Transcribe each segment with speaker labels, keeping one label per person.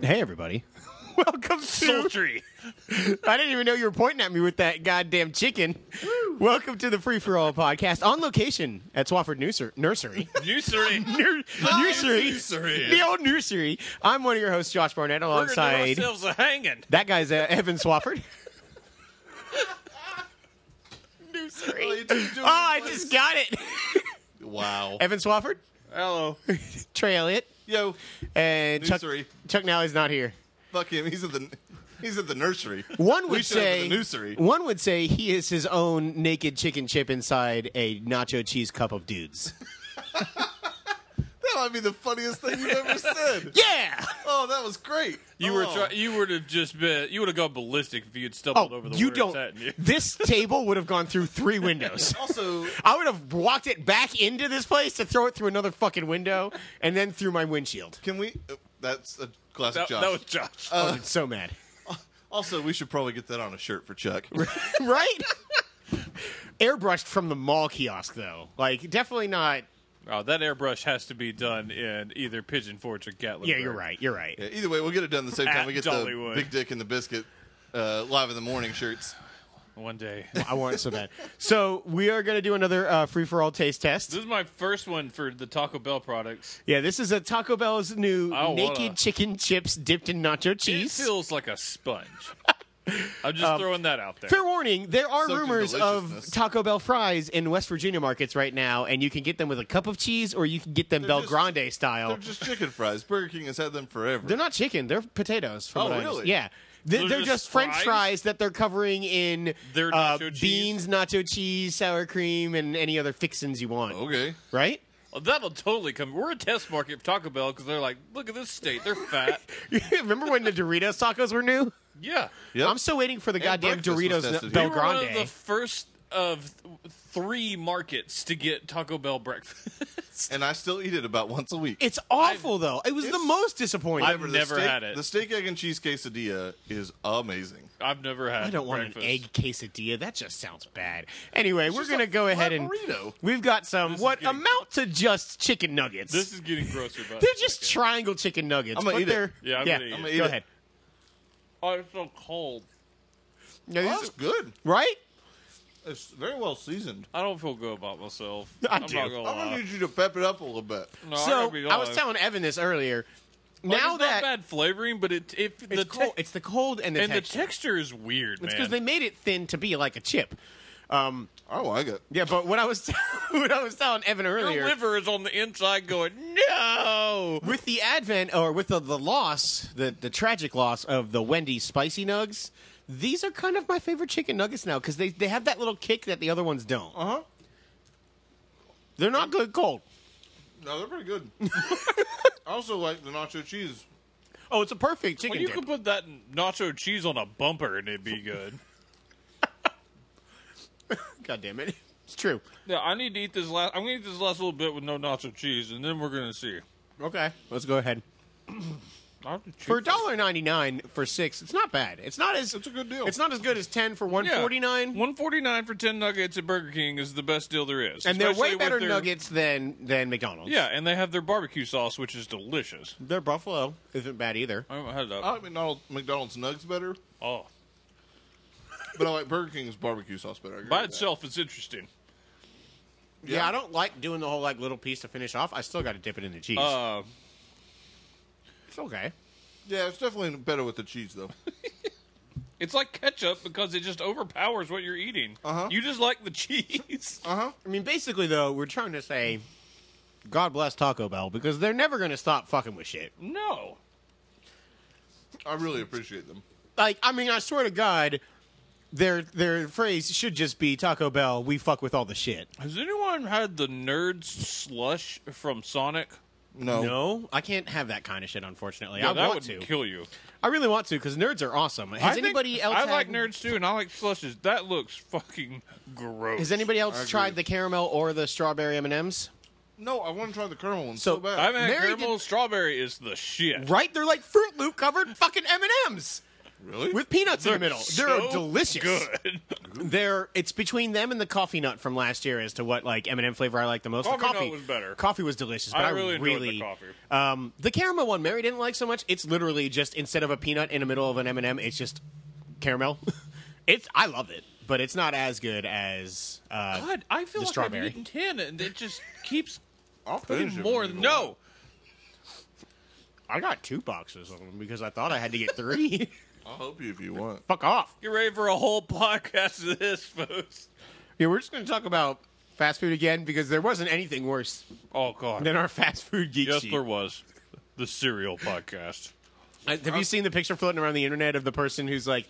Speaker 1: Hey, everybody.
Speaker 2: Welcome to
Speaker 3: Sultry.
Speaker 1: I didn't even know you were pointing at me with that goddamn chicken. Welcome to the Free For All podcast on location at Swafford Nurser- Nursery.
Speaker 3: Nursery.
Speaker 1: Nur- nursery.
Speaker 2: Nursery.
Speaker 1: The old nursery. I'm one of your hosts, Josh Barnett,
Speaker 3: We're gonna do
Speaker 1: alongside.
Speaker 3: ourselves a hanging.
Speaker 1: That guy's uh, Evan Swafford.
Speaker 2: Well, you just do
Speaker 1: Oh,
Speaker 2: it
Speaker 1: I
Speaker 2: twice.
Speaker 1: just got it.
Speaker 2: Wow.
Speaker 1: Evan Swafford,
Speaker 2: Hello.
Speaker 1: Trey Elliott,
Speaker 2: Yo,
Speaker 1: and Chuck,
Speaker 2: Nursery.
Speaker 1: Chuck Nally's not here.
Speaker 2: fuck him. He's at the he's at the nursery.
Speaker 1: One
Speaker 2: We
Speaker 1: would
Speaker 2: should have
Speaker 1: say
Speaker 2: the nursery.
Speaker 1: one would say he is his own naked chicken chip inside a nacho cheese cup of dudes.
Speaker 2: That might be the funniest thing you've ever said.
Speaker 1: Yeah.
Speaker 2: Oh, that was great.
Speaker 3: You
Speaker 2: oh.
Speaker 3: were try- you would have just been you would have gone ballistic if you had stumbled
Speaker 1: Oh,
Speaker 3: over the
Speaker 1: you
Speaker 3: word
Speaker 1: don't.
Speaker 3: Satin. You-
Speaker 1: This table would have gone through three windows.
Speaker 2: Also,
Speaker 1: I would have walked it back into this place to throw it through another fucking window and then through my windshield.
Speaker 2: can we? uh, That's a
Speaker 3: That,
Speaker 2: classic Josh.
Speaker 3: that was Josh.
Speaker 2: Uh.
Speaker 1: I was so mad.
Speaker 2: Also, we should probably get that on a shirt for Chuck.
Speaker 1: right? Airbrushed from the mall kiosk, though. Like, definitely not.
Speaker 3: oh, that airbrush has to be done in either pigeon forge or Gatlinburg.
Speaker 1: Yeah, you're right. You're right.
Speaker 2: Yeah, Either way, we'll get it done the same time
Speaker 3: At
Speaker 2: we get
Speaker 3: Dollywood.
Speaker 2: the big dick and the biscuit uh, live in the morning shirts.
Speaker 3: One day.
Speaker 1: I want it so bad. So, we are going to do another uh, free for all taste test.
Speaker 3: This is my first one for the Taco Bell products.
Speaker 1: Yeah, this is a Taco Bell's new
Speaker 3: I wanna-
Speaker 1: naked chicken chips dipped in nacho
Speaker 3: It
Speaker 1: cheese.
Speaker 3: feels like a sponge. I'm just
Speaker 1: Um,
Speaker 3: throwing that out there.
Speaker 1: Fair warning, there are
Speaker 2: Soaked in
Speaker 1: rumors of
Speaker 2: deliciousness.
Speaker 1: Taco Bell fries in West Virginia markets right now, and you can get them with a cup of cheese or you can get them Bel
Speaker 2: just-
Speaker 1: Grande style.
Speaker 2: They're
Speaker 1: They're,
Speaker 2: just chicken fries. Burger King has had them forever.
Speaker 1: not chicken, they're potatoes. From
Speaker 2: Oh,
Speaker 1: what I
Speaker 2: really?
Speaker 1: understand. Yeah. They- They're,
Speaker 3: They're
Speaker 1: just,
Speaker 3: just
Speaker 1: French
Speaker 3: fries?
Speaker 1: fries that they're covering in
Speaker 3: Their
Speaker 1: uh,
Speaker 3: nacho cheese?
Speaker 1: beans, nacho cheese, sour cream, and any other fixins you want.
Speaker 2: okay.
Speaker 1: Right?
Speaker 3: Oh, That'll totally come. We're a test market for Taco Bell because they're like, look at this state. They're fat.
Speaker 1: Remember when the Doritos tacos were new?
Speaker 3: yeah.
Speaker 2: Yep.
Speaker 1: I'm still waiting for the goddamn
Speaker 2: breakfast was
Speaker 1: Doritos
Speaker 2: tested
Speaker 1: Bel
Speaker 3: We were one
Speaker 1: Grande.
Speaker 3: of the first of th- three markets to get Taco Bell breakfast.
Speaker 2: and I still eat it about once a week.
Speaker 1: it's awful though. It was the most disappointing.
Speaker 3: I've
Speaker 2: However,
Speaker 3: never
Speaker 2: the steak,
Speaker 3: had it.
Speaker 2: The steak, egg, and cheese quesadilla is amazing.
Speaker 3: I've never had.
Speaker 1: I don't want
Speaker 3: breakfast.
Speaker 1: an egg quesadilla. That just sounds bad. Anyway, we're
Speaker 2: just
Speaker 1: gonna
Speaker 2: a
Speaker 1: go
Speaker 2: flat
Speaker 1: ahead and
Speaker 2: burrito.
Speaker 1: we've got some
Speaker 3: is
Speaker 1: what
Speaker 3: getting-
Speaker 1: amount to just chicken nuggets.
Speaker 3: This is getting grosser, but
Speaker 1: they're just triangle chicken nuggets.
Speaker 2: I'm gonna
Speaker 1: but
Speaker 2: eat it.
Speaker 1: they're,
Speaker 3: Yeah, I'm gonna eat
Speaker 2: I'm
Speaker 3: it.
Speaker 2: gonna eat
Speaker 1: go
Speaker 2: it.
Speaker 1: ahead.
Speaker 3: Oh, it's so cold.
Speaker 1: Yeah, these
Speaker 2: Oh, it's good.
Speaker 1: are- right?
Speaker 2: It's very well seasoned.
Speaker 3: I don't feel good about myself.
Speaker 1: I
Speaker 3: I'm
Speaker 1: do.
Speaker 3: not gonna
Speaker 2: I'm gonna
Speaker 3: lie.
Speaker 2: need you to pep it up a little bit.
Speaker 3: No, Oh, I
Speaker 1: so
Speaker 3: gotta be
Speaker 1: I was
Speaker 3: honest.
Speaker 1: telling Evan this earlier.
Speaker 3: Like,
Speaker 1: now
Speaker 3: it's
Speaker 1: that
Speaker 3: not bad flavoring, but it if
Speaker 1: it's
Speaker 3: the te-
Speaker 1: cold, it's the cold and the
Speaker 3: and
Speaker 1: texture.
Speaker 3: the texture is weird,
Speaker 1: it's
Speaker 3: man.
Speaker 1: because they made it thin to be like a chip. Um,
Speaker 2: I like it.
Speaker 1: yeah, but what I was what I was telling Evan
Speaker 3: Your
Speaker 1: earlier.
Speaker 3: liver is on the inside going no.
Speaker 1: with the advent or with the, the loss the, the tragic loss of the wendy's spicy nugs these are kind of my favorite chicken nuggets now because they, they have that little kick that the other ones don't
Speaker 2: Uh huh.
Speaker 1: they're not good cold
Speaker 2: No, they're pretty good. I also like the nacho cheese.
Speaker 1: oh it's a perfect
Speaker 3: Well,
Speaker 1: chicken
Speaker 3: you
Speaker 1: dip.
Speaker 3: could put that nacho cheese on a bumper and it'd be good.
Speaker 1: god damn it it's true
Speaker 3: yeah, I need to eat this last. I'm gonna eat this last little bit with no nacho cheese, and then we're gonna see.
Speaker 1: okay let's go ahead
Speaker 3: Nacho cheese.
Speaker 1: for $1.99 for six it's not bad it's not as
Speaker 2: It's a good deal.
Speaker 1: it's not as good as 10 for 149
Speaker 3: One forty nine for ten nuggets at Burger King is the best deal there is.
Speaker 1: and they're
Speaker 3: Especially
Speaker 1: way
Speaker 3: with
Speaker 1: better
Speaker 3: their-
Speaker 1: nuggets than than mcdonald's
Speaker 3: Yeah, and they have their barbecue sauce, which is delicious. Oh.
Speaker 1: their buffalo isn't bad either
Speaker 3: I haven't had that.
Speaker 2: I like McDonald's, McDonald's nugs better,
Speaker 3: oh,
Speaker 2: but I like Burger King's barbecue sauce better. I agree
Speaker 3: by
Speaker 2: with that.
Speaker 3: itself, it's interesting.
Speaker 1: yeah. i don't like doing the whole like little piece to finish off i still got to dip it in the cheese
Speaker 3: Uh,
Speaker 1: it's okay
Speaker 2: Yeah, it's definitely better with the cheese though.
Speaker 3: it's like ketchup because it just overpowers what you're eating.
Speaker 2: Uh-huh.
Speaker 3: You just like the cheese.
Speaker 2: Uh huh.
Speaker 1: I mean, basically, though, we're trying to say, God bless Taco Bell because they're never going to stop fucking with shit.
Speaker 3: no,
Speaker 2: I really appreciate them.
Speaker 1: Like, I mean, I swear to God, their their phrase should just be Taco Bell. We fuck with all the shit.
Speaker 3: has anyone had the nerd slush from Sonic?
Speaker 2: No.
Speaker 1: No, I can't have that kind of shit. Unfortunately,
Speaker 3: Oh. Yeah,
Speaker 1: I
Speaker 3: that
Speaker 1: want
Speaker 3: would
Speaker 1: to.
Speaker 3: kill you.
Speaker 1: I really want to because nerds are awesome. Has
Speaker 3: I think-
Speaker 1: anybody else?
Speaker 3: I
Speaker 1: had-
Speaker 3: like nerds too, and I like slushes. That looks fucking gross.
Speaker 1: Has anybody
Speaker 2: I
Speaker 1: else
Speaker 2: agree.
Speaker 1: tried the caramel or the strawberry M and M's?
Speaker 2: No, I want to try the caramel one
Speaker 1: So,
Speaker 2: so, bad.
Speaker 3: I'm at
Speaker 1: Mary
Speaker 3: caramel strawberry is the shit.
Speaker 1: Right? They're like Fruit Loop covered fucking M and M's
Speaker 2: really?
Speaker 1: with peanuts in the middle.
Speaker 3: so
Speaker 1: They're delicious.
Speaker 3: Good.
Speaker 1: They're it's between them and the coffee nut from last year as to what like M and m flavor I like the most. The
Speaker 3: Coffee nut
Speaker 1: coffee
Speaker 3: was better.
Speaker 1: Coffee was delicious, but
Speaker 3: I
Speaker 1: I,
Speaker 3: really
Speaker 1: really,
Speaker 3: enjoyed the coffee.
Speaker 1: Um, the caramel one Mary didn't like so much. It's literally just instead of a peanut in the middle of an M and m it's just caramel. it's I love it, but it's not as good as uh,
Speaker 3: God, I feel
Speaker 1: The
Speaker 3: like
Speaker 1: strawberry.
Speaker 3: I've eaten ten, and it just keeps
Speaker 2: I'll
Speaker 3: putting
Speaker 2: finish it if
Speaker 3: more
Speaker 2: you
Speaker 3: than
Speaker 2: want.
Speaker 3: no.
Speaker 1: I got two boxes of them because I thought I had to get three.
Speaker 2: I'll help you if you want.
Speaker 1: Fuck off.
Speaker 3: You're ready for a whole podcast of this, folks.
Speaker 1: Yeah, we're just going to talk about fast food again because there wasn't anything worse
Speaker 3: Oh God.
Speaker 1: than our fast food geek
Speaker 3: yes,
Speaker 1: sheet.
Speaker 3: there was the cereal podcast.
Speaker 1: I- have
Speaker 3: Um,
Speaker 1: you seen the picture floating around the internet of the person who's like,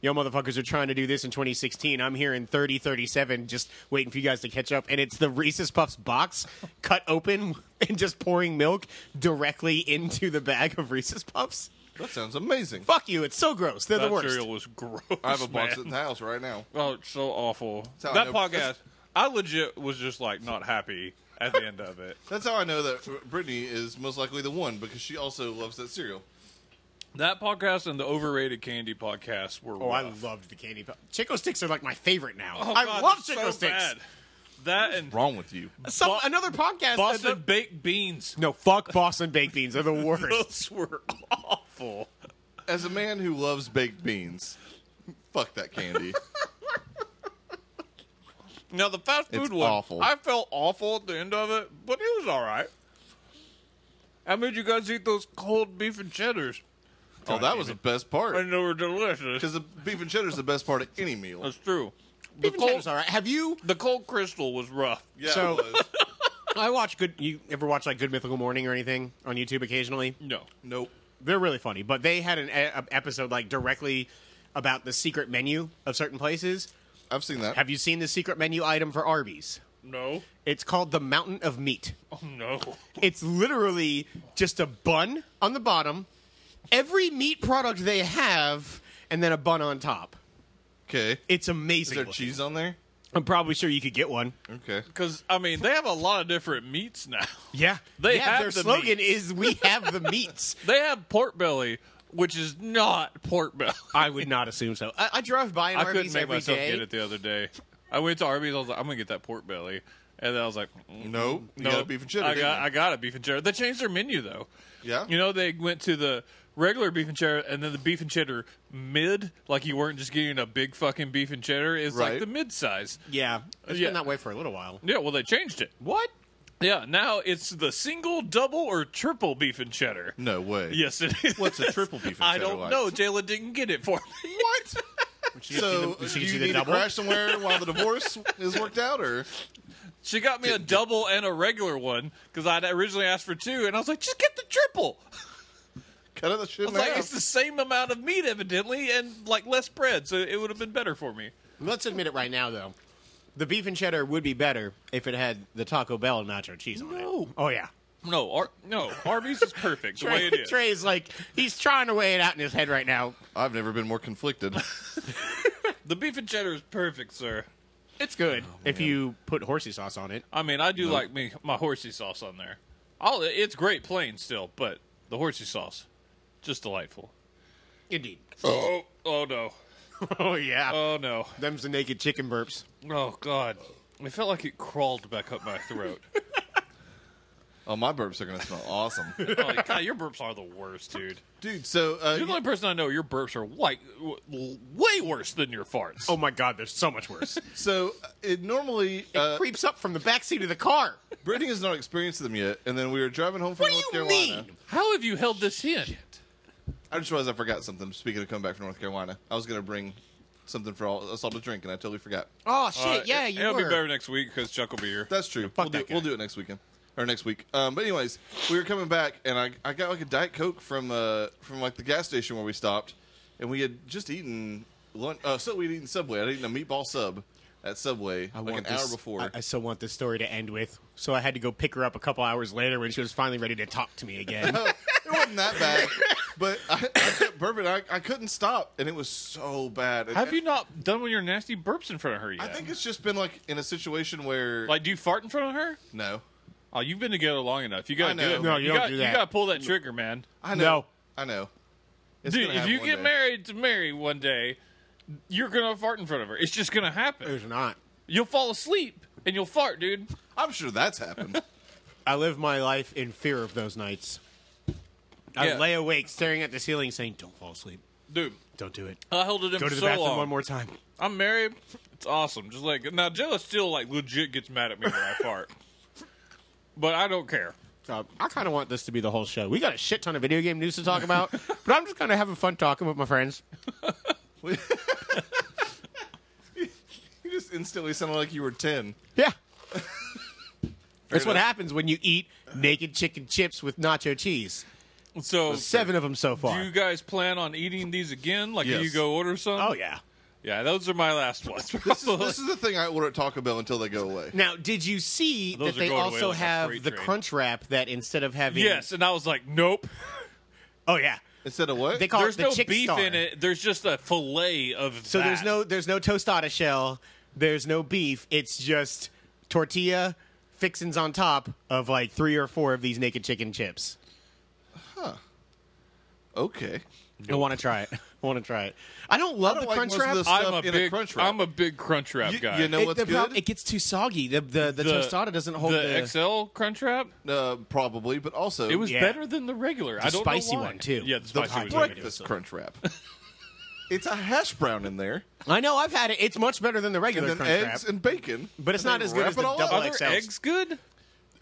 Speaker 1: yo, motherfuckers are trying to do this in 2016. I'm here in 30, 37, just waiting for you guys to catch up. And it's the Reese's Puffs box cut open and just pouring milk directly into the bag of Reese's Puffs.
Speaker 2: That sounds amazing.
Speaker 1: Fuck you. It's so gross. They're
Speaker 3: That
Speaker 1: the worst.
Speaker 3: cereal was gross.
Speaker 2: I have a box
Speaker 3: man.
Speaker 2: at the house right now.
Speaker 3: Oh, it's so awful.
Speaker 2: how I
Speaker 3: that
Speaker 2: know-
Speaker 3: podcast, I legit was just like not happy at the end of it.
Speaker 2: That's how I know that Brittany is most likely the one because she also loves that cereal.
Speaker 3: That podcast and the overrated candy podcast were.
Speaker 1: Oh, I
Speaker 3: rough.
Speaker 1: loved the candy. Puff. Chico sticks are like my favorite now.
Speaker 3: Oh,
Speaker 1: I
Speaker 3: God,
Speaker 1: love
Speaker 3: it's
Speaker 1: Chico
Speaker 3: so
Speaker 1: sticks.
Speaker 3: bad. That and
Speaker 2: Wrong with you?
Speaker 1: Some, another podcast.
Speaker 3: Boston
Speaker 1: uh, the-
Speaker 3: baked beans.
Speaker 1: no, fuck Boston baked beans. They're the worst.
Speaker 3: Those were awful.
Speaker 2: As a man who loves baked beans, fuck that candy.
Speaker 3: Now the fast food
Speaker 2: It's
Speaker 3: one,
Speaker 2: awful.
Speaker 3: I felt awful at the end of it, but it was all right. I made you guys eat those cold beef and cheddars,
Speaker 2: oh, that was the best part
Speaker 3: and they were delicious.
Speaker 2: because the beef and cheddar is the best part of any meal.
Speaker 3: That's true. The
Speaker 1: Beef and
Speaker 3: cold,
Speaker 1: cheddar's all right. Have you?
Speaker 3: the cold crystal was rough.
Speaker 2: Yeah,
Speaker 1: So-
Speaker 2: it was.
Speaker 1: I watch good. You ever watch like Good Mythical Morning or anything on YouTube occasionally?
Speaker 3: No,
Speaker 2: nope.
Speaker 1: They're really funny. But they had an e- a- episode like directly about the secret menu of certain places.
Speaker 2: I've seen that.
Speaker 1: Have you seen the secret menu item for Arby's?
Speaker 3: no,
Speaker 1: It's called the Mountain of Meat.
Speaker 3: oh no.
Speaker 1: It's literally just a bun on the bottom, every meat product they have, and then a bun on top.
Speaker 2: Okay,
Speaker 1: It's
Speaker 2: is
Speaker 1: amazing.
Speaker 2: there
Speaker 1: looking.
Speaker 2: cheese on there?
Speaker 1: I'm probably sure you could get one.
Speaker 2: Okay,
Speaker 3: Because I mean, they have a lot of different meats now.
Speaker 1: Yeah,
Speaker 3: They
Speaker 1: yeah,
Speaker 3: have
Speaker 1: their
Speaker 3: the
Speaker 1: slogan
Speaker 3: meats.
Speaker 1: is "We have the meats."
Speaker 3: They have pork belly, which is not pork belly.
Speaker 1: I would not assume so. I, I drive by an
Speaker 3: I couldn't
Speaker 1: Arby's
Speaker 3: make
Speaker 1: every
Speaker 3: myself
Speaker 1: day.
Speaker 3: get it the other day. I went to Arby's. I was like, I'm gonna get that pork belly, and then I was like, mm,
Speaker 2: nope. You
Speaker 3: no,
Speaker 2: got beef and cheddar.
Speaker 3: I
Speaker 2: didn't
Speaker 3: got,
Speaker 2: you?
Speaker 3: I got a beef and cheddar. They changed their menu though.
Speaker 2: Yeah?
Speaker 3: you know they went to the regular beef and cheddar, and then the beef and cheddar mid. Like you weren't just getting a big fucking beef and cheddar. It's like
Speaker 2: Right.
Speaker 3: the mid size.
Speaker 1: Yeah, it's
Speaker 3: Yeah.
Speaker 1: been that way for a little while.
Speaker 3: Yeah, well they changed it.
Speaker 1: What?
Speaker 3: Yeah, now it's the single, double, or triple beef and cheddar.
Speaker 2: No way.
Speaker 3: Yes, it is.
Speaker 2: What's a triple beef and
Speaker 3: I
Speaker 2: cheddar
Speaker 3: don't
Speaker 2: like?
Speaker 3: know. Jayla didn't get it for me.
Speaker 2: What? So,
Speaker 1: the- she gets
Speaker 2: do
Speaker 1: you
Speaker 2: you
Speaker 1: the
Speaker 2: need to
Speaker 1: double?
Speaker 2: crash somewhere while the divorce is worked out, or
Speaker 3: She got me a double and a regular one because I'd originally asked for two, and I was like, just get the triple.
Speaker 2: cut out the shit
Speaker 3: I
Speaker 2: in
Speaker 3: was like, it's
Speaker 2: half?
Speaker 3: the same amount of meat, evidently, and like less bread, so it would have been better for me.
Speaker 1: Let's admit it right now, though. The beef and cheddar would be better if it had the Taco Bell nacho cheese on it.
Speaker 3: No.
Speaker 1: Oh yeah.
Speaker 3: No, Ar- no, Arby's is perfect the way it is.
Speaker 1: Trey's like he's trying to weigh it out in his head right now.
Speaker 2: I've never been more conflicted.
Speaker 3: The beef and cheddar is perfect, sir.
Speaker 1: It's good if you put horsey sauce on it.
Speaker 3: I mean, I do like me my horsey sauce on there. I'll, it's great plain still, but the horsey sauce, just delightful.
Speaker 1: Indeed.
Speaker 3: Oh, oh no,
Speaker 1: Oh yeah.
Speaker 3: oh no,
Speaker 1: Them's the naked chicken burps.
Speaker 3: oh god! It felt like it crawled back up my throat.
Speaker 2: oh, my burps are gonna smell awesome,
Speaker 3: Like, Oh, God, your burps are the worst, dude.
Speaker 2: dude. So, uh,
Speaker 3: You're the only person I know. Your burps are white, w- w- way worse than your farts.
Speaker 1: Oh my god, they're so much worse.
Speaker 2: so uh, it normally
Speaker 1: it
Speaker 2: uh,
Speaker 1: creeps up from the back seat of the car.
Speaker 2: Brittany has not experienced them yet, and then we were driving home from
Speaker 1: What do
Speaker 2: North
Speaker 1: you
Speaker 2: Carolina.
Speaker 1: mean?
Speaker 3: how have you held this in?
Speaker 2: I just realized I forgot something. Speaking of coming back from North Carolina, I was gonna bring something for all, us all to drink, and I totally forgot.
Speaker 1: Oh shit!
Speaker 3: Uh,
Speaker 1: yeah,
Speaker 3: it-
Speaker 1: you
Speaker 3: It'll
Speaker 1: were.
Speaker 3: be better next week because Chuck will be here.
Speaker 2: That's true.
Speaker 1: fuck
Speaker 2: we'll, do,
Speaker 1: that guy.
Speaker 2: we'll do it next weekend or next week. Um, but anyways, we were coming back, and I, I got like a diet coke from uh, from like the gas station where we stopped, and we had just eaten lunch. Uh, so we'd eaten Subway. I'd eaten a meatball sub at Subway like an
Speaker 1: this-
Speaker 2: hour before.
Speaker 1: I, I still want this story to end with. So I had to go pick her up a couple hours later when she was finally ready to talk to me again.
Speaker 2: Oh, it wasn't that bad, but I, I kept burping. I, I couldn't stop, and it was so bad. And-
Speaker 3: Have you not done with your nasty burps in front of her yet?
Speaker 2: I think it's just been like in a situation where
Speaker 3: like, do you fart in front of her?
Speaker 2: no.
Speaker 3: Oh, you've been together long enough. You gotta
Speaker 2: I know.
Speaker 3: do it.
Speaker 2: No,
Speaker 3: man.
Speaker 1: you don't
Speaker 3: got,
Speaker 1: do that.
Speaker 3: You gotta pull that trigger, man.
Speaker 2: I
Speaker 1: No.
Speaker 2: know. I know. It's
Speaker 3: Dude,
Speaker 2: gonna
Speaker 3: if
Speaker 2: happen
Speaker 3: you
Speaker 2: one
Speaker 3: get
Speaker 2: day.
Speaker 3: married to Mary one day, you're gonna fart in front of her. It's just gonna happen.
Speaker 1: There's not.
Speaker 3: You'll fall asleep and you'll fart, dude.
Speaker 2: I'm sure that's happened.
Speaker 1: I live my life in fear of those nights. I
Speaker 3: Yeah.
Speaker 1: lay awake staring at the ceiling saying, Don't fall asleep.
Speaker 3: Dude,
Speaker 1: Don't do it.
Speaker 3: I held it in
Speaker 1: Go
Speaker 3: for
Speaker 1: to the
Speaker 3: so
Speaker 1: bathroom
Speaker 3: long.
Speaker 1: one more time.
Speaker 3: I'm married. It's awesome. Just like now, Jella still like legit gets mad at me when I fart, but I don't care.
Speaker 1: Uh, I kind of want this to be the whole show. We got a shit ton of video game news to talk about, but I'm just kind of having fun talking with my friends.
Speaker 2: you just instantly sounded like you were ten.
Speaker 1: Yeah. That's what
Speaker 2: enough.
Speaker 1: happens when you eat naked chicken chips with nacho cheese.
Speaker 3: So
Speaker 1: Seven of them so
Speaker 3: Do
Speaker 1: far.
Speaker 3: you guys plan on eating these again? Like,
Speaker 2: Yes.
Speaker 3: do you go order some?
Speaker 1: oh, yeah.
Speaker 3: yeah. Those are my last ones.
Speaker 2: This is,
Speaker 3: probably.
Speaker 2: this is the thing I order at Taco Bell until they go away.
Speaker 1: Now, did you see
Speaker 3: Those
Speaker 1: that
Speaker 3: are
Speaker 1: they
Speaker 3: going away
Speaker 1: also
Speaker 3: like a
Speaker 1: have
Speaker 3: freight
Speaker 1: the
Speaker 3: train.
Speaker 1: crunch wrap that instead of having.
Speaker 3: yes, and I was like, nope.
Speaker 1: Oh, yeah.
Speaker 2: Instead of what?
Speaker 1: They call
Speaker 3: There's
Speaker 1: it the
Speaker 3: no
Speaker 1: chick
Speaker 3: beef
Speaker 1: star.
Speaker 3: in it. There's just a fillet of.
Speaker 1: So there's
Speaker 3: that.
Speaker 1: no there's no tostada shell. There's no beef. It's just tortilla fixins on top of like three or four of these naked chicken chips.
Speaker 2: okay.
Speaker 1: I want to try it. I want to try it. I don't love
Speaker 2: don't
Speaker 1: the
Speaker 2: like
Speaker 1: crunch
Speaker 2: most of
Speaker 1: wrap.
Speaker 2: this
Speaker 3: I'm
Speaker 2: stuff
Speaker 3: a
Speaker 2: in a
Speaker 3: big.
Speaker 2: crunch wrap.
Speaker 3: I'm a big crunch wrap
Speaker 2: You,
Speaker 3: guy.
Speaker 2: you know
Speaker 1: It-
Speaker 2: what's
Speaker 1: the
Speaker 2: good?
Speaker 1: prob- it gets too soggy. The the, the, tostada doesn't hold the,
Speaker 3: the XL crunch wrap.
Speaker 2: uh, probably, but also
Speaker 3: It was
Speaker 1: Yeah.
Speaker 3: better than the regular. I don't
Speaker 1: spicy
Speaker 3: know why.
Speaker 1: one, too.
Speaker 3: Yeah, the
Speaker 2: the
Speaker 3: spicy one.
Speaker 2: breakfast crunch wrap. it's a hash brown in there,
Speaker 1: I know. I've had it. It's much better than the regular
Speaker 2: and then
Speaker 1: crunch wrap.
Speaker 2: eggs and bacon.
Speaker 1: But it's
Speaker 2: and
Speaker 1: not
Speaker 2: they
Speaker 1: as good
Speaker 2: wrap
Speaker 1: as
Speaker 2: it
Speaker 1: the
Speaker 2: all
Speaker 1: double
Speaker 2: up.
Speaker 3: Are their
Speaker 1: XLs.
Speaker 3: eggs good?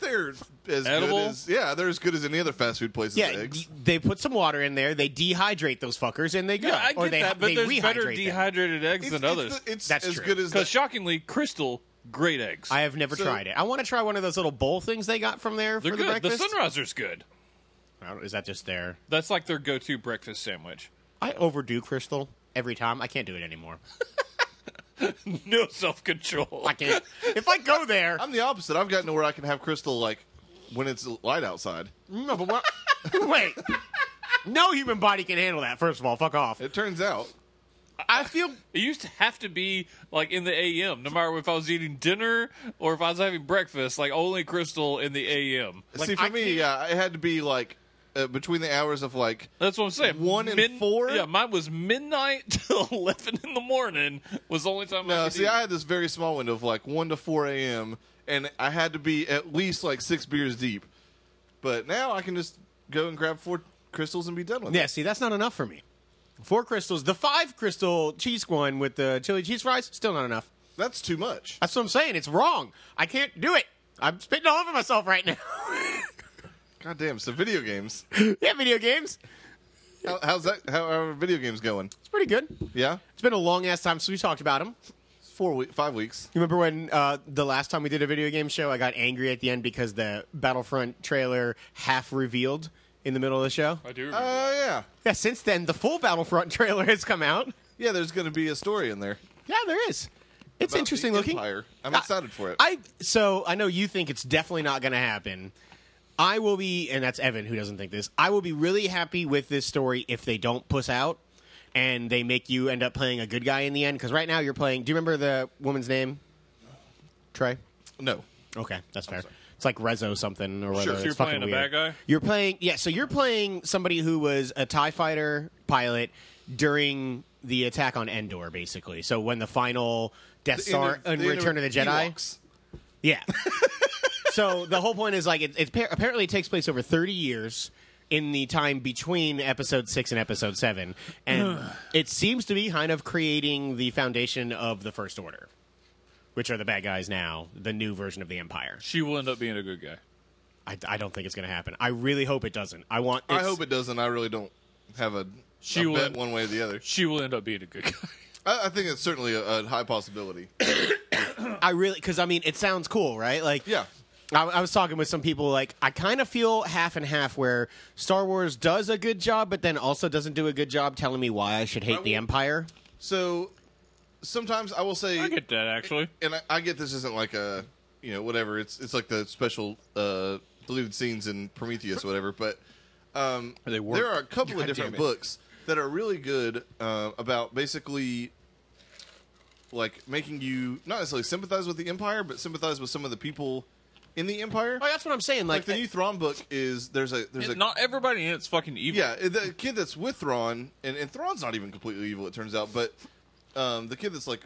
Speaker 2: They're as
Speaker 3: Edible?
Speaker 2: good as yeah, they're as good as any other fast food place's
Speaker 1: yeah,
Speaker 2: eggs.
Speaker 1: d- they put some water in there. They dehydrate those fuckers, and they go.
Speaker 3: Yeah, I get
Speaker 1: or they,
Speaker 3: that, but
Speaker 1: they
Speaker 3: there's better
Speaker 1: rehydrate them.
Speaker 3: dehydrated eggs
Speaker 2: It's,
Speaker 3: than
Speaker 2: it's
Speaker 3: others.
Speaker 2: the- it's
Speaker 1: That's
Speaker 2: as
Speaker 1: true.
Speaker 2: good as the,
Speaker 3: Because shockingly, Crystal, great eggs.
Speaker 1: I have never
Speaker 2: So-
Speaker 1: tried it. I want to try one of those little bowl things they got from there
Speaker 3: They're
Speaker 1: for the
Speaker 3: good.
Speaker 1: breakfast.
Speaker 3: Sunriser's good.
Speaker 1: I don't- is that just there?
Speaker 3: That's like their go-to breakfast sandwich.
Speaker 1: I overdo crystal every time. I can't do it anymore.
Speaker 3: No self-control.
Speaker 1: I can't. if I go there,
Speaker 2: I'm the opposite. I've gotten to where I can have crystal like when it's light outside.
Speaker 1: no, but what? wait. No human body can handle that. First of all, fuck off.
Speaker 2: It turns out
Speaker 1: I feel
Speaker 3: It used to have to be like in the AM, no matter if I was eating dinner or if I was having breakfast. Like only Crystal in the AM.
Speaker 1: Like,
Speaker 2: See, for
Speaker 1: I
Speaker 2: me,
Speaker 1: can't-
Speaker 2: yeah, it had to be like uh, between the hours of like
Speaker 3: That's what I'm saying.
Speaker 2: One and four?
Speaker 3: Yeah, mine was midnight till eleven in the morning. Was the only time. I
Speaker 2: no.
Speaker 3: could
Speaker 2: uh, See,
Speaker 3: eat.
Speaker 2: I had this very small window of like one to four a.m. and I had to be at least like six beers deep. But now I can just go and grab four crystals and be done with
Speaker 1: yeah.
Speaker 2: it.
Speaker 1: See, that's not enough for me. Four crystals. The five crystal cheese one with the chili cheese fries still not enough.
Speaker 2: That's too much.
Speaker 1: That's what I'm saying. It's wrong. I can't do it. I'm spitting all over myself right now.
Speaker 2: God damn. So video games.
Speaker 1: yeah, video games.
Speaker 2: How, how's that? How are video games going?
Speaker 1: It's pretty good.
Speaker 2: Yeah,
Speaker 1: It's been a long ass time since we talked about them.
Speaker 2: it's four week, five weeks.
Speaker 1: You remember when uh, the last time we did a video game show, I got angry at the end because the Battlefront trailer half revealed in the middle of the show?
Speaker 3: I do. Remember.
Speaker 2: Oh yeah,
Speaker 1: Yeah, since then, the full Battlefront trailer has come out.
Speaker 2: yeah. There's going to be a story in there.
Speaker 1: Yeah, there is. It's
Speaker 2: about the
Speaker 1: interesting looking.
Speaker 2: Empire. I'm
Speaker 1: I-
Speaker 2: excited for it.
Speaker 1: I so I know you think it's definitely not going to happen. I will be, and that's Evan who doesn't think this. I will be really happy with this story if they don't puss out and they make you end up playing a good guy in the end. Because right now you're playing. Do you remember the woman's name? Trey.
Speaker 2: no.
Speaker 1: Okay, that's fair. It's like Rezo something or whatever.
Speaker 2: so
Speaker 1: it's
Speaker 3: you're
Speaker 1: fucking
Speaker 3: playing a
Speaker 1: weird.
Speaker 3: bad guy?
Speaker 1: You're playing, yeah. So you're playing somebody who was a Tie Fighter pilot during the attack on Endor, basically. So when the final Death
Speaker 2: The end
Speaker 1: Star
Speaker 2: of-
Speaker 1: and
Speaker 2: the end
Speaker 1: Return of the Jedi,
Speaker 2: Ewoks.
Speaker 1: yeah. so the whole point is like it, it pa- apparently it takes place over 30 years in the time between episode 6 and episode 7 and it seems to be kind of creating the foundation of the first order which are the bad guys now the new version of the empire
Speaker 3: She will end up being a good guy.
Speaker 1: I, I don't think it's going to happen. I really hope it doesn't. I want.
Speaker 2: I
Speaker 1: it's-
Speaker 2: hope it doesn't. I really don't have a,
Speaker 3: She
Speaker 2: a
Speaker 3: will-
Speaker 2: bet one way or the other.
Speaker 3: She will end up being a good guy.
Speaker 2: I, I think it's certainly a, a high possibility.
Speaker 1: I really because I mean it sounds cool, right? Like
Speaker 2: Yeah.
Speaker 1: I, I was talking with some people. Like I kind of feel half and half, where Star Wars does a good job, but then also doesn't do a good job telling me why I should hate the
Speaker 2: will-
Speaker 1: Empire.
Speaker 2: So sometimes I will say,
Speaker 3: I get that actually.
Speaker 2: and I, I get this isn't like a you know whatever. It's it's like the special uh, deleted scenes in Prometheus or whatever. But um,
Speaker 3: They work.
Speaker 2: there are a couple
Speaker 3: God
Speaker 2: of different
Speaker 3: damn it.
Speaker 2: books that are really good uh, about basically like making you not necessarily sympathize with the empire, but sympathize with some of the people in the Empire.
Speaker 1: Oh, that's what I'm saying.
Speaker 2: Like
Speaker 1: Like,
Speaker 2: the new Thrawn book is there's a there's a
Speaker 3: Not everybody in it's fucking evil.
Speaker 2: yeah the kid that's with Thrawn and and Thrawn's not even completely evil it turns out, but um, the kid that's like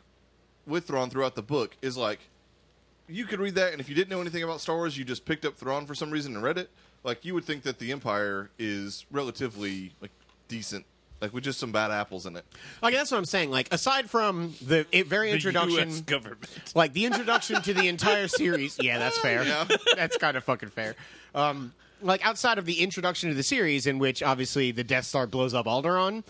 Speaker 2: with Thrawn throughout the book is like you could read that and if you didn't know anything about Star Wars, you just picked up Thrawn for some reason and read it. Like you would think that the Empire is relatively like decent, like with just some bad apples in it.
Speaker 1: like that's what I'm saying. Like, aside from the it, very
Speaker 3: The
Speaker 1: introduction,
Speaker 3: US government.
Speaker 1: like the introduction to the entire series. Yeah, that's fair.
Speaker 2: Yeah.
Speaker 1: That's kind of fucking fair. Um, like outside of the introduction to the series, in which obviously the Death Star blows up Alderaan.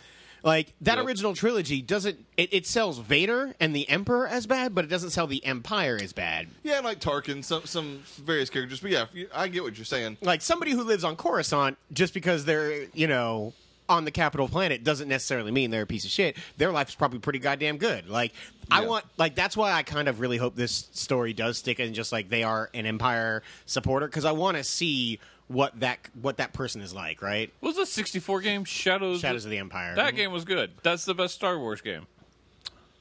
Speaker 1: Like that
Speaker 2: Yep.
Speaker 1: original trilogy doesn't it, it sells Vader and the Emperor as bad, but it doesn't sell the Empire as bad.
Speaker 2: Yeah, and like Tarkin, some some various characters, but yeah, you- I get what you're saying.
Speaker 1: like somebody who lives on Coruscant just because they're you know on the capital planet doesn't necessarily mean they're a piece of shit. Their life's probably pretty goddamn good. Like I
Speaker 2: Yeah.
Speaker 1: want like that's why I kind of really hope this story does stick and just like they are an empire supporter cuz I want to see what that what that person is like, right?
Speaker 3: What was the 64 game Shadows?
Speaker 1: Shadows of the Empire.
Speaker 3: That game was good. That's the best Star Wars game.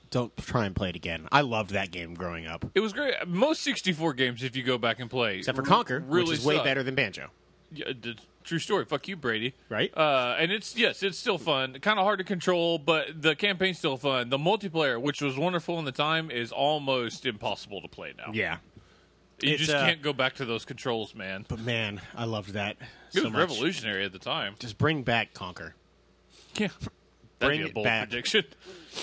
Speaker 1: Don't try and play it again. I loved that game growing up.
Speaker 3: It was great. Most 64 games, if you go back and play,
Speaker 1: Except for
Speaker 3: re-
Speaker 1: Conquer,
Speaker 3: really
Speaker 1: which is way
Speaker 3: suck.
Speaker 1: better than Banjo.
Speaker 3: Yeah, d- true story. Fuck you, Brady.
Speaker 1: Right?
Speaker 3: Uh, and it's yes, it's still fun. Kind of hard to control, but the campaign's still fun. The multiplayer, which was wonderful in the time, is almost impossible to play now.
Speaker 1: Yeah.
Speaker 3: you
Speaker 1: It's,
Speaker 3: just
Speaker 1: uh,
Speaker 3: can't go back to those controls, man.
Speaker 1: But man, I loved that
Speaker 3: It
Speaker 1: so
Speaker 3: was
Speaker 1: much.
Speaker 3: revolutionary at the time.
Speaker 1: Just bring back Conquer.
Speaker 3: Yeah, that'd
Speaker 1: Bring
Speaker 3: be a
Speaker 1: it
Speaker 3: bold
Speaker 1: back.
Speaker 3: prediction.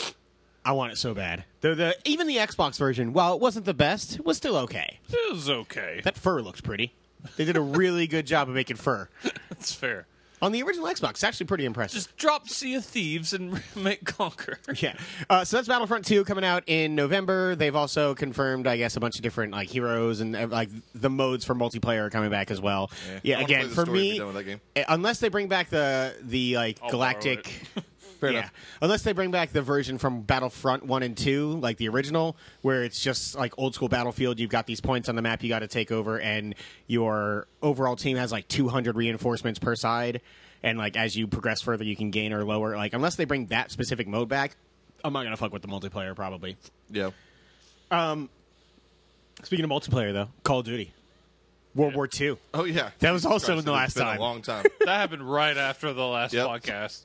Speaker 1: I want it so bad. Though the even the Xbox version, while it wasn't the best, it was still okay.
Speaker 3: It was okay.
Speaker 1: That fur looked pretty. They did a really good job of making fur
Speaker 3: That's fair.
Speaker 1: on the original Xbox. It's actually pretty impressive.
Speaker 3: Just drop Sea of Thieves and make Conquer.
Speaker 1: yeah. Uh, so that's Battlefront 2 coming out in November. They've also confirmed, I guess, a bunch of different like heroes and uh, like the modes for multiplayer are coming back as well.
Speaker 2: I
Speaker 1: Yeah.
Speaker 2: wanna play
Speaker 1: again,
Speaker 2: the
Speaker 1: for
Speaker 2: story and be
Speaker 1: me,
Speaker 2: done with that game.
Speaker 1: eh, unless they bring back the the like
Speaker 3: I'll borrow
Speaker 1: galactic.
Speaker 2: Fair
Speaker 1: yeah.
Speaker 2: enough.
Speaker 1: Unless they bring back the version from Battlefront 1 and 2, like the original, where it's just like old school Battlefield. You've got these points on the map you got to take over, and your overall team has like 200 reinforcements per side. And like as you progress further, you can gain or lower. Like, unless they bring that specific mode back, I'm not going to fuck with the multiplayer probably. Um,
Speaker 2: Yeah.
Speaker 1: Speaking of multiplayer, though, Call of Duty, World War II.
Speaker 2: Oh yeah.
Speaker 1: That was also
Speaker 2: Christ,
Speaker 1: the
Speaker 2: it has
Speaker 1: last
Speaker 2: been
Speaker 1: time.
Speaker 2: A long time.
Speaker 3: That happened right after the last
Speaker 2: Yep.
Speaker 3: podcast.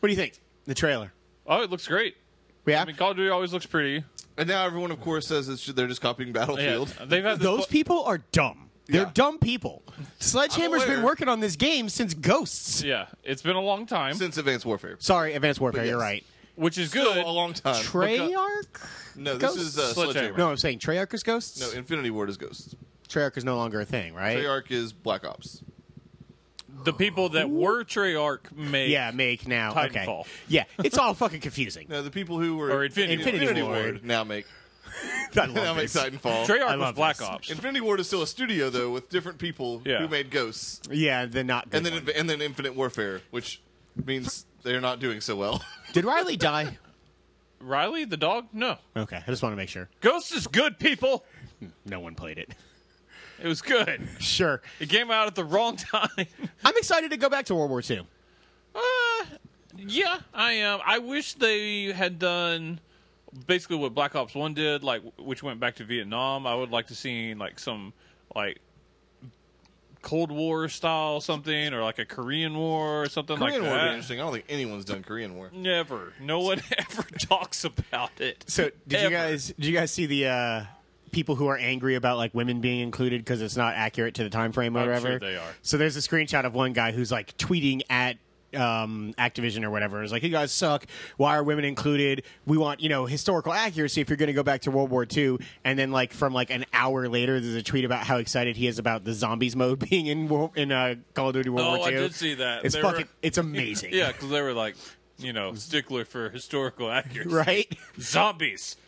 Speaker 1: What do you think? The trailer.
Speaker 3: Oh, it looks great.
Speaker 1: Yeah.
Speaker 3: I mean, Call of Duty always looks pretty.
Speaker 2: And now everyone, of course, says it's they're just copying Battlefield.
Speaker 3: Yeah, they've had this
Speaker 1: Those
Speaker 3: pl-
Speaker 1: people are dumb. They're
Speaker 2: Yeah.
Speaker 1: dumb people. Sledgehammer's been
Speaker 2: aware.
Speaker 1: working on this game since Ghosts.
Speaker 3: yeah, it's been a long time,
Speaker 2: Since Advanced Warfare,
Speaker 1: Sorry, Advanced Warfare.
Speaker 2: But yes. Uh,
Speaker 1: You're right.
Speaker 3: which is
Speaker 2: Still
Speaker 3: good.
Speaker 2: a long time.
Speaker 1: Treyarch.
Speaker 2: no, this
Speaker 1: Ghost?
Speaker 2: is uh,
Speaker 3: Sledgehammer.
Speaker 2: Sledgehammer.
Speaker 1: No, I'm saying Treyarch is ghosts.
Speaker 2: No, Infinity Ward is Ghosts.
Speaker 1: Treyarch is no longer a thing, right?
Speaker 2: Treyarch is Black Ops.
Speaker 3: The people that were Treyarch made
Speaker 1: Yeah, make now.
Speaker 3: Titanfall.
Speaker 1: Okay. Yeah, it's it's all fucking confusing.
Speaker 2: No, the people who were
Speaker 3: Or Infinity
Speaker 1: Infinity Ward.
Speaker 2: now make
Speaker 1: I love
Speaker 2: now make
Speaker 1: this.
Speaker 2: Titanfall.
Speaker 1: I
Speaker 3: Treyarch was
Speaker 1: love
Speaker 3: Black
Speaker 1: this.
Speaker 3: Ops.
Speaker 2: Infinity Ward is still a studio though, with different people
Speaker 3: Yeah.
Speaker 2: who made Ghosts,
Speaker 1: Yeah, they're not. Good
Speaker 2: and then
Speaker 1: one.
Speaker 2: and then Infinite Warfare, which means they're not doing so well.
Speaker 1: did Riley die?
Speaker 3: Riley the dog? No.
Speaker 1: Okay, I just want to make sure
Speaker 3: Ghost is good, people.
Speaker 1: no one played it.
Speaker 3: It was good.
Speaker 1: Sure,
Speaker 3: It came out at the wrong time.
Speaker 1: I'm excited to go back to World War II.
Speaker 3: Uh, yeah, I am. I wish they had done basically what Black Ops One did, like which went back to Vietnam. I would like to see like some like Cold War style something, or like a Korean War or something like
Speaker 2: Korean War would be
Speaker 3: that.
Speaker 2: interesting. I don't think anyone's done Korean War.
Speaker 3: Never. No one ever talks about it.
Speaker 1: So, did
Speaker 3: Ever.
Speaker 1: you guys did you guys see the uh, people who are angry about like women being included because it's not accurate to the time frame or
Speaker 3: I'm
Speaker 1: whatever?
Speaker 3: sure they are.
Speaker 1: So there's a screenshot of one guy who's like tweeting at um, Activision or whatever. It's like, you guys suck. Why are women included? We want you know historical accuracy if you're going to go back to World War II. And then like from like an hour later, there's a tweet about how excited he is about the zombies mode being in Wor- in uh, Call of Duty World
Speaker 3: Oh,
Speaker 1: War
Speaker 3: I
Speaker 1: II.
Speaker 3: did see that.
Speaker 1: It's
Speaker 3: They were-
Speaker 1: fucking. It's amazing.
Speaker 3: Yeah, because they were like, you know, stickler for historical accuracy.
Speaker 1: Right.
Speaker 3: Zombies.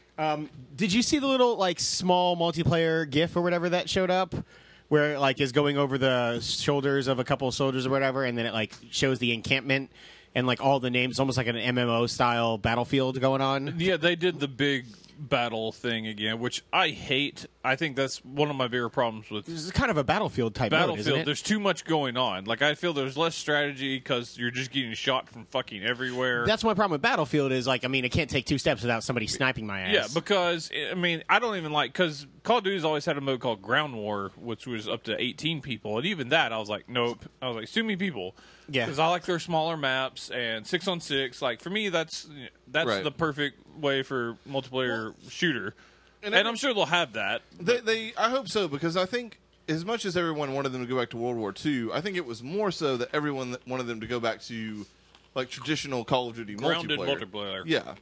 Speaker 1: Did you see the little like small multiplayer GIF or whatever that showed up, where it, like is going over the shoulders of a couple of soldiers or whatever, and then it like shows the encampment and like all the names, almost like an MMO style battlefield going on.
Speaker 3: Yeah, they did the big battle thing again, which I hate. I think that's one of my bigger problems with
Speaker 1: This is kind of a battlefield type mode, isn't
Speaker 3: Battlefield,
Speaker 1: it?
Speaker 3: there's too much going on. Like I feel there's less strategy because you're just getting shot from fucking everywhere.
Speaker 1: That's my problem with Battlefield is like I mean I can't take two steps without somebody sniping my ass.
Speaker 3: yeah, because I mean I don't even like because Call of Duty's always had a mode called Ground War, which was up to 18 people, and even that I was like, nope. I was like, too many people.
Speaker 1: Yeah.
Speaker 3: because I like their smaller maps and six on six. Like for me, that's that's
Speaker 2: Right.
Speaker 3: the perfect way for multiplayer shooter, and,
Speaker 2: every-
Speaker 3: I'm sure they'll have that.
Speaker 2: They, they, I hope so because I think as much as everyone wanted them to go back to World War II, I think it was more so that everyone that wanted them to go back to like traditional Call of Duty
Speaker 3: Grounded
Speaker 2: multiplayer.
Speaker 3: multiplayer.
Speaker 2: Yeah.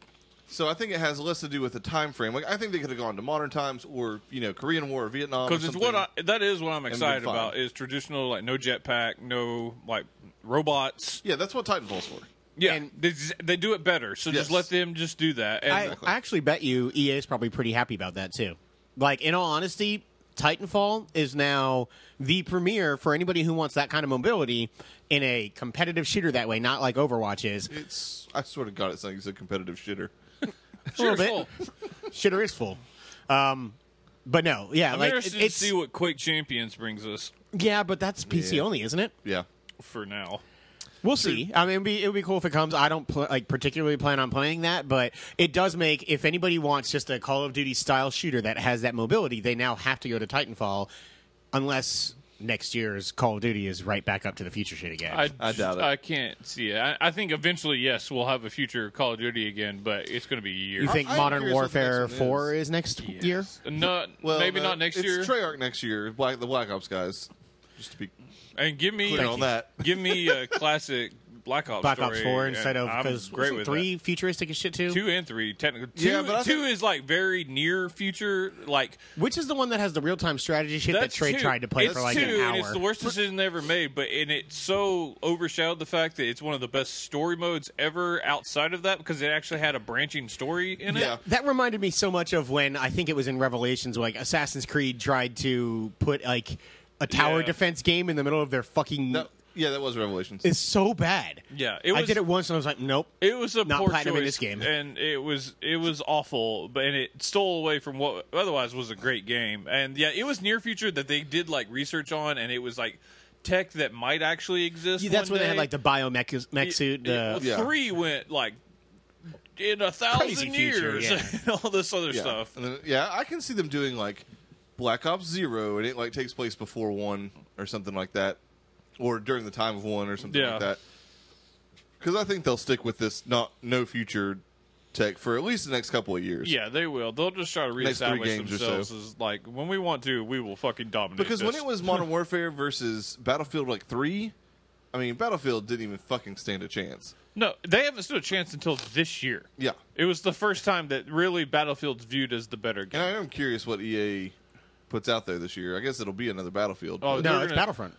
Speaker 2: So I think it has less to do with the time frame. Like I think they could have gone to modern times or you know Korean War or Vietnam.
Speaker 3: because
Speaker 2: or
Speaker 3: it's what I,
Speaker 2: something.
Speaker 3: that is what I'm excited
Speaker 2: fine.
Speaker 3: about is traditional like no jetpack, no like robots.
Speaker 2: Yeah, that's what Titanfall's for.
Speaker 3: Yeah,
Speaker 1: And-
Speaker 3: they, just- they do it better. So
Speaker 2: Yes.
Speaker 3: just let them just do that. And
Speaker 1: I,
Speaker 2: Exactly.
Speaker 1: I actually bet you EA is probably pretty happy about that too. Like in all honesty, Titanfall is now the premier for anybody who wants that kind of mobility in a competitive shooter that way, not like Overwatch is.
Speaker 2: It's I swear to God, it's like it's a competitive shooter.
Speaker 1: a little
Speaker 3: Cheerful.
Speaker 1: Shooter is full. Um but no, yeah,
Speaker 3: I'm
Speaker 1: like
Speaker 3: interested
Speaker 1: it's
Speaker 3: to see what Quake Champions brings us
Speaker 1: yeah, but that's PC
Speaker 2: Yeah.
Speaker 1: only, isn't it?
Speaker 2: Yeah.
Speaker 3: for now.
Speaker 1: We'll see. I mean, it'd be, it'd be cool if it comes. I don't pl- like particularly plan on playing that, but it does make if anybody wants just a Call of Duty style shooter that has that mobility, they now have to go to Titanfall, unless next year's Call of Duty is right back up to the future shit again.
Speaker 3: I,
Speaker 2: I doubt it.
Speaker 3: I can't see it. I, I think eventually, yes, we'll have a future Call of Duty again, but it's going to be years.
Speaker 1: you think
Speaker 2: I'm
Speaker 1: Modern
Speaker 2: curious what the
Speaker 1: Warfare
Speaker 2: next one
Speaker 1: Four is next year?
Speaker 3: No,
Speaker 2: Well,
Speaker 3: maybe
Speaker 2: no,
Speaker 3: Uh, not next
Speaker 2: it's
Speaker 3: year.
Speaker 2: Treyarch next year. Black the Black Ops guys. Just to be
Speaker 3: and give me
Speaker 2: clear on that.
Speaker 3: give me a classic Black Ops
Speaker 1: Black Ops
Speaker 3: story,
Speaker 1: Four
Speaker 3: and
Speaker 1: instead of
Speaker 3: I'm
Speaker 1: because
Speaker 3: great with that.
Speaker 1: three futuristic as shit too.
Speaker 3: Two and three, technically. Two,
Speaker 2: Yeah, but I
Speaker 3: two
Speaker 2: think-
Speaker 3: is like very near future. Like
Speaker 1: Which is the one that has the real time strategy shit that
Speaker 3: that's
Speaker 1: Trey
Speaker 3: two.
Speaker 1: tried to play
Speaker 3: It's
Speaker 1: for like
Speaker 3: two,
Speaker 1: an hour?
Speaker 3: And it's the worst decision they ever made. But and it so overshadowed the fact that it's one of the best story modes ever outside of that because it actually had a branching story in it.
Speaker 2: Yeah.
Speaker 1: That reminded me so much of when I think it was in Revelations, like Assassin's Creed tried to put like a tower
Speaker 3: Yeah.
Speaker 1: defense game in the middle of their fucking.
Speaker 2: No, yeah, that was Revelations.
Speaker 1: It's so bad.
Speaker 3: Yeah, it
Speaker 1: I
Speaker 3: was-
Speaker 1: did it once and I was like, nope.
Speaker 3: It was a
Speaker 1: Not
Speaker 3: poor
Speaker 1: platinum in
Speaker 3: choice,
Speaker 1: this game.
Speaker 3: and it was it was awful. But and it stole away from what otherwise was a great game. And yeah, it was near future that they did like research on, and it was like tech that might actually exist.
Speaker 1: Yeah, that's
Speaker 3: one
Speaker 1: when they had
Speaker 3: day.
Speaker 1: like the biomech mech suit.
Speaker 3: Yeah,
Speaker 1: Uh,
Speaker 2: Yeah.
Speaker 3: Three went like in a
Speaker 1: Crazy
Speaker 3: thousand
Speaker 1: future,
Speaker 3: years
Speaker 1: yeah.
Speaker 3: and all this other
Speaker 2: yeah.
Speaker 3: stuff.
Speaker 2: And then, yeah, I can see them doing like Black Ops Zero, and it like takes place before one or something like that, or during the time of one or something
Speaker 3: Yeah.
Speaker 2: like that. Because I think they'll stick with this not no future tech for at least the next couple of years.
Speaker 3: Yeah, they will. They'll just try to
Speaker 2: Next three
Speaker 3: reestablish
Speaker 2: games or so.
Speaker 3: themselves as like when we want to, we will fucking dominate.
Speaker 2: Because when
Speaker 3: this.
Speaker 2: it was Modern Warfare versus Battlefield like three, I mean Battlefield didn't even fucking stand a chance.
Speaker 3: no, they haven't stood a chance until this year.
Speaker 2: Yeah.
Speaker 3: It was the first time that really Battlefield's viewed as the better
Speaker 2: And
Speaker 3: game.
Speaker 2: I am curious what EA puts out there this year. I guess it'll be another Battlefield.
Speaker 3: Oh,
Speaker 2: but
Speaker 1: no,
Speaker 3: they're
Speaker 1: it's
Speaker 3: gonna-
Speaker 1: Battlefront.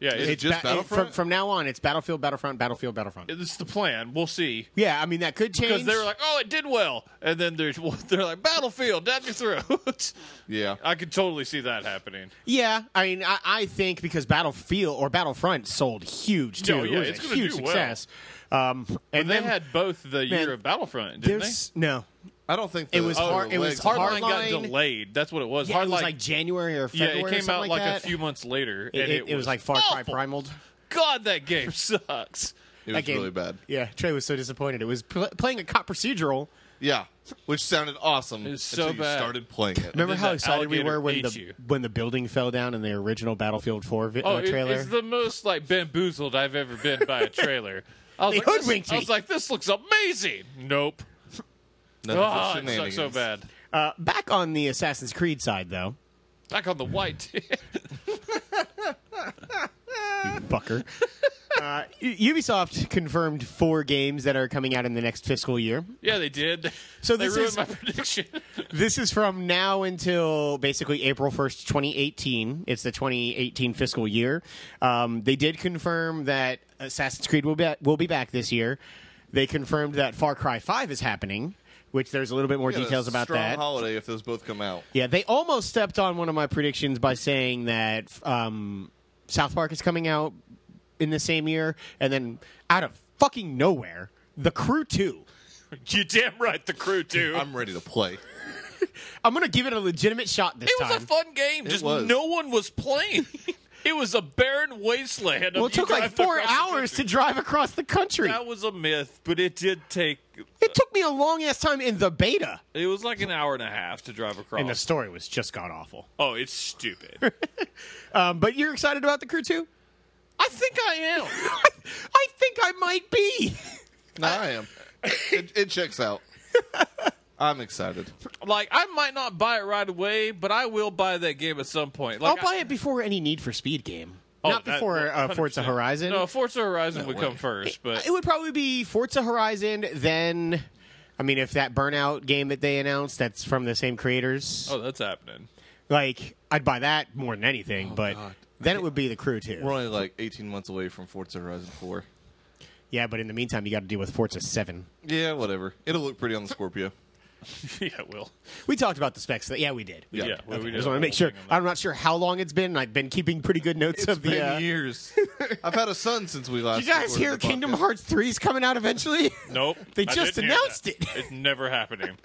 Speaker 3: Yeah,
Speaker 2: Is
Speaker 3: it's,
Speaker 2: it just
Speaker 1: Ba-
Speaker 2: Battlefront?
Speaker 1: From, from now on, it's Battlefield, Battlefront, Battlefield, Battlefront.
Speaker 3: it's the plan. We'll see.
Speaker 1: yeah, I mean that could change.
Speaker 3: Because they were like, "Oh, it did well," and then there's they're like, "Battlefield down your throat."
Speaker 2: yeah.
Speaker 3: I could totally see that happening.
Speaker 1: yeah, I mean, I, I think because Battlefield or Battlefront sold huge too.
Speaker 3: No, yeah,
Speaker 1: it was
Speaker 3: it's
Speaker 1: a
Speaker 3: gonna
Speaker 1: huge
Speaker 3: do well.
Speaker 1: success. Um, and
Speaker 3: And they
Speaker 1: then
Speaker 3: had both the
Speaker 1: Man,
Speaker 3: year of Battlefront, didn't they?
Speaker 1: there's no.
Speaker 2: I don't think
Speaker 1: It
Speaker 2: the-
Speaker 1: was
Speaker 2: the
Speaker 1: hard- it was
Speaker 2: legs-
Speaker 1: hard
Speaker 3: Hardline got
Speaker 1: Hardline-
Speaker 3: delayed. That's what it was.
Speaker 1: Yeah,
Speaker 3: Hardline,
Speaker 1: it was like January or
Speaker 3: yeah,
Speaker 1: February.
Speaker 3: it
Speaker 1: or
Speaker 3: came
Speaker 1: something
Speaker 3: out like,
Speaker 1: that.
Speaker 3: a few months later.
Speaker 1: It,
Speaker 3: and
Speaker 1: it, it was like Far Cry
Speaker 3: awful.
Speaker 1: Primal.
Speaker 3: God, that game sucks.
Speaker 2: It was really bad.
Speaker 1: Yeah, Trey was so disappointed. It was pl- playing a cop procedural.
Speaker 2: Yeah, which sounded awesome
Speaker 3: was so
Speaker 2: until
Speaker 3: bad.
Speaker 2: you started playing it.
Speaker 1: Remember
Speaker 3: then
Speaker 1: how
Speaker 3: the
Speaker 1: excited we
Speaker 3: alligator
Speaker 1: were when
Speaker 3: ate
Speaker 1: the
Speaker 3: you.
Speaker 1: when the building fell down in the original Battlefield 4 vi-
Speaker 3: Oh,
Speaker 1: uh,
Speaker 3: it-
Speaker 1: trailer?
Speaker 3: it's the most like bamboozled I've ever been by a trailer. I was
Speaker 1: They
Speaker 3: like, this-
Speaker 1: hoodwinked
Speaker 3: I
Speaker 1: me.
Speaker 3: was like, this looks amazing. Nope.
Speaker 2: Nothing but
Speaker 3: Oh, it sucks
Speaker 2: shenanigans.
Speaker 3: so bad.
Speaker 1: uh, back on the Assassin's Creed side, though,
Speaker 3: Back on the white.
Speaker 1: fucker. uh, U- Ubisoft confirmed four games that are coming out in the next fiscal year.
Speaker 3: yeah, they did.
Speaker 1: So
Speaker 3: they
Speaker 1: this
Speaker 3: ruined
Speaker 1: is-
Speaker 3: my prediction.
Speaker 1: This is from now until basically April 1st, 2018. It's the 2018 fiscal year. Um, they did confirm that Assassin's Creed will be, will be back this year. They confirmed that Far Cry 5 is happening, which there's a little bit more
Speaker 2: We got a
Speaker 1: details about
Speaker 2: strong
Speaker 1: that.
Speaker 2: holiday if those both come out.
Speaker 1: yeah, they almost stepped on one of my predictions by saying that um, South Park is coming out in the same year, and then out of fucking nowhere, The Crew 2.
Speaker 3: you damn right, the crew too.
Speaker 2: I'm ready to play.
Speaker 1: I'm gonna give it a legitimate shot this
Speaker 3: It was
Speaker 1: time.
Speaker 3: a fun game. Just
Speaker 2: was.
Speaker 3: no one was playing. it was a barren wasteland. of
Speaker 1: well, it
Speaker 3: you
Speaker 1: took like
Speaker 3: driving
Speaker 1: four
Speaker 3: across the
Speaker 1: hours
Speaker 3: country.
Speaker 1: to drive across the country.
Speaker 3: That was a myth, but it did take.
Speaker 1: It took me a long ass time in the beta,
Speaker 3: It was like an hour and a half to drive
Speaker 1: and the
Speaker 3: across.
Speaker 1: story was just god awful.
Speaker 3: oh, it's stupid.
Speaker 1: Um, but you're excited about the crew too?
Speaker 3: I think I am.
Speaker 1: I think I might be.
Speaker 2: No, I am. It, it checks out. I'm excited.
Speaker 3: Like I might not buy it right away, but I will buy that game at some point. Like,
Speaker 1: I'll buy it before any Need for Speed game.
Speaker 3: Oh,
Speaker 1: Not
Speaker 3: that-
Speaker 1: before uh, Forza
Speaker 3: 100%.
Speaker 1: Horizon.
Speaker 3: No, Forza Horizon would come first, but
Speaker 1: It would probably be Forza Horizon, then. I mean, if that Burnout game that they announced, that's from the same creators.
Speaker 3: oh, that's happening.
Speaker 1: Like, I'd buy that more than anything, but
Speaker 2: God.
Speaker 1: then it would be the crew too.
Speaker 2: We're only like 18 months away from Forza Horizon 4.
Speaker 1: yeah, but in the meantime, you got to deal with Forza 7.
Speaker 2: Yeah, whatever. It'll look pretty on the Scorpio.
Speaker 3: yeah, it will.
Speaker 1: We talked about the specs. That, yeah, we did. We
Speaker 2: Yeah.
Speaker 1: did.
Speaker 3: Yeah, we- we
Speaker 1: Okay,
Speaker 3: did
Speaker 1: I just
Speaker 3: a
Speaker 1: want to
Speaker 3: whole
Speaker 1: make sure.
Speaker 3: thing on that.
Speaker 1: I'm not sure how long it's been. I've been keeping pretty good notes
Speaker 2: It's
Speaker 1: of the.
Speaker 2: been
Speaker 1: uh, you
Speaker 2: years. I've had a son since we last.
Speaker 1: guys
Speaker 2: recorded
Speaker 1: hear
Speaker 2: the
Speaker 1: Kingdom
Speaker 2: podcast.
Speaker 1: Hearts 3 is coming out eventually?
Speaker 3: Nope.
Speaker 1: They
Speaker 3: I
Speaker 1: just
Speaker 3: didn't hear
Speaker 1: announced
Speaker 3: that.
Speaker 1: it.
Speaker 3: It's never happening.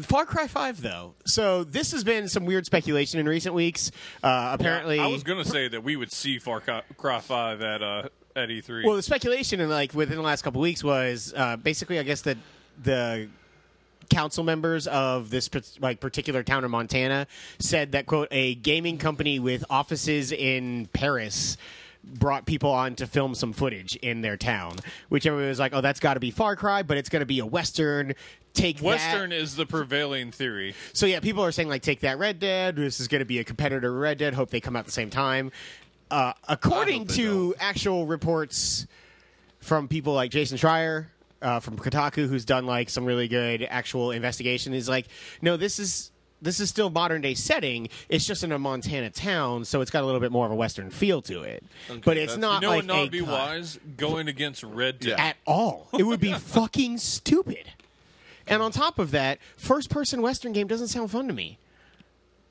Speaker 1: Far Cry 5, though. So this has been some weird speculation in recent weeks. Uh, apparently,
Speaker 3: I was gonna say that we would see Far Cry Cry Five at uh at E3.
Speaker 1: well, the speculation in like within the last couple weeks was uh, basically, I guess that the council members of this pa- like particular town in Montana said that quote a gaming company with offices in Paris brought people on to film some footage in their town which everybody was like oh that's got to be Far Cry but it's going to be a western take that-
Speaker 3: Western is the prevailing theory.
Speaker 1: So yeah, people are saying like, take that Red Dead. This is going to be a competitor to Red Dead. Hope they come out at the same time. Uh, according
Speaker 2: hope they
Speaker 1: to
Speaker 2: don't.
Speaker 1: actual reports from people like Jason Schreier uh, from Kotaku, who's done like some really good actual investigation, is like, no, this is. This is still modern day setting. It's just in a Montana town, so it's got a little bit more of a Western feel to it. but it's
Speaker 2: that's-
Speaker 1: not
Speaker 3: You know,
Speaker 1: like
Speaker 3: would not
Speaker 1: a
Speaker 3: be
Speaker 1: cut
Speaker 3: wise going against Red Dead.
Speaker 2: Yeah.
Speaker 1: at all. It would be fucking stupid. And on top of that, first person Western game doesn't sound fun to me.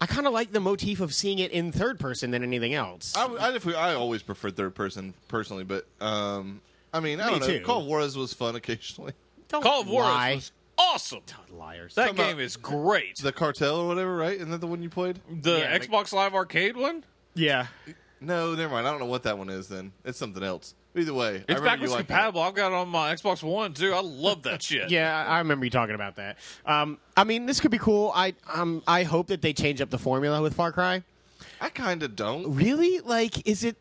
Speaker 1: I kind of like the motif of seeing it in third person than anything else.
Speaker 3: Uh,
Speaker 2: I, I, definitely- I always prefer third person personally, but um, I mean, I
Speaker 1: Me
Speaker 2: don't know.
Speaker 1: too.
Speaker 2: Call of Juarez was fun occasionally.
Speaker 1: Don't
Speaker 3: Oh, Call of War
Speaker 1: lie.
Speaker 3: was awesome.
Speaker 1: Liars. uh,
Speaker 3: That
Speaker 2: Come on.
Speaker 3: game is great.
Speaker 2: The cartel or whatever, right? Isn't that the one you played?
Speaker 3: The
Speaker 1: Yeah, like-
Speaker 3: Xbox Live Arcade one?
Speaker 1: yeah.
Speaker 2: No, never mind. I don't know what that one is. Then it's something else. Either way, I
Speaker 3: It's
Speaker 2: remember you
Speaker 3: backwards
Speaker 2: liked
Speaker 3: compatible. I've got it on my Xbox One too. I love that shit.
Speaker 1: Yeah, I I remember you talking about that. Um, I mean, this could be cool. I um, I hope that they change up the formula with Far Cry.
Speaker 2: it. I kind of don't.
Speaker 1: Really? Like, is it?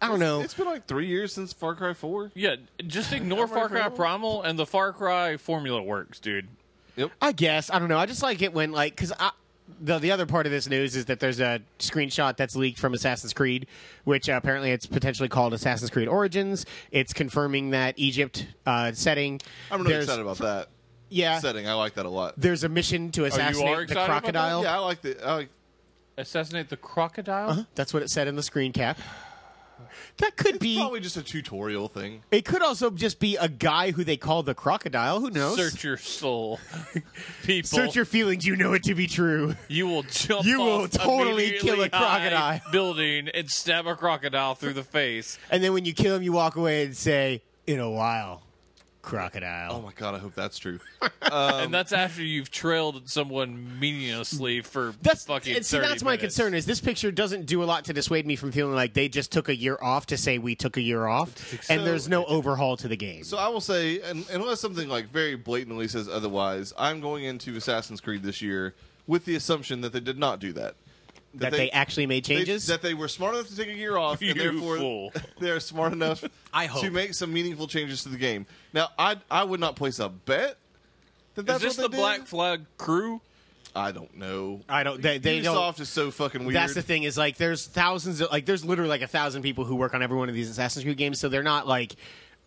Speaker 1: I don't know.
Speaker 2: It's been like three years since Far Cry Four.
Speaker 3: Yeah, just ignore Far Cry Primal and the Far Cry formula works, dude.
Speaker 2: Yep.
Speaker 1: I guess I don't know. I just like it when like because I. The, the other part of this news is that there's a screenshot that's leaked from Assassin's Creed, which uh, apparently it's potentially called Assassin's Creed Origins. It's confirming that Egypt uh, setting.
Speaker 2: I'm really
Speaker 1: there's-
Speaker 2: excited about that
Speaker 1: Yeah,
Speaker 2: setting. I like that a lot.
Speaker 1: there's a mission to assassinate the
Speaker 3: Oh, excited about that?
Speaker 1: crocodile.
Speaker 2: Yeah, I like the. I like,
Speaker 3: Assassinate the crocodile?
Speaker 1: That's what it said in the screen cap. That could be.
Speaker 2: probably just a tutorial thing.
Speaker 1: It could also just be a guy who they call the crocodile. Who knows?
Speaker 3: Search your soul, people.
Speaker 1: Search your feelings. You know it to be true.
Speaker 3: you will jump.
Speaker 1: You will
Speaker 3: off
Speaker 1: totally kill a
Speaker 3: immediately
Speaker 1: crocodile.
Speaker 3: high Building and stab a crocodile through the face.
Speaker 1: And then when you kill him, you walk away and say, "In a while, crocodile."
Speaker 2: Oh my god, I hope that's true.
Speaker 1: Um,
Speaker 3: and that's after you've trailed someone meaninglessly for
Speaker 1: That's
Speaker 3: fucking.
Speaker 1: and see,
Speaker 3: 30
Speaker 1: that's my
Speaker 3: minutes.
Speaker 1: concern is this picture doesn't do a lot to dissuade me from feeling like they just took a year off to say we took a year off, and there's no overhaul to the game.
Speaker 2: So I will say, un unless something like very blatantly says otherwise, I'm going into Assassin's Creed this year with the assumption that they did not do that.
Speaker 1: that they, actually made
Speaker 2: they-
Speaker 1: changes.
Speaker 2: that they were smart enough to take a year off,
Speaker 3: You
Speaker 2: and therefore
Speaker 3: fool.
Speaker 2: they're smart enough
Speaker 1: I hope.
Speaker 2: to make some meaningful changes to the game. Now, I I would not place a bet that
Speaker 3: Is
Speaker 2: that's
Speaker 3: this
Speaker 2: what
Speaker 3: the
Speaker 2: they
Speaker 3: Black
Speaker 2: did.
Speaker 3: Flag crew?
Speaker 2: I don't know.
Speaker 1: I don't. They, they don't.
Speaker 2: Ubisoft is so fucking weird.
Speaker 1: That's the thing is like there's thousands of like there's literally like a thousand people who work on every one of these Assassin's Creed games, so they're not like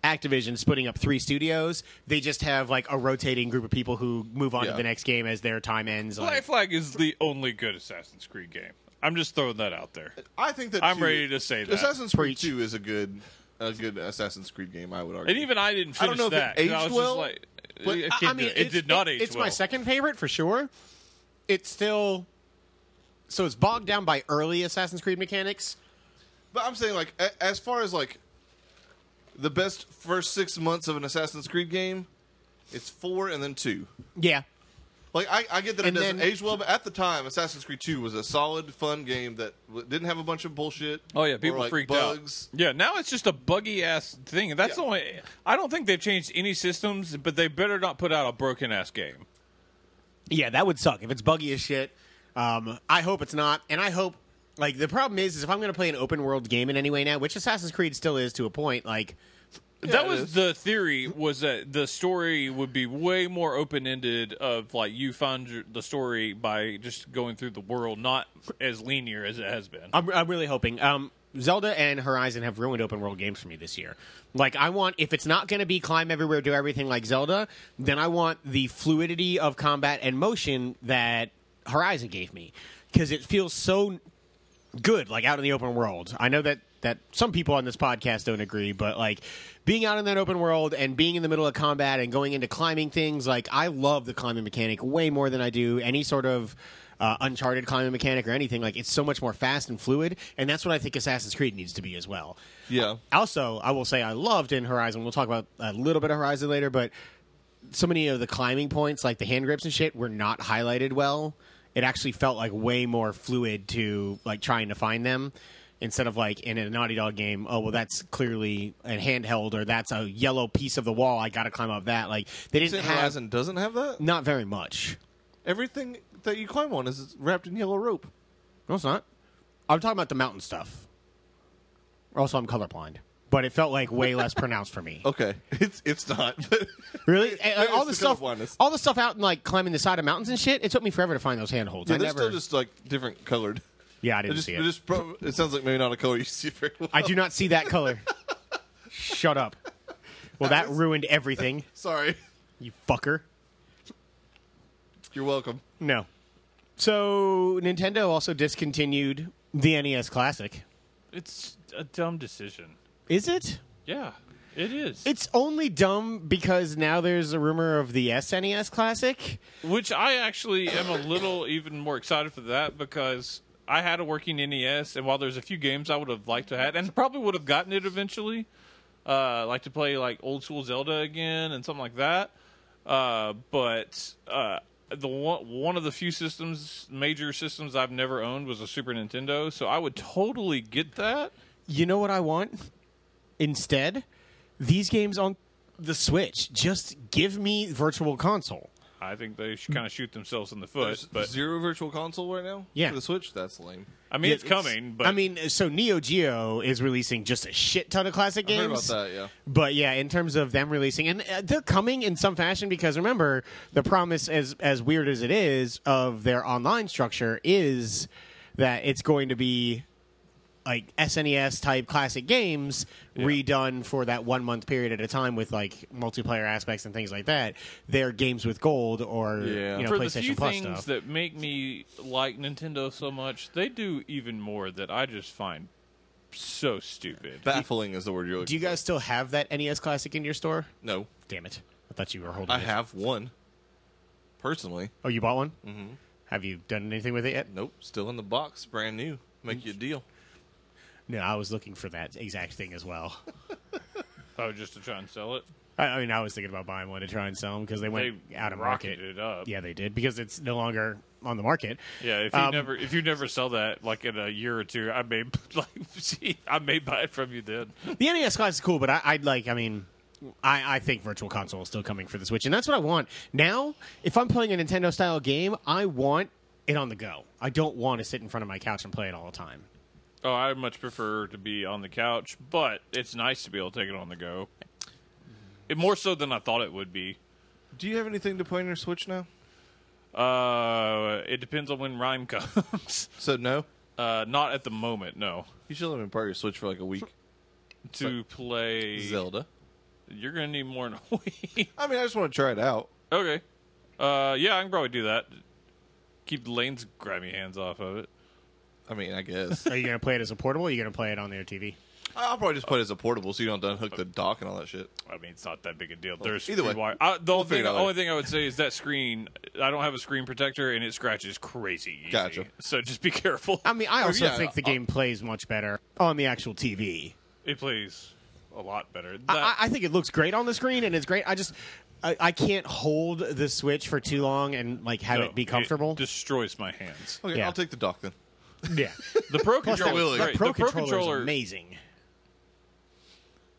Speaker 1: Activision splitting up three studios. They just have like a rotating group of people who move on
Speaker 2: Yeah.
Speaker 1: to the next game as their time ends.
Speaker 3: Black
Speaker 1: Like,
Speaker 3: Flag is the only good Assassin's Creed game. I'm just throwing that out there.
Speaker 2: I think that
Speaker 3: I'm
Speaker 2: two-
Speaker 3: ready to say that.
Speaker 2: Assassin's Creed
Speaker 1: Preach.
Speaker 2: Two is a good a good Assassin's Creed game. I would argue.
Speaker 3: And even I didn't finish
Speaker 2: I don't know if
Speaker 3: that.
Speaker 2: it
Speaker 3: 'cause I was
Speaker 2: aged well,
Speaker 3: just
Speaker 2: but
Speaker 3: like, I,
Speaker 1: I-
Speaker 3: can't
Speaker 1: I mean,
Speaker 3: do it. it
Speaker 1: it's-
Speaker 3: did not age
Speaker 1: It's
Speaker 3: well.
Speaker 1: my second favorite for sure. It's still so it's bogged down by early Assassin's Creed mechanics.
Speaker 2: But I'm saying, like, a- as far as like the best first six months of an Assassin's Creed game, it's four and then two.
Speaker 1: Yeah,
Speaker 2: Like I, I get that
Speaker 1: And
Speaker 2: it doesn't
Speaker 1: then-
Speaker 2: age well, but at the time, Assassin's Creed Two was a solid, fun game that w- didn't have a bunch of bullshit.
Speaker 3: Oh yeah,
Speaker 2: or,
Speaker 3: people
Speaker 2: like,
Speaker 3: freaked
Speaker 2: bugs.
Speaker 3: out. Yeah, now it's just a buggy ass thing. That's the
Speaker 2: Yeah.
Speaker 3: only. I don't think they've changed any systems, but they better not put out a broken ass game.
Speaker 1: Yeah, that would suck if it's buggy as shit. Um, I hope it's not, and I hope like the problem is, is if I'm going to play an open world game in any way now, which Assassin's Creed still is to a point, like
Speaker 3: that
Speaker 2: it
Speaker 3: was
Speaker 2: is.
Speaker 3: the theory was that the story would be way more open ended of like you find your, the story by just going through the world, not as linear as it has been.
Speaker 1: I'm, I'm really hoping. Um, Zelda and Horizon have ruined open world games for me this year. Like, I want, if it's not going to be climb everywhere, do everything like Zelda, then I want the fluidity of combat and motion that Horizon gave me. Because it feels so good, like out in the open world. I know that, that some people on this podcast don't agree, but like being out in that open world and being in the middle of combat and going into climbing things, like, I love the climbing mechanic way more than I do any sort of uh, uncharted climbing mechanic or anything like it's so much more fast and fluid and that's what i think assassin's creed needs to be as well
Speaker 2: Yeah.
Speaker 1: also i will say i loved in horizon we'll talk about a little bit of horizon later but so many of the climbing points like the hand grips and shit were not highlighted well it actually felt like way more fluid to like trying to find them instead of like in a naughty dog game oh well that's clearly a handheld or that's a yellow piece of the wall i gotta climb up that like they
Speaker 2: Saying
Speaker 1: didn't have
Speaker 2: Horizon doesn't have that.
Speaker 1: not very much
Speaker 2: Everything that you climb on is wrapped in yellow rope.
Speaker 1: No, it's not. I'm talking about the mountain stuff. Also, I'm colorblind, but it felt like way less pronounced for me.
Speaker 2: Okay, it's it's not. But
Speaker 1: Really, And, like,
Speaker 2: Maybe
Speaker 1: all
Speaker 2: it's
Speaker 1: the
Speaker 2: the
Speaker 1: stuff,
Speaker 2: colorblindness.
Speaker 1: all the stuff out in like climbing the side of mountains and shit. It took me forever to find those handholds.
Speaker 2: yeah,
Speaker 1: I
Speaker 2: they're
Speaker 1: never.
Speaker 2: still just like different colored.
Speaker 1: yeah, I
Speaker 2: It
Speaker 1: didn't
Speaker 2: just,
Speaker 1: see
Speaker 2: it.
Speaker 1: it.
Speaker 2: just pro- it sounds like maybe not a color you see very well.
Speaker 1: I do not see that color. Shut up. Well, that ruined everything,
Speaker 2: Sorry,
Speaker 1: you fucker.
Speaker 2: you're welcome.
Speaker 1: No. So Nintendo also discontinued the NES Classic.
Speaker 3: It's a dumb decision.
Speaker 1: Is it?
Speaker 3: Yeah, it is.
Speaker 1: It's only dumb because now there's a rumor of the SNES Classic.
Speaker 3: Which I actually am a little even more excited for that because I had a working NES, and while there's a few games I would have liked to have, and probably would have gotten it eventually, uh, like to play like old school Zelda again and something like that. Uh, but uh, the one one of the few systems, major systems I've never owned was a Super Nintendo, so I would totally get that.
Speaker 1: you know what I want? Instead, these games on the Switch. Just give me Virtual Console.
Speaker 3: I think they should kind of shoot themselves in the foot,
Speaker 2: There's
Speaker 3: but
Speaker 2: zero virtual console right now.
Speaker 1: Yeah.
Speaker 2: for the Switch. That's lame.
Speaker 3: I mean it's, coming. But
Speaker 1: I mean, so Neo Geo is releasing just a shit ton of classic
Speaker 2: I
Speaker 1: games.
Speaker 2: heard about that. Yeah,
Speaker 1: But yeah, in terms of them releasing, and uh, they're coming in some fashion because remember the promise, as as weird as it is, of their online structure is that it's going to be like SNES type classic games redone for that one month period at a time with like multiplayer aspects and things like that. They're games with gold or
Speaker 2: Yeah.
Speaker 1: you know
Speaker 3: for the
Speaker 1: PlayStation
Speaker 3: few
Speaker 1: Plus
Speaker 3: things
Speaker 1: stuff.
Speaker 3: that make me like Nintendo so much, they do even more that I just find so stupid.
Speaker 2: baffling is the word you're.
Speaker 1: Do you
Speaker 2: Looking
Speaker 1: guys still have that NES classic in your store?
Speaker 2: no,
Speaker 1: Damn it! I thought you were holding.
Speaker 2: I
Speaker 1: it.
Speaker 2: have one. Personally,
Speaker 1: Oh, you bought one? Mm-hmm. Have you done anything with it yet?
Speaker 2: nope. Still in the box, brand new. Make you a deal.
Speaker 1: No, I was looking for that exact thing as well.
Speaker 3: Oh, just to try and sell it.
Speaker 1: I, I mean, I was thinking about buying one to try and sell them because they went
Speaker 3: They
Speaker 1: out of market.
Speaker 3: rocketed it up.
Speaker 1: Yeah, they did because it's no longer on the market.
Speaker 3: Yeah, if you
Speaker 1: Um,
Speaker 3: never if you never sell that like in a year or two, I may like see I may buy it from you then.
Speaker 1: The NES class is cool, but I, I'd like. I mean, I, I think Virtual Console is still coming for the Switch, and that's what I want now. If I'm playing a Nintendo style game, I want it on the go. I don't want to sit in front of my couch and play it all the time.
Speaker 3: Oh, I much prefer to be on the couch, but it's nice to be able to take it on the go. It, more so than I thought it would be.
Speaker 2: Do you have anything to play on your Switch now?
Speaker 3: Uh, it depends on when Rhyme comes.
Speaker 2: So no,
Speaker 3: Uh, not at the moment, no.
Speaker 2: you should let me borrow your Switch for like a week.
Speaker 3: To play
Speaker 2: Zelda.
Speaker 3: You're gonna need more than a week.
Speaker 2: I mean, I just want to try it out.
Speaker 3: okay. Uh, yeah, I can probably do that. Keep the Lane's grabby hands off of it.
Speaker 2: I mean, I guess
Speaker 1: Are you going to play it as a portable? Or are you going to play it on their TV?
Speaker 2: I'll probably just put it as a portable, so you don't have to unhook the dock and all that shit.
Speaker 3: I mean, it's not that big a deal. There's
Speaker 2: either
Speaker 3: three
Speaker 2: way,
Speaker 3: wire- I, the only, thing,
Speaker 2: figure it out
Speaker 3: only
Speaker 2: later.
Speaker 3: thing I would say is that screen. I don't have a screen protector, and it scratches crazy. Easy.
Speaker 2: Gotcha.
Speaker 3: So just be careful.
Speaker 1: I mean, I also
Speaker 2: yeah,
Speaker 3: Uh,
Speaker 1: think the game plays much better on the actual TV.
Speaker 3: it plays a lot better. That,
Speaker 1: I, I think it looks great on the screen, and it's great. I just I, I can't hold the Switch for too long and like have
Speaker 3: No,
Speaker 1: it be comfortable.
Speaker 3: destroys my hands.
Speaker 2: Okay,
Speaker 1: Yeah.
Speaker 2: I'll take the dock then.
Speaker 1: yeah,
Speaker 3: The pro
Speaker 1: Plus, that,
Speaker 3: controller, is
Speaker 2: that
Speaker 3: great.
Speaker 1: pro
Speaker 3: the pro
Speaker 1: controller is
Speaker 3: controller,
Speaker 1: amazing.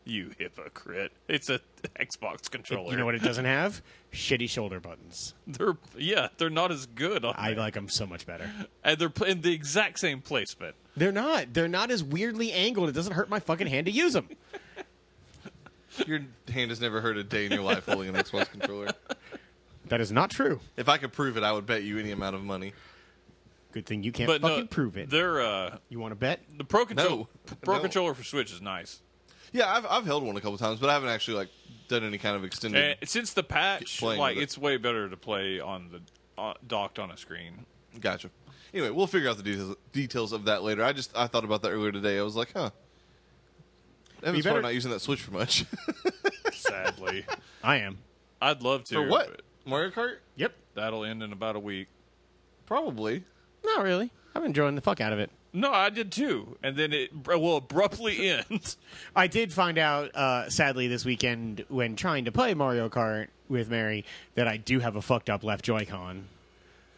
Speaker 3: you hypocrite! It's a Xbox controller.
Speaker 1: You know what it doesn't have? Shitty shoulder buttons.
Speaker 3: They're yeah, they're not as good. On
Speaker 1: I
Speaker 3: there.
Speaker 1: like them so much better.
Speaker 3: and they're pl- in the exact same placement.
Speaker 1: They're not. They're not as weirdly angled. It doesn't hurt my fucking hand to use them.
Speaker 2: Your hand has never heard a day in your life holding an Xbox controller.
Speaker 1: That is not true.
Speaker 2: If I could prove it, I would bet you any amount of money.
Speaker 1: Good thing you can't
Speaker 3: But
Speaker 1: fucking
Speaker 3: no,
Speaker 1: prove it.
Speaker 3: They're uh,
Speaker 1: You want to bet?
Speaker 3: the pro controller.
Speaker 2: No.
Speaker 3: Pro
Speaker 2: No.
Speaker 3: controller for Switch is nice.
Speaker 2: Yeah, I've, I've held one a couple times, but I haven't actually like done any kind of extended.
Speaker 3: And since the patch,
Speaker 2: playing
Speaker 3: like
Speaker 2: with it.
Speaker 3: it's way better to play on the uh, docked on a screen.
Speaker 2: Gotcha. Anyway, we'll figure out the details, details of that later. I just I thought about that earlier today. I was like, huh. Evan's
Speaker 1: better-
Speaker 2: probably not using that Switch for much.
Speaker 3: Sadly,
Speaker 1: I am.
Speaker 3: I'd love to.
Speaker 2: for what?
Speaker 3: but
Speaker 2: Mario Kart?
Speaker 1: Yep.
Speaker 3: That'll end in about a week.
Speaker 2: Probably.
Speaker 1: Not really. I'm enjoying the fuck out of it.
Speaker 3: No, I did too, and then it br- will abruptly end.
Speaker 1: I did find out, uh, sadly, this weekend when trying to play Mario Kart with Mary that I do have a fucked up left Joy-Con,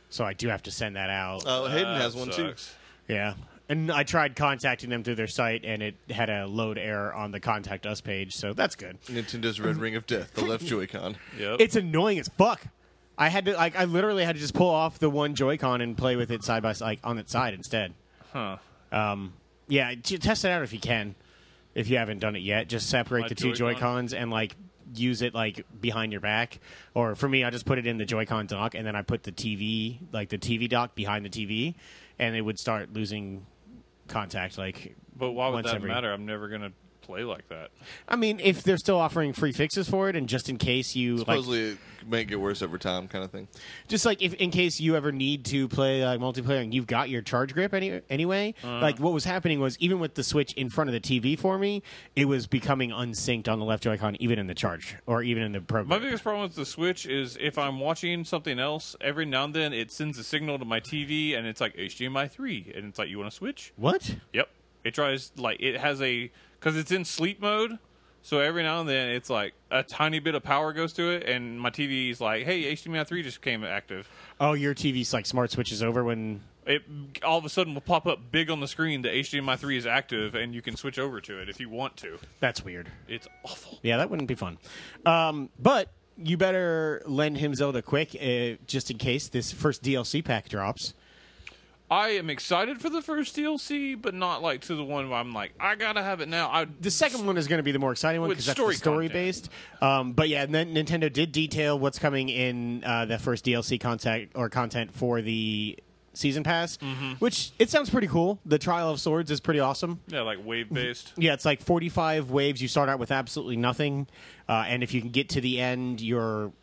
Speaker 1: so I do have to send that out.
Speaker 2: Oh, Hayden
Speaker 3: That
Speaker 2: has one too.
Speaker 3: sucks.
Speaker 1: yeah, and I tried contacting them through their site, and it had a load error on the contact us page, so that's good.
Speaker 2: Nintendo's Red Ring of Death, the left Joy-Con.
Speaker 3: Yep.
Speaker 1: It's annoying as fuck. I had to like I literally had to just pull off the one Joy-Con and play with it side by side, like on its side instead. Um,
Speaker 3: huh.
Speaker 1: Yeah, t- test it out if you can. If you haven't done it yet, just separate
Speaker 3: My
Speaker 1: the two Joy
Speaker 3: Joy-Con?
Speaker 1: Cons and like use it like behind your back. Or for me, I just put it in the Joy-Con dock and then I put the TV, like the TV dock behind the TV, and it would start losing contact. Like,
Speaker 3: But why would
Speaker 1: once
Speaker 3: that
Speaker 1: every-
Speaker 3: matter? I'm never gonna play like that.
Speaker 1: I mean, if they're still offering free fixes for it, and just in case you like,
Speaker 2: Supposedly it may get worse over time, kind of thing.
Speaker 1: just like if in case you ever need to play like multiplayer and you've got your charge grip any, anyway like what was happening was even with the switch in front of the tv for me it was becoming unsynced on the left joy-con even in the charge or even in the
Speaker 3: My
Speaker 1: program
Speaker 3: biggest problem with the Switch is if I'm watching something else, every now and then it sends a signal to my TV and it's like HDMI 3. And it's like, you want to switch?
Speaker 1: what
Speaker 3: Yep. It tries, like, it has a, because it's in sleep mode. So every now and then it's like a tiny bit of power goes to it. And my TV is like, hey, HDMI 3 just came active.
Speaker 1: oh your tv's like smart switches over when
Speaker 3: It all of a sudden will pop up big on the screen that HDMI 3 is active and you can switch over to it if you want to.
Speaker 1: that's weird
Speaker 3: It's awful.
Speaker 1: yeah that wouldn't be fun um, but you better lend him zelda quick uh, just in case this first dlc pack drops
Speaker 3: I am excited for the first DLC, but not like to the one where I'm like, I gotta have it now. I
Speaker 1: the second one is going to be the more exciting one
Speaker 3: With
Speaker 1: because that's
Speaker 3: story
Speaker 1: story, story
Speaker 3: content.
Speaker 1: based. Um, but yeah, and then Nintendo did detail what's coming in uh, the first DLC content or content for the season pass,
Speaker 3: Mm-hmm.
Speaker 1: which it sounds pretty cool. The Trial of Swords is pretty awesome.
Speaker 3: Yeah, like wave based.
Speaker 1: Yeah, it's like 45 waves. You start out with absolutely nothing, uh, and if you can get to the end, you're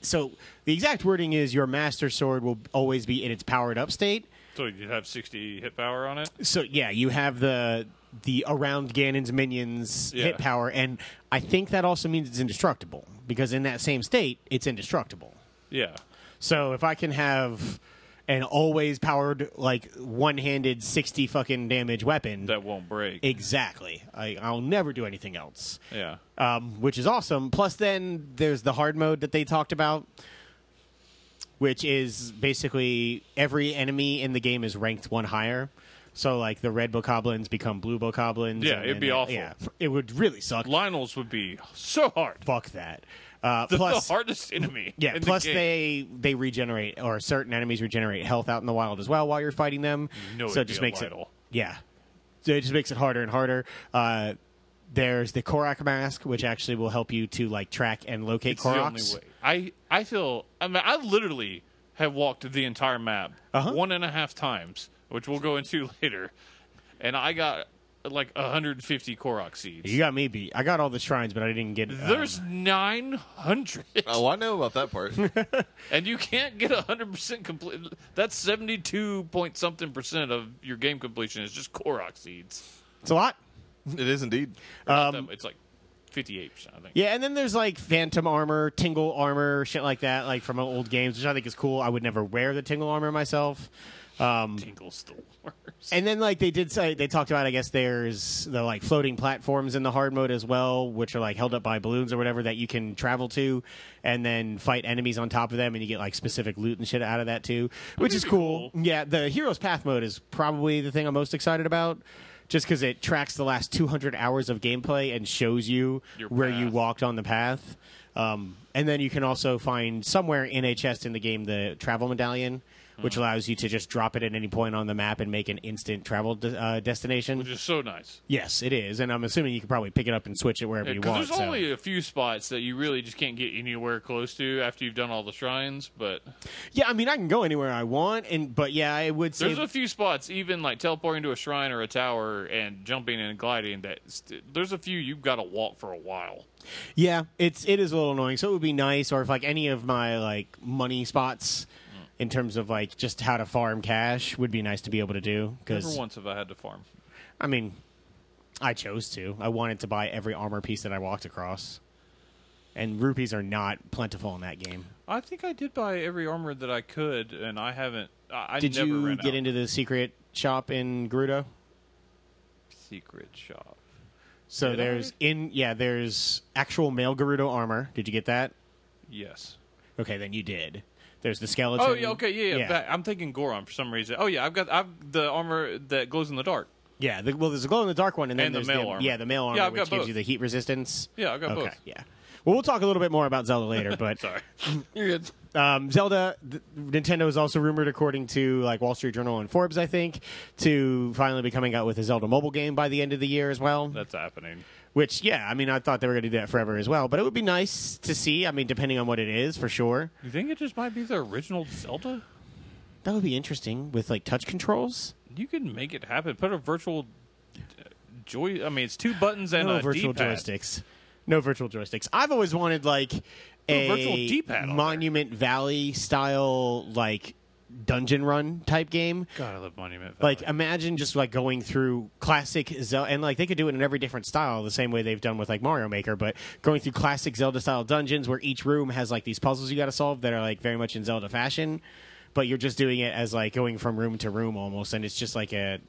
Speaker 1: so the exact wording is your master sword will always be in its powered up state.
Speaker 3: so you have 60 hit power on it.
Speaker 1: So yeah, you have the the around Ganon's minions
Speaker 3: Yeah.
Speaker 1: hit power, and I think that also means it's indestructible because in that same state, it's indestructible.
Speaker 3: Yeah.
Speaker 1: So if I can have an always powered, like one handed sixty fucking damage weapon,
Speaker 3: That won't break.
Speaker 1: exactly, I, I'll never do anything else,
Speaker 3: yeah.
Speaker 1: um, which is awesome. Plus, then there's the hard mode that they talked about. Which is basically every enemy in the game is ranked one higher. So like the red bokoblins become blue bokoblins.
Speaker 3: Yeah,
Speaker 1: and
Speaker 3: it'd
Speaker 1: then
Speaker 3: be
Speaker 1: they-
Speaker 3: awful.
Speaker 1: Yeah, it would really suck.
Speaker 3: Lionel's would be so hard.
Speaker 1: Fuck that. Uh,
Speaker 3: The,
Speaker 1: plus,
Speaker 3: the hardest enemy.
Speaker 1: yeah.
Speaker 3: in the
Speaker 1: Plus
Speaker 3: game.
Speaker 1: they they regenerate or certain enemies regenerate health out in the wild as well while you're fighting them.
Speaker 3: know
Speaker 1: so
Speaker 3: it'd
Speaker 1: it
Speaker 3: be
Speaker 1: just
Speaker 3: a
Speaker 1: makes it.
Speaker 3: Lytle.
Speaker 1: Yeah. So it just makes it harder and harder. Uh, there's the Korak mask, which actually will help you to like track and locate
Speaker 3: It's the only
Speaker 1: Koraks.
Speaker 3: way. I I feel. I mean, I literally have walked the entire map
Speaker 1: Uh-huh.
Speaker 3: one and a half times, which we'll go into later, and I got like 150 Korok seeds.
Speaker 1: You got me beat. I got all the shrines, but I didn't get. um,
Speaker 3: There's 900.
Speaker 2: Oh, I know about that part.
Speaker 3: And you can't get 100% complete. That's 72 point something percent of your game completion is just Korok seeds.
Speaker 1: it's a lot.
Speaker 2: it is indeed.
Speaker 3: Um, it's like fifty eight percent. I think.
Speaker 1: Yeah, and then there's like phantom armor, tingle armor, shit like that, like from old games, which I think is cool. I would never wear the tingle armor myself. Um,
Speaker 3: Tingle's the worst.
Speaker 1: and then like they did say they talked about I guess there's the like floating platforms in the hard mode as well, which are like held up by balloons or whatever that you can travel to, and then fight enemies on top of them, and you get like specific loot and shit out of that too, which is
Speaker 3: be
Speaker 1: cool.
Speaker 3: cool.
Speaker 1: Yeah, the hero's path mode is probably the thing I'm most excited about. Just because it tracks the last 200 hours of gameplay and shows you
Speaker 3: Your
Speaker 1: where you
Speaker 3: path.
Speaker 1: walked on the path. Um, and then you can also find somewhere in a chest in the game the travel medallion, which
Speaker 3: Mm-hmm.
Speaker 1: allows you to just drop it at any point on the map and make an instant travel de- uh, destination.
Speaker 3: Which is so nice.
Speaker 1: yes, it is. And I'm assuming you can probably pick it up and switch it wherever you
Speaker 3: Because
Speaker 1: want.
Speaker 3: there's
Speaker 1: so-
Speaker 3: only a few spots that you really just can't get anywhere close to after you've done all the shrines. But
Speaker 1: Yeah, I mean, I can go anywhere I want. and But yeah, I would say.
Speaker 3: there's a few spots, even like teleporting to a shrine or a tower and jumping and gliding. That st- there's a few you've got to walk for a while.
Speaker 1: Yeah, it's it is a little annoying. So it would be nice, or if like any of my like money spots,
Speaker 3: Mm.
Speaker 1: in terms of like just how to farm cash, would be nice to be able to do.
Speaker 3: Never
Speaker 1: Because
Speaker 3: once have I had to farm.
Speaker 1: I mean, I chose to. I wanted to buy every armor piece that I walked across, and rupees are not plentiful in that game.
Speaker 3: I think I did buy every armor that I could, and I haven't. I, I
Speaker 1: Did
Speaker 3: never
Speaker 1: you
Speaker 3: ran
Speaker 1: get
Speaker 3: out.
Speaker 1: into the secret shop in Gerudo?
Speaker 3: secret shop?
Speaker 1: So
Speaker 3: Did I?
Speaker 1: there's in yeah, there's actual male Gerudo armor. Did you get that?
Speaker 3: Yes.
Speaker 1: Okay, then you did. There's the skeleton.
Speaker 3: Oh yeah. Okay. Yeah. Yeah. that- I'm thinking Goron for some reason. Oh yeah. I've got I've the armor that glows in the dark.
Speaker 1: Yeah, the, well, there's a glow in the dark one, and then
Speaker 3: And the
Speaker 1: there's
Speaker 3: mail armor.
Speaker 1: Yeah, the mail armor,
Speaker 3: Yeah, I've
Speaker 1: which
Speaker 3: got
Speaker 1: gives
Speaker 3: both.
Speaker 1: you the heat resistance.
Speaker 3: Yeah, I've got
Speaker 1: okay,
Speaker 3: both.
Speaker 1: yeah. Well, we'll talk a little bit more about Zelda later, but
Speaker 3: Sorry.
Speaker 2: You're good.
Speaker 1: um, Zelda, th- Nintendo is also rumored, according to like Wall Street Journal and Forbes, I think, to finally be coming out with a Zelda mobile game by the end of the year as well.
Speaker 3: That's happening.
Speaker 1: Which, yeah, I mean, I thought they were going to do that forever as well, but it would be nice to see. I mean, depending on what it is, for sure,
Speaker 3: You think it just might be the original Zelda?
Speaker 1: that would be interesting with like touch controls.
Speaker 3: You can make it happen. Put a virtual uh, joy. I mean, it's two buttons and
Speaker 1: no
Speaker 3: a
Speaker 1: virtual
Speaker 3: D-pad.
Speaker 1: joysticks. No virtual joysticks. I've always wanted like a
Speaker 3: virtual D-pad on there.
Speaker 1: Monument Valley style like dungeon run type game.
Speaker 3: God, I love Monument Valley.
Speaker 1: Like imagine just like going through classic Zelda, and like they could do it in every different style, the same way they've done with like Mario Maker, but going through classic Zelda style dungeons where each room has like these puzzles you got to solve that are like very much in Zelda fashion, but you're just doing it as like going from room to room almost, and it's just like a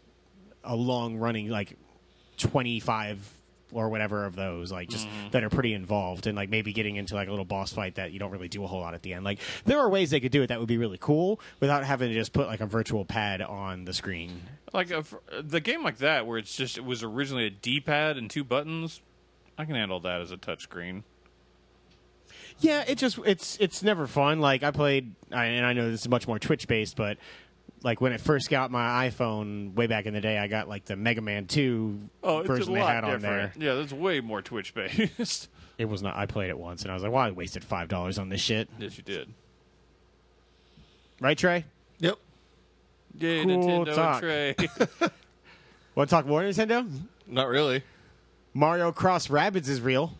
Speaker 1: a long running like 25 or whatever of those like just that are pretty involved and like maybe getting into like a little boss fight that you don't really do a whole lot at the end like there are ways they could do it that would be really cool without having to just put like a virtual pad on the screen
Speaker 3: like a, f- the game like that where it's just it was originally a D-pad and two buttons. I can handle that as a touchscreen.
Speaker 1: yeah it just it's it's never fun like i played I, and i know this is much more twitch based but like when it first got my iphone way back in the day i got like the mega man 2
Speaker 2: Oh,
Speaker 3: Oh,
Speaker 1: version they had on there
Speaker 3: Yeah, that's way more Twitch based.
Speaker 1: it was not i played it once and i was like well i wasted five dollars on this shit
Speaker 3: yes, you did.
Speaker 1: right trey
Speaker 2: Yep.
Speaker 3: Yay,
Speaker 1: Cool
Speaker 3: Nintendo and
Speaker 1: talk.
Speaker 3: Trey.
Speaker 1: want to talk more nintendo
Speaker 2: Not really.
Speaker 1: Mario Cross Rabbids is real.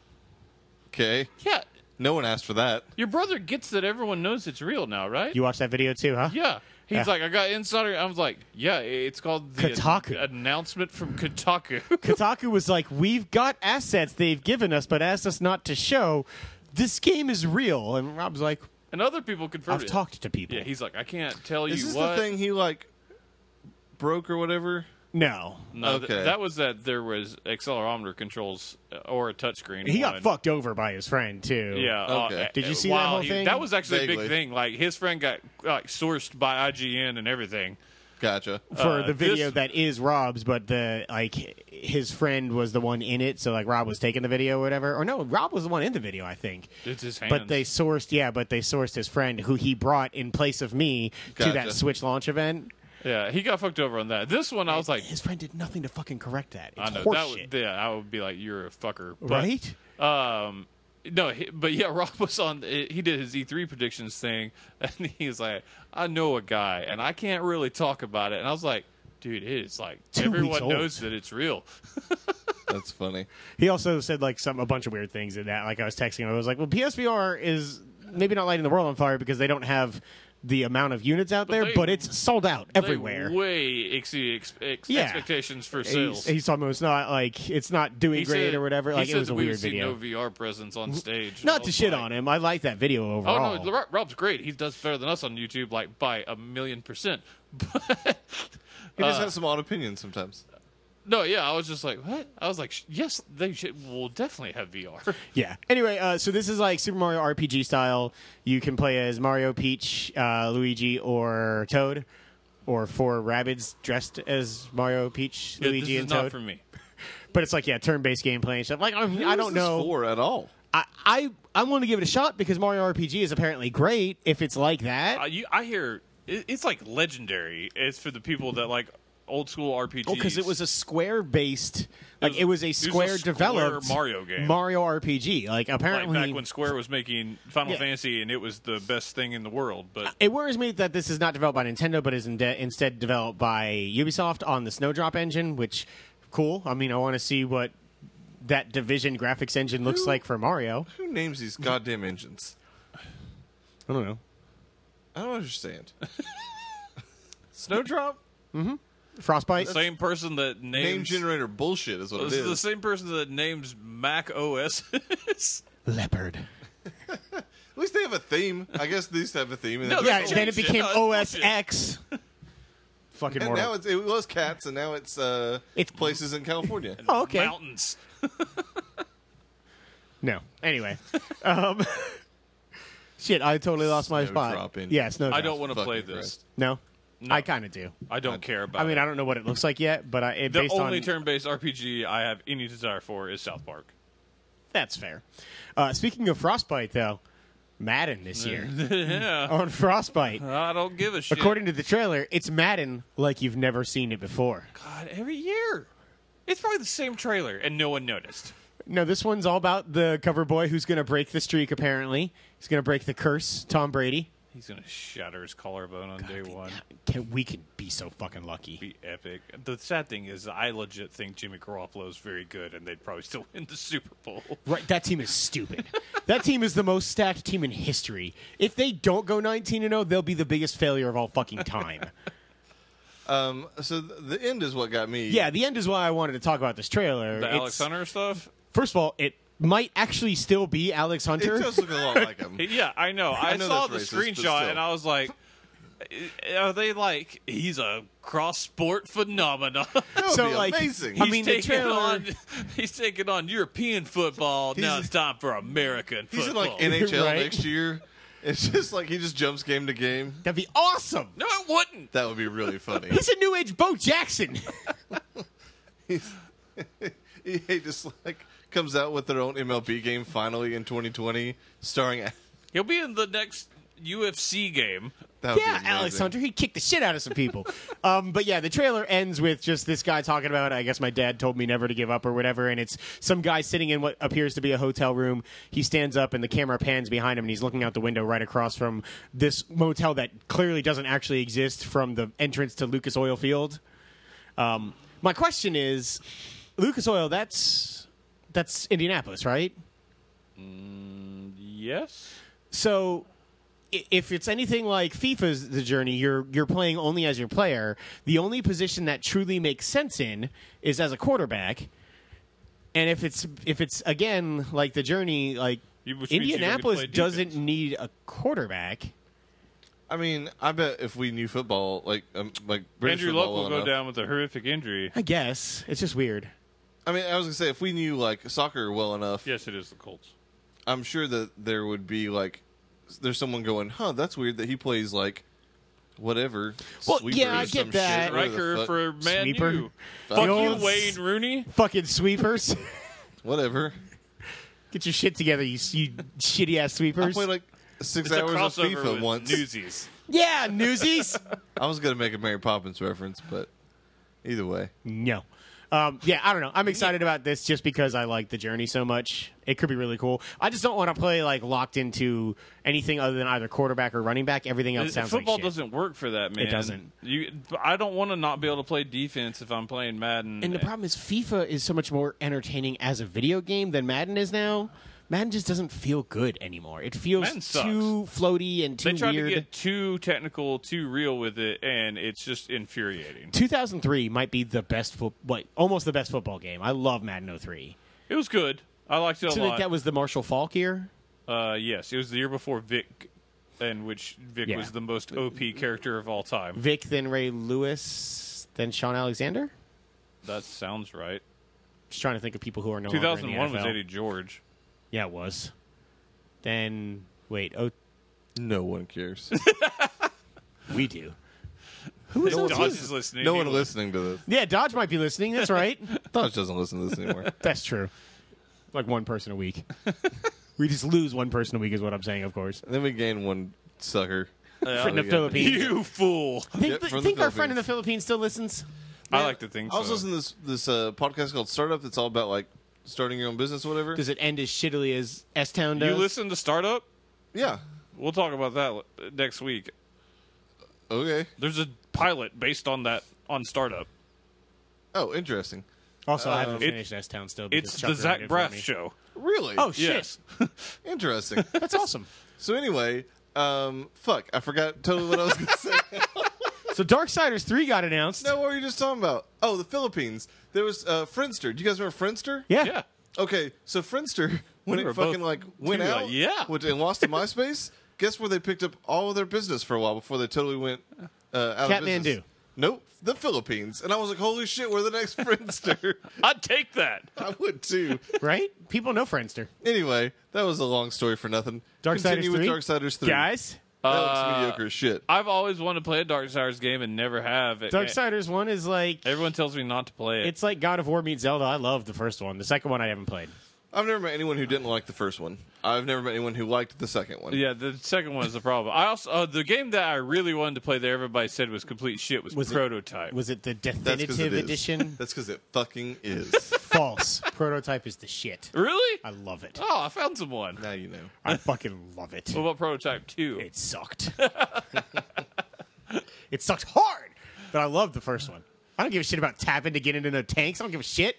Speaker 2: Okay.
Speaker 3: yeah,
Speaker 2: No one asked for that.
Speaker 3: your brother gets that everyone knows it's real now, right?
Speaker 1: You watched that video too, huh?
Speaker 3: yeah. He's
Speaker 1: Yeah.
Speaker 3: like, I got insider. I was like, yeah, it's called the
Speaker 1: Kotaku.
Speaker 3: an- announcement from Kotaku.
Speaker 1: Kotaku was like, "We've got assets they've given us, but asked us not to show. This game is real." And Rob's like,
Speaker 3: and other people confirmed
Speaker 1: "I've
Speaker 3: it.
Speaker 1: talked to people.
Speaker 3: Yeah, he's like, I can't tell
Speaker 2: Is
Speaker 3: you
Speaker 2: this
Speaker 3: what.
Speaker 2: the thing he like broke or whatever?
Speaker 1: no,
Speaker 3: No, th-
Speaker 2: Okay.
Speaker 3: that was that there was accelerometer controls uh, or a touchscreen.
Speaker 1: he got
Speaker 3: one.
Speaker 1: fucked over by his friend too."
Speaker 3: Yeah. uh,
Speaker 2: Okay.
Speaker 1: Did you see that
Speaker 3: wow,
Speaker 1: whole
Speaker 3: he-
Speaker 1: thing?
Speaker 3: That was actually a
Speaker 2: Vaguely.
Speaker 3: big thing. Like his friend got like sourced by IGN and everything.
Speaker 2: Gotcha.
Speaker 1: for
Speaker 3: Uh,
Speaker 1: the video
Speaker 3: this-
Speaker 1: that is Rob's, but the like his friend was the one in it, so like Rob was taking the video or whatever. Or no, Rob was the one in the video, I think.
Speaker 3: It's his hands.
Speaker 1: But they sourced, yeah, but they sourced his friend who he brought in place of me to that
Speaker 2: Gotcha.
Speaker 1: Switch launch event.
Speaker 3: yeah, he got fucked over on that. This one, I was like,
Speaker 1: his friend did nothing to fucking correct that. It's
Speaker 3: I know that
Speaker 1: horseshit,
Speaker 3: would, yeah, I would be like, you're a fucker, But,
Speaker 1: right?
Speaker 3: Um, no, he, but yeah, Rob was on. He did his E3 predictions thing, and he's like, "I know a guy, and I can't really talk about it." And I was like, "Dude, it is like
Speaker 1: Two weeks
Speaker 3: everyone
Speaker 1: old.
Speaker 3: knows that it's real."
Speaker 2: That's funny.
Speaker 1: He also said like some a bunch of weird things in that. Like I was texting him, I was like, "Well, PSVR is maybe not lighting the world on fire because they don't have the amount of units out there,
Speaker 3: they-
Speaker 1: but it's sold out everywhere.
Speaker 3: They way exceed ex- ex-
Speaker 1: Yeah.
Speaker 3: expectations for
Speaker 1: He's,
Speaker 3: sales.
Speaker 1: he's almost not like it's not doing
Speaker 3: He
Speaker 1: great
Speaker 3: said-
Speaker 1: or whatever.
Speaker 3: he
Speaker 1: Like it
Speaker 3: said
Speaker 1: was
Speaker 3: that
Speaker 1: a
Speaker 3: we
Speaker 1: weird
Speaker 3: would see
Speaker 1: video.
Speaker 3: No VR presence on stage.
Speaker 1: not to shit on him. I like that video
Speaker 3: Oh
Speaker 1: overall.
Speaker 3: no, Rob- Rob's great. He does better than us on YouTube, like by a million percent. But
Speaker 2: He just has some odd opinions sometimes.
Speaker 3: no, yeah, I was just like, what? I was like, sh- yes, they should. will definitely have VR.
Speaker 1: Yeah. Anyway, uh, so this is like Super Mario RPG style. You can play as Mario, Peach, uh, Luigi, or Toad, or four rabbits dressed as Mario, Peach,
Speaker 3: Yeah,
Speaker 1: Luigi,
Speaker 3: this
Speaker 1: and
Speaker 3: is not
Speaker 1: Toad.
Speaker 3: for me.
Speaker 1: But it's like yeah, turn-based gameplay and stuff. Like I, mean, I
Speaker 2: Who is
Speaker 1: don't
Speaker 2: this
Speaker 1: know.
Speaker 2: for at all.
Speaker 1: I I I want to give it a shot because Mario RPG is apparently great. If it's like that,
Speaker 3: I, Uh, you, I hear it, it's like legendary. It's for the people that like old school RPGs.
Speaker 1: Oh, because it was a square based, like
Speaker 3: was-
Speaker 1: it was
Speaker 3: it
Speaker 1: a
Speaker 3: was a
Speaker 1: square
Speaker 3: Square
Speaker 1: developed
Speaker 3: Mario game.
Speaker 1: Mario RPG. Like
Speaker 3: like
Speaker 1: apparently,
Speaker 3: back when Square was making Final
Speaker 1: Yeah.
Speaker 3: Fantasy, and it was the best thing in the world. But
Speaker 1: it worries me that this is not developed by Nintendo, but is in instead developed by Ubisoft on the Snowdrop engine. Which, cool. I mean, I want to see what that division graphics engine looks
Speaker 2: Who-
Speaker 1: like for Mario.
Speaker 2: Who names these goddamn engines?
Speaker 1: I don't know.
Speaker 2: I don't understand. Snowdrop
Speaker 1: Frostbite.
Speaker 3: the same person that
Speaker 2: name
Speaker 3: names
Speaker 2: generator bullshit is what it
Speaker 3: this is the
Speaker 2: is.
Speaker 3: same person that names Mac OS.
Speaker 1: Leopard.
Speaker 2: At least they have a theme. I guess these have a theme. And
Speaker 3: No,
Speaker 2: then-
Speaker 1: Yeah,
Speaker 3: That's
Speaker 1: then it
Speaker 3: bullshit.
Speaker 1: became
Speaker 3: No,
Speaker 1: OS
Speaker 3: that's bullshit.
Speaker 1: X. Fucking
Speaker 2: and now
Speaker 1: mortal.
Speaker 2: it's, it was cats, and now it's uh,
Speaker 1: It's-
Speaker 2: places in California.
Speaker 1: Oh, okay.
Speaker 3: Mountains.
Speaker 1: No. Anyway. um, shit, I totally lost my spot.
Speaker 2: Snowdrop engine.
Speaker 1: Yeah, Snowdrop.
Speaker 3: I don't want to
Speaker 2: Fucking
Speaker 3: play this.
Speaker 2: Christ.
Speaker 1: No, I kind of do.
Speaker 3: I don't care about.
Speaker 1: I mean,
Speaker 3: it.
Speaker 1: I don't know what it looks like yet, but I, it,
Speaker 3: the
Speaker 1: based
Speaker 3: only
Speaker 1: on
Speaker 3: turn-based RPG I have any desire for is South Park.
Speaker 1: that's fair. Uh, speaking of Frostbite, though, Madden this year
Speaker 3: yeah,
Speaker 1: on Frostbite.
Speaker 3: I don't give a shit.
Speaker 1: According to the trailer, it's Madden like you've never seen it before.
Speaker 3: God, every year, it's probably the same trailer, and no one noticed.
Speaker 1: No, this one's all about the cover boy who's going to break the streak. Apparently, he's going to break the curse. Tom Brady.
Speaker 3: He's gonna shatter his collarbone on day one.
Speaker 1: Can, we can be so fucking lucky.
Speaker 3: Be epic. e- The sad thing is, I legit think Jimmy Garoppolo is very good, and they'd probably still win the Super Bowl.
Speaker 1: Right, that team is stupid. that team is the most stacked team in history. If they don't go 19 and 0, they'll be the biggest failure of all fucking time.
Speaker 2: Um, so th- the end is what got me.
Speaker 1: Yeah, the end is why I wanted to talk about this trailer.
Speaker 3: The
Speaker 1: It's-
Speaker 3: Alex Hunter stuff.
Speaker 1: First of all, it might actually still be Alex
Speaker 2: it
Speaker 1: Hunter.
Speaker 2: does look a lot like him.
Speaker 3: Yeah, I know. I,
Speaker 2: know
Speaker 3: saw the
Speaker 2: that's racist, but
Speaker 3: screenshot
Speaker 2: still.
Speaker 3: and I was like, "I- are they like he's a cross sport phenomenon?
Speaker 2: would
Speaker 1: so
Speaker 2: be
Speaker 1: like,
Speaker 2: amazing.
Speaker 1: I
Speaker 3: He's
Speaker 1: mean, the
Speaker 3: taking
Speaker 1: trailer.
Speaker 3: on he's taking on European football. now it's time for American
Speaker 2: He's in
Speaker 3: football.
Speaker 2: like NHL
Speaker 1: Right.
Speaker 2: next year. It's just like he just jumps game to game.
Speaker 1: That'd be awesome.
Speaker 3: no, it wouldn't.
Speaker 2: That would be really funny.
Speaker 1: He's a new age Bo Jackson.
Speaker 2: he he just like comes out with their own MLB game finally in 2020, starring.
Speaker 3: He'll be in the next UFC game.
Speaker 2: That would be
Speaker 1: yeah,
Speaker 2: amazing.
Speaker 1: Alex Hunter. He kicked the shit out of some people. um, but yeah, the trailer ends with just this guy talking about, I guess my dad told me never to give up or whatever. And it's some guy sitting in what appears to be a hotel room. He stands up and the camera pans behind him and he's looking out the window right across from this motel that clearly doesn't actually exist from the entrance to Lucas Oil Field. Um, my question is Lucas Oil, that's, that's Indianapolis, right?
Speaker 3: Yes.
Speaker 1: So i- if it's anything like FIFA's the journey, you're you're playing only as your player. The only position that truly makes sense in is as a quarterback. And if it's if it's again like the journey, like
Speaker 3: You- which means you don't get to
Speaker 1: Indianapolis
Speaker 3: play defense.
Speaker 1: doesn't need a quarterback.
Speaker 2: I mean, I bet if we knew football, like um, like British
Speaker 3: Andrew Luck
Speaker 2: football
Speaker 3: will
Speaker 2: well
Speaker 3: go
Speaker 2: enough-
Speaker 3: down with a horrific injury.
Speaker 1: I guess it's just weird.
Speaker 2: I mean, I was gonna say if we knew like soccer well enough,
Speaker 3: Yes, it is the Colts.
Speaker 2: I'm sure that there would be like there's someone going, huh? That's weird that he plays like whatever.
Speaker 1: Well,
Speaker 2: sweeper
Speaker 1: yeah,
Speaker 2: or
Speaker 1: I get
Speaker 2: some shit,
Speaker 1: that.
Speaker 2: whatever the
Speaker 3: Riker
Speaker 2: fuck-
Speaker 3: for Man
Speaker 1: Sweeper.
Speaker 3: U.
Speaker 2: The
Speaker 3: Fuck you,
Speaker 1: old-
Speaker 3: Wayne Rooney.
Speaker 1: Fucking sweepers,
Speaker 2: whatever.
Speaker 1: get your shit together, you, you shitty ass
Speaker 2: I
Speaker 1: sweepers.
Speaker 2: played like six
Speaker 3: It's a
Speaker 2: hours of
Speaker 3: crossover
Speaker 2: FIFA
Speaker 3: with
Speaker 2: once.
Speaker 3: Newsies.
Speaker 1: yeah, newsies.
Speaker 2: I was gonna make a Mary Poppins reference, but either way,
Speaker 1: No. Um, yeah, I don't know. I'm excited about this just because I like the journey so much. It could be really cool. I just don't want to play like locked into anything other than either quarterback or running back. Everything else sounds
Speaker 3: football
Speaker 1: like shit.
Speaker 3: doesn't work for that, man.
Speaker 1: doesn't.
Speaker 3: You, I don't want to not be able to play defense if I'm playing Madden.
Speaker 1: And the problem is FIFA is so much more entertaining as a video game than Madden is now. Madden just doesn't feel good anymore. It feels
Speaker 3: Madden sucks.
Speaker 1: too floaty and too
Speaker 3: They tried
Speaker 1: weird.
Speaker 3: to get too technical, too real with it, and it's just infuriating.
Speaker 1: 2003 might be the best foot, like almost the best football game. I love Madden 03.
Speaker 3: It was good. I liked
Speaker 1: Do
Speaker 3: it a
Speaker 1: you think
Speaker 3: lot.
Speaker 1: that was the Marshall Falk year?
Speaker 3: uh, yes, it was the year before Vic, in which Vic
Speaker 1: Yeah.
Speaker 3: was the most OP character of all time.
Speaker 1: Vic, then Ray Lewis, then Sean Alexander.
Speaker 3: That sounds right.
Speaker 1: Just trying to think of people who are no longer in the
Speaker 3: 2001 was
Speaker 1: NFL.
Speaker 3: Eddie George.
Speaker 1: Yeah, it was. Then wait, oh,
Speaker 2: No one cares.
Speaker 1: we do. Who was
Speaker 3: If
Speaker 1: OT?
Speaker 3: Dodge is listening.
Speaker 2: no
Speaker 3: he
Speaker 2: one
Speaker 3: will-
Speaker 2: listening to this.
Speaker 1: Yeah, Dodge might be listening. That's right.
Speaker 2: Dodge doesn't listen to this anymore.
Speaker 1: That's true. Like one person a week. we just lose one person a week, is what I'm saying. Of course.
Speaker 2: And then we gain one sucker.
Speaker 1: Friend
Speaker 2: we
Speaker 1: of
Speaker 2: got-
Speaker 1: Philippines.
Speaker 3: You fool!
Speaker 1: Think,
Speaker 2: Yep, from the
Speaker 1: think our friend in the Philippines
Speaker 2: Philippines.
Speaker 1: still listens.
Speaker 3: I like to think
Speaker 2: I was
Speaker 3: so.
Speaker 2: listening to this this uh, podcast called Startup. It's all about like starting your own business, or whatever.
Speaker 1: Does it end as shittily as S Town does?
Speaker 3: You listen to Startup?
Speaker 2: Yeah.
Speaker 3: We'll talk about that l- next week.
Speaker 2: Okay.
Speaker 3: There's a pilot based on that on Startup.
Speaker 2: Oh, interesting.
Speaker 1: Also, I haven't
Speaker 3: Uh, it-
Speaker 1: finished S Town still. because
Speaker 3: It's
Speaker 1: Chuck
Speaker 3: the Zach
Speaker 1: ruined it for
Speaker 3: Braff
Speaker 1: me.
Speaker 3: show.
Speaker 2: Really?
Speaker 1: Oh shit,
Speaker 3: Yes.
Speaker 2: interesting.
Speaker 1: that's awesome.
Speaker 2: so anyway, um, fuck, I forgot totally what I was going to say.
Speaker 1: So Darksiders three got announced.
Speaker 2: no, what were you just talking about? Oh, the Philippines. There was uh, Friendster. Do you guys remember Friendster?
Speaker 1: Yeah.
Speaker 3: Yeah.
Speaker 2: Okay, so Friendster, when
Speaker 3: We were
Speaker 2: it fucking
Speaker 3: both-
Speaker 2: like went
Speaker 3: we were
Speaker 2: out,
Speaker 3: like, yeah.
Speaker 2: which, and lost to MySpace. guess where they picked up all of their business for a while before they totally went uh, out of
Speaker 1: Kathmandu.
Speaker 2: business. Nope, the Philippines. And I was like, holy shit, we're the next Friendster.
Speaker 3: I'd take that.
Speaker 2: I would too.
Speaker 1: Right? People know Friendster.
Speaker 2: Anyway, that was a long story for nothing.
Speaker 1: Darksiders
Speaker 2: Continue with
Speaker 1: 3?
Speaker 2: Darksiders three,
Speaker 1: Guys,
Speaker 2: That
Speaker 3: Uh,
Speaker 2: looks mediocre as shit.
Speaker 3: I've always wanted to play a Darksiders game and never have. It-
Speaker 1: Darksiders one is like
Speaker 3: Everyone tells me not to play it.
Speaker 1: it's like God of War meets Zelda. I love the first one. The second one I haven't played.
Speaker 2: I've never met anyone who didn't like the first one. I've never met anyone who liked the second one.
Speaker 3: yeah, the second one is the problem. I also uh, the game that I really wanted to play that everybody said was complete shit was,
Speaker 1: Was it-
Speaker 3: Prototype.
Speaker 1: Was it the
Speaker 2: That's 'cause
Speaker 1: definitive
Speaker 2: it is.
Speaker 1: edition?
Speaker 2: That's because it fucking is.
Speaker 1: False. Prototype is the shit.
Speaker 3: really?
Speaker 1: I love it.
Speaker 3: Oh, I found someone.
Speaker 2: now you know.
Speaker 1: I fucking love it.
Speaker 3: What about Prototype Two?
Speaker 1: It sucked. it sucked hard, but I loved the first one. I don't give a shit about tapping to get into no tanks. I don't give a shit.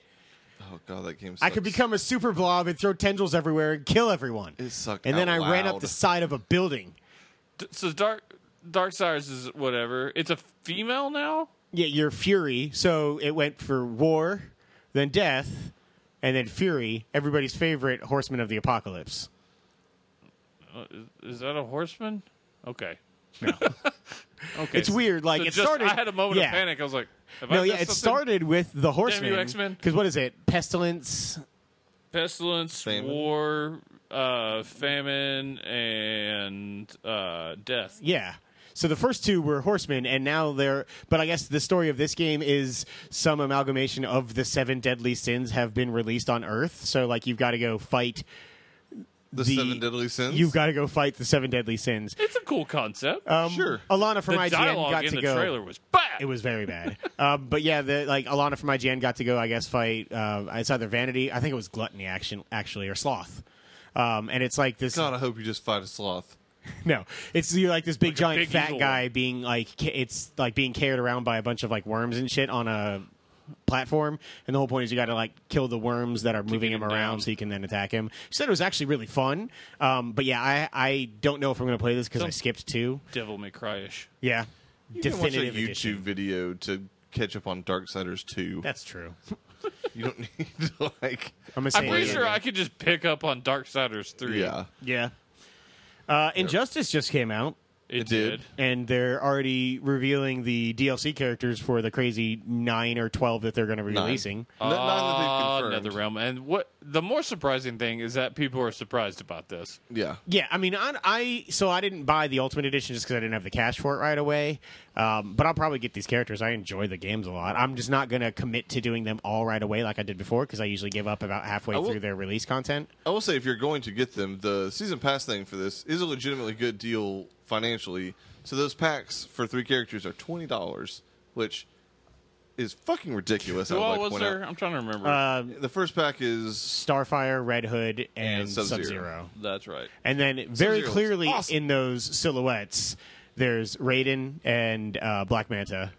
Speaker 2: Oh god, that game. Sucks.
Speaker 1: I could become a super blob and throw tendrils everywhere and kill everyone.
Speaker 2: It sucked
Speaker 1: And then I
Speaker 2: out
Speaker 1: ran up
Speaker 2: loud.
Speaker 1: the side of a building.
Speaker 3: D- so Dark Darksiders is whatever. It's a female now.
Speaker 1: Yeah, you're Fury. So it went for War, then Death, and then Fury, everybody's favorite horseman of the apocalypse.
Speaker 3: Uh, is- is that a horseman? Okay.
Speaker 1: No.
Speaker 3: Okay.
Speaker 1: It's weird, like,
Speaker 3: So
Speaker 1: it
Speaker 3: just-
Speaker 1: started-
Speaker 3: I had a moment
Speaker 1: yeah.
Speaker 3: of panic. I was like, have I
Speaker 1: no, yeah,
Speaker 3: missed
Speaker 1: it
Speaker 3: something?
Speaker 1: started with the horseman.
Speaker 3: X-Men.
Speaker 1: Because what is it? Pestilence.
Speaker 3: pestilence,
Speaker 2: Famine.
Speaker 3: war, uh, famine, and uh, death.
Speaker 1: Yeah. So the first two were horsemen, and now they're. But I guess the story of this game is some amalgamation of the seven deadly sins have been released on Earth. So like you've got to go fight.
Speaker 2: the,
Speaker 1: the-
Speaker 2: seven deadly sins.
Speaker 1: You've got to go fight the seven deadly sins.
Speaker 3: It's a cool concept.
Speaker 1: Um,
Speaker 2: Sure.
Speaker 1: Alana from
Speaker 3: the
Speaker 1: IGN
Speaker 3: dialogue
Speaker 1: got
Speaker 3: in
Speaker 1: to
Speaker 3: the
Speaker 1: go.
Speaker 3: trailer was bad.
Speaker 1: It was very bad. um, but yeah, the, like Alana from IGN got to go, I guess, fight. Uh, it's either Vanity, I think it was Gluttony, action actually, or Sloth. Um, and it's like this.
Speaker 2: God, I hope you just fight a sloth.
Speaker 1: No, it's you're like this big giant
Speaker 3: big
Speaker 1: fat
Speaker 3: evil
Speaker 1: guy being like ca- it's like being carried around by a bunch of like worms and shit on a platform. And the whole point is you got to like kill the worms that are moving
Speaker 3: get
Speaker 1: him
Speaker 3: him
Speaker 1: around
Speaker 3: down.
Speaker 1: so you can then attack him. She said it was actually really fun. Um, but yeah, I I don't know if I'm gonna play this because I
Speaker 3: Some-
Speaker 1: skipped two.
Speaker 3: Devil May Cryish.
Speaker 1: Yeah,
Speaker 2: You can watch a YouTube
Speaker 1: edition.
Speaker 2: video to catch up on Darksiders two.
Speaker 1: That's true.
Speaker 2: You don't need to like.
Speaker 1: I'm gonna say
Speaker 3: I'm pretty
Speaker 1: it
Speaker 3: sure
Speaker 1: again.
Speaker 3: I could just pick up on Darksiders three.
Speaker 2: Yeah,
Speaker 1: Yeah. Uh, Injustice just came out,
Speaker 3: it,
Speaker 2: It
Speaker 3: did.
Speaker 2: did.
Speaker 1: and they're already revealing the DLC characters for the crazy nine or twelve that they're going to be
Speaker 2: Nine.
Speaker 1: releasing.
Speaker 2: N- none
Speaker 3: Ah,
Speaker 2: that they've
Speaker 3: another
Speaker 2: confirmed.
Speaker 3: realm. And what the more surprising thing is that people are surprised about this.
Speaker 2: Yeah,
Speaker 1: Yeah, I mean, I, I so I didn't buy the Ultimate Edition just because I didn't have the cash for it right away. Um, but I'll probably get these characters. I enjoy the games a lot. I'm just not going to commit to doing them all right away like I did before because I usually give up about halfway
Speaker 2: I will-
Speaker 1: through their release content.
Speaker 2: I will say if you're going to get them, the season pass thing for this is a legitimately good deal financially. So those packs for three characters are twenty dollars, which is fucking ridiculous. I
Speaker 3: Who
Speaker 2: would
Speaker 3: all
Speaker 2: like to
Speaker 3: was
Speaker 2: point
Speaker 3: there?
Speaker 2: out.
Speaker 3: I'm trying to remember.
Speaker 1: Um,
Speaker 2: The first pack is
Speaker 1: Starfire, Red Hood, and,
Speaker 2: And
Speaker 1: Sub
Speaker 2: Sub-Zero.
Speaker 1: Zero.
Speaker 3: That's right.
Speaker 1: And then very
Speaker 2: Sub-Zero looks
Speaker 1: clearly
Speaker 2: awesome.
Speaker 1: in those silhouettes, there's Raiden and uh, Black Manta,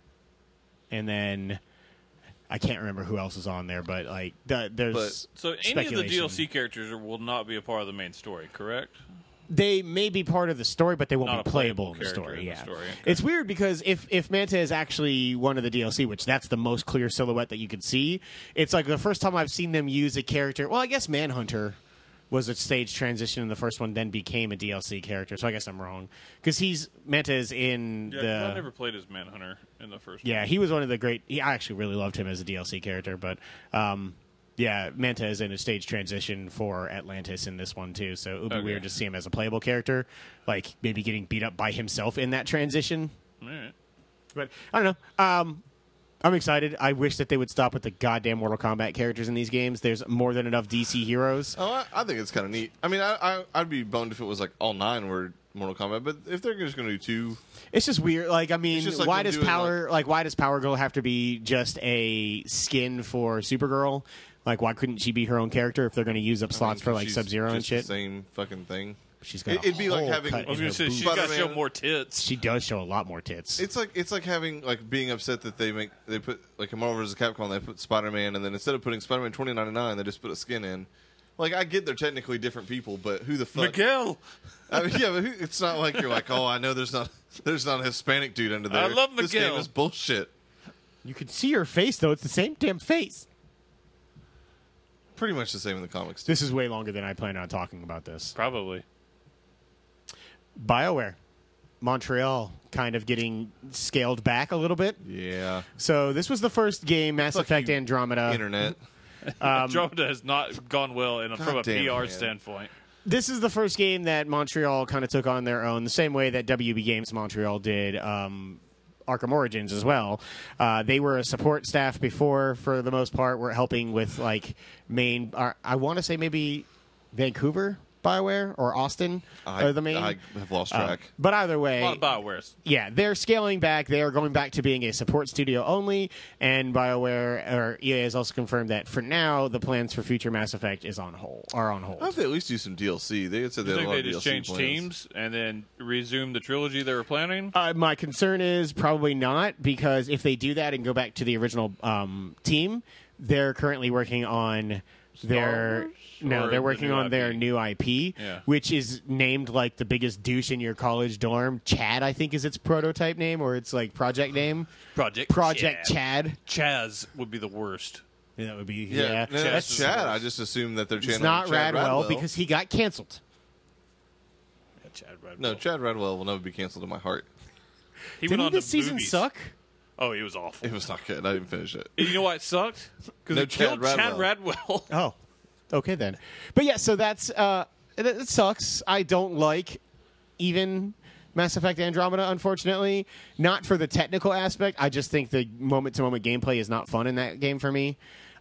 Speaker 1: and then I can't remember who else is on there, but like the, there's
Speaker 3: So any of the
Speaker 1: speculation.
Speaker 3: DLC characters are- will not be a part of the main story, correct?
Speaker 1: they may be part of the story, but they won't
Speaker 3: Not
Speaker 1: be
Speaker 3: a
Speaker 1: playable
Speaker 3: playable
Speaker 1: in the
Speaker 3: character
Speaker 1: story.
Speaker 3: in the
Speaker 1: yeah,
Speaker 3: story, okay.
Speaker 1: it's weird because if if Manta is actually one of the DLC, which that's the most clear silhouette that you could see, it's like the first time I've seen them use a character. Well, I guess Manhunter was a stage transition in the first one, then became a DLC character. So I guess I'm wrong because he's Manta is in
Speaker 3: Yeah, 'cause
Speaker 1: the
Speaker 3: I never played as Manhunter in the first.
Speaker 1: yeah, he was one of the great. He, I actually really loved him as a DLC character, but um, yeah, Manta is in a stage transition for Atlantis in this one too. So it would be
Speaker 3: Okay.
Speaker 1: weird to see him as a playable character, like maybe getting beat up by himself in that transition.
Speaker 3: One. All right.
Speaker 1: But I don't know. Um, I'm excited. I wish that they would stop with the goddamn Mortal Kombat characters in these games. There's more than enough DC heroes.
Speaker 2: Oh, I, I think it's kind of neat. I mean, I, I I'd be boned if it was like all nine were Mortal Kombat, but if they're just going to do two,
Speaker 1: It's just weird. Like, I mean,
Speaker 2: It's just like
Speaker 1: why
Speaker 2: them
Speaker 1: does
Speaker 2: doing,
Speaker 1: power like, why does Power Girl have to be just a skin for Supergirl? Like, why couldn't she be her own character if they're going to use up slots for like
Speaker 2: she's
Speaker 1: Sub Zero and
Speaker 2: just the
Speaker 1: shit?
Speaker 2: Same fucking thing.
Speaker 1: She's got
Speaker 2: It-
Speaker 1: a
Speaker 2: it'd be like
Speaker 1: hole
Speaker 2: having-
Speaker 1: cut
Speaker 3: I was
Speaker 1: in
Speaker 3: gonna
Speaker 1: her
Speaker 3: say she's
Speaker 1: boob.
Speaker 3: got to show
Speaker 2: Spider-Man.
Speaker 3: more tits.
Speaker 1: she does show a lot more tits.
Speaker 2: It's like it's like having like being upset that they make they put like a Marvel vs. Capcom they put Spider Man and then instead of putting Spider Man twenty ninety nine they just put a skin in. Like I get they're technically different people, but who the fuck?
Speaker 3: Miguel,
Speaker 2: I mean, yeah, but who, it's not like you're like oh I know there's not there's not a Hispanic dude under there.
Speaker 3: I love
Speaker 2: This
Speaker 3: Miguel.
Speaker 2: game is bullshit.
Speaker 1: you can see her face though; it's the same damn face.
Speaker 2: Pretty much the same in the comics. Too.
Speaker 1: This is way longer than I planned on talking about this.
Speaker 3: probably.
Speaker 1: Bioware, Montreal, kind of getting scaled back a little bit.
Speaker 2: Yeah,
Speaker 1: So this was the first game, Mass
Speaker 2: Fuck
Speaker 1: Effect
Speaker 2: you,
Speaker 1: Andromeda.
Speaker 2: internet.
Speaker 3: Andromeda has not gone well, and from a
Speaker 2: God damn it,
Speaker 3: PR
Speaker 2: man.
Speaker 3: standpoint,
Speaker 1: this is the first game that Montreal kind of took on their own, the same way that WB Games Montreal did um, Arkham Origins as well. Uh, they were a support staff before, for the most part, were helping with like main. Uh, I want to say maybe Vancouver Bioware or Austin
Speaker 2: I,
Speaker 1: are the main.
Speaker 2: I have lost
Speaker 1: Uh,
Speaker 2: track.
Speaker 1: but either way,
Speaker 3: a lot of Bioware's.
Speaker 1: yeah, they're scaling back. They are going back to being a support studio only, and BioWare or EA has also confirmed that for now the plans for future Mass Effect is on hold are on hold.
Speaker 2: I hope they at least do some DLC. They had said they
Speaker 3: I
Speaker 2: had a
Speaker 3: think
Speaker 2: lot
Speaker 3: they
Speaker 2: of
Speaker 3: just
Speaker 2: DLC
Speaker 3: changed
Speaker 2: plans.
Speaker 3: teams and then resumed the trilogy they were planning.
Speaker 1: Uh, my concern is probably not because if they do that and go back to the original um, team, they're currently working on their
Speaker 3: Wars?
Speaker 1: no,
Speaker 3: Or
Speaker 1: they're
Speaker 3: the
Speaker 1: working
Speaker 3: new
Speaker 1: on their
Speaker 3: IP?
Speaker 1: new IP,
Speaker 3: Yeah.
Speaker 1: which is named like the biggest douche in your college dorm. Chad, I think, is its prototype name or its like project name.
Speaker 3: Project
Speaker 1: Project Chad.
Speaker 3: Chaz would be the worst.
Speaker 1: Yeah, That would be
Speaker 2: Yeah,
Speaker 1: yeah.
Speaker 2: no,
Speaker 1: That's-
Speaker 2: that's Chad. I just assumed that they're
Speaker 1: it's
Speaker 2: channeling
Speaker 1: not
Speaker 2: Chad
Speaker 1: Radwell,
Speaker 2: Radwell
Speaker 1: because he got canceled.
Speaker 3: Yeah, Chad Radwell.
Speaker 2: no, Chad Radwell will never be canceled in my heart.
Speaker 3: he went
Speaker 1: Didn't
Speaker 3: on
Speaker 1: this
Speaker 3: to
Speaker 1: season
Speaker 3: movies.
Speaker 1: suck?
Speaker 3: Oh, he was awful.
Speaker 2: It was not good. I didn't finish it.
Speaker 3: You know why it sucked? Because
Speaker 2: No,
Speaker 3: it
Speaker 2: Chad
Speaker 3: killed Chad Radwell.
Speaker 1: Oh, okay then. But yeah, so that's uh, it, it sucks. I don't like even Mass Effect Andromeda, unfortunately. Not for the technical aspect. I just think the moment to moment gameplay is not fun in that game for me.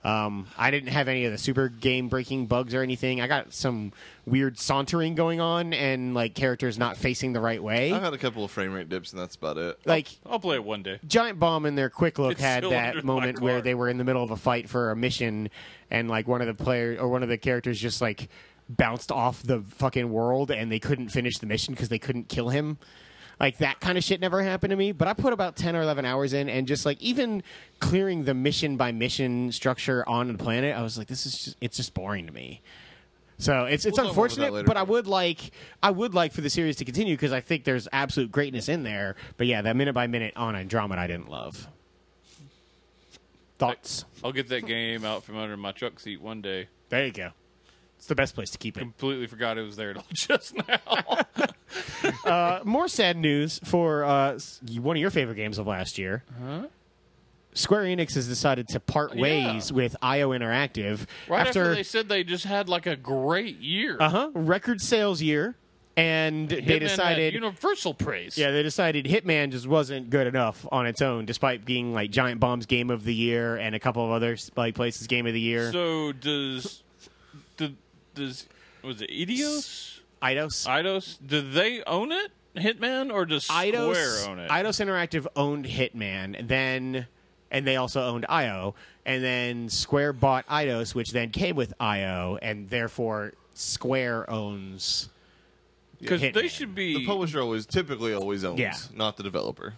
Speaker 1: Um, I didn't have any of the super game breaking bugs or anything. I got some weird sauntering going on and like characters not facing the right way.
Speaker 2: I've had a couple of frame rate dips, and that's about it.
Speaker 1: like
Speaker 3: I'll play it one day.
Speaker 1: Giant Bomb in their quick look
Speaker 3: It's
Speaker 1: had
Speaker 3: still under
Speaker 1: that
Speaker 3: my
Speaker 1: moment where
Speaker 3: car.
Speaker 1: they were in the middle of a fight for a mission, and like one of the player or one of the characters just like bounced off the fucking world, and they couldn't finish the mission because they couldn't kill him. Like that kind of shit never happened to me, but I put about ten or eleven hours in, and just like even clearing the mission by mission structure on the planet, I was like, this is just, it's just boring to me. So it's it's
Speaker 2: We'll talk more about that
Speaker 1: unfortunate,
Speaker 2: later.
Speaker 1: but I would like I would like for the series to continue because I think there's absolute greatness in there. But yeah, that minute by minute on Andromeda, I didn't love. Thoughts?
Speaker 3: I'll get that game out from under my truck seat one day.
Speaker 1: There you go. It's the best place to keep it.
Speaker 3: Completely forgot it was there till just now.
Speaker 1: Uh, more sad news for uh, s- one of your favorite games of last year. Square Enix has decided to part
Speaker 3: Yeah.
Speaker 1: ways with IO Interactive
Speaker 3: right after, they said they just had like a great year.
Speaker 1: uh huh record sales year, and they
Speaker 3: Hitman had
Speaker 1: decided
Speaker 3: universal praise.
Speaker 1: Yeah, they decided Hitman just wasn't good enough on its own, despite being like Giant Bomb's Game of the Year and a couple of other like places Game of the Year.
Speaker 3: So does do, does was it Idos?
Speaker 1: Eidos,
Speaker 3: Idos? Do they own it, Hitman, or does Square
Speaker 1: Eidos,
Speaker 3: own it?
Speaker 1: Eidos Interactive owned Hitman, and then and they also owned IO, and then Square bought Eidos, which then came with IO, and therefore Square owns.
Speaker 3: Because they
Speaker 1: Hitman.
Speaker 3: should be
Speaker 2: The publisher always typically always owns,
Speaker 1: Yeah.
Speaker 2: not the developer.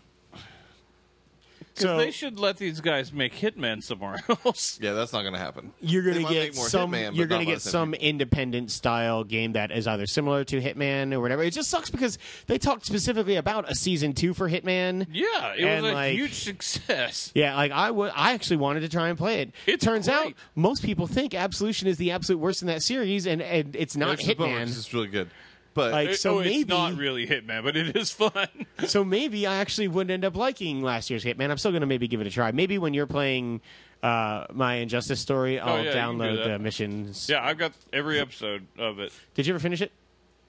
Speaker 1: So
Speaker 3: they should let these guys make Hitman somewhere else.
Speaker 2: Yeah, that's not going to happen.
Speaker 1: you're
Speaker 2: They
Speaker 1: gonna
Speaker 2: might
Speaker 1: get
Speaker 2: make more
Speaker 1: some.
Speaker 2: Hitman, but
Speaker 1: you're
Speaker 2: not
Speaker 1: gonna
Speaker 2: by
Speaker 1: get
Speaker 2: the same
Speaker 1: some independent style game that is either similar to Hitman or whatever. It just sucks because they talked specifically about a season two for Hitman.
Speaker 3: Yeah, it
Speaker 1: And,
Speaker 3: was a
Speaker 1: like-
Speaker 3: huge success.
Speaker 1: Yeah, like I would, I actually wanted to try and play it. It
Speaker 3: It's
Speaker 1: turns
Speaker 3: great.
Speaker 1: out most people think Absolution is the absolute worst in that series, and, and it's not
Speaker 2: Which is a bummer, 'cause
Speaker 1: Hitman.
Speaker 2: It's really good, but
Speaker 1: Like,
Speaker 3: It-
Speaker 1: so
Speaker 3: oh,
Speaker 1: maybe-
Speaker 3: it's not really Hitman, but it is fun.
Speaker 1: So maybe I actually wouldn't end up liking last year's Hitman. I'm still going to maybe give it a try. Maybe when you're playing uh, my Injustice story, I'll
Speaker 3: Oh, yeah, you can do
Speaker 1: download
Speaker 3: that.
Speaker 1: the missions.
Speaker 3: yeah, I've got every episode of it.
Speaker 1: Did you ever finish it?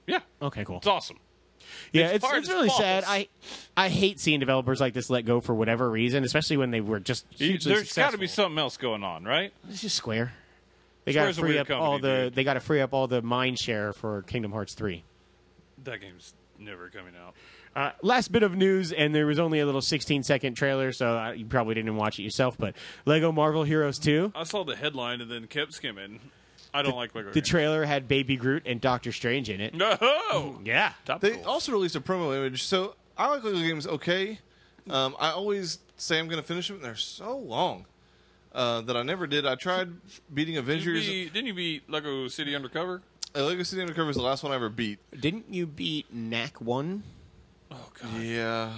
Speaker 3: Yeah,
Speaker 1: Okay, cool.
Speaker 3: it's awesome.
Speaker 1: Yeah,
Speaker 3: It's
Speaker 1: it's,
Speaker 3: hard
Speaker 1: it's
Speaker 3: as
Speaker 1: really
Speaker 3: balls.
Speaker 1: sad. I I hate seeing developers like this let go for whatever reason, especially when they were just
Speaker 3: You-
Speaker 1: hugely
Speaker 3: There's got to be
Speaker 1: successful.
Speaker 3: something else going on, right?
Speaker 1: It's just Square. They got to
Speaker 3: Square's a
Speaker 1: free
Speaker 3: weird
Speaker 1: up
Speaker 3: company,
Speaker 1: all the.
Speaker 3: dude.
Speaker 1: They got to free up all the mind share for Kingdom Hearts three.
Speaker 3: That game's never coming out.
Speaker 1: Uh, last bit of news, and there was only a little 16 second trailer, so uh, you probably didn't watch it yourself. But Lego Marvel Heroes two.
Speaker 3: I saw the headline and then kept skimming. I don't like Lego.
Speaker 1: The
Speaker 3: games.
Speaker 1: trailer had Baby Groot and Doctor Strange in it.
Speaker 3: no.
Speaker 1: Yeah.
Speaker 2: they also released a promo image. So I like Lego games okay. Um, I always say I'm going to finish them, and they're so long uh, that I never did. I tried beating
Speaker 3: Didn't you
Speaker 2: Avengers.
Speaker 3: beat- didn't you beat Lego City Undercover?
Speaker 2: Uh, Lego City Undercover is the last one I ever beat.
Speaker 1: Didn't you beat Knack one?
Speaker 3: Oh God,
Speaker 2: Yeah,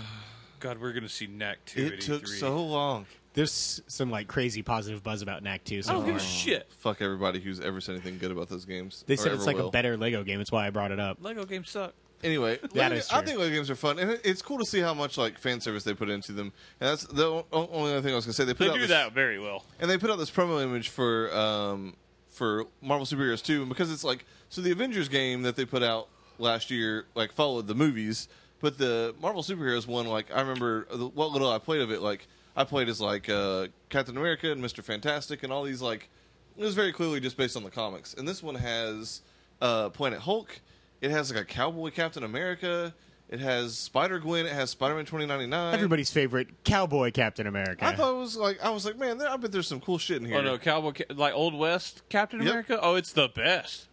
Speaker 3: God, we're gonna see Knack two.
Speaker 2: it took so long.
Speaker 1: There's some like crazy positive buzz about Knack two.
Speaker 3: I
Speaker 1: So
Speaker 3: don't give a
Speaker 1: far.
Speaker 3: shit.
Speaker 2: Fuck everybody who's ever said anything good about those games.
Speaker 1: They
Speaker 2: or
Speaker 1: said it's
Speaker 2: ever
Speaker 1: like
Speaker 2: will.
Speaker 1: a better Lego game. That's why I brought it up.
Speaker 3: Lego games suck.
Speaker 2: Anyway,
Speaker 1: That
Speaker 2: Lego-
Speaker 1: is
Speaker 2: I
Speaker 1: true.
Speaker 2: think Lego games are fun, and it- it's cool to see how much like fan service they put into them. And that's the o- o- only other thing I was gonna say. They put
Speaker 3: They
Speaker 2: out
Speaker 3: do
Speaker 2: this,
Speaker 3: that very well.
Speaker 2: and they put out this promo image for um, for Marvel Superheroes 2, and because it's like so the Avengers game that they put out last year like followed the movies, but the Marvel Superheroes one like I remember the, what little I played of it like I played as like uh, Captain America and Mister Fantastic and all these like it was very clearly just based on the comics, and this one has uh, Planet Hulk, it has like a cowboy Captain America, it has Spider Gwen, it has Spider Man twenty ninety nine.
Speaker 1: Everybody's favorite cowboy Captain America.
Speaker 2: I thought it was like I was like, man, there, I bet there's some cool shit in here.
Speaker 3: Oh no, Cowboy Ca- like Old West Captain
Speaker 2: Yep.
Speaker 3: America. Oh, it's the best.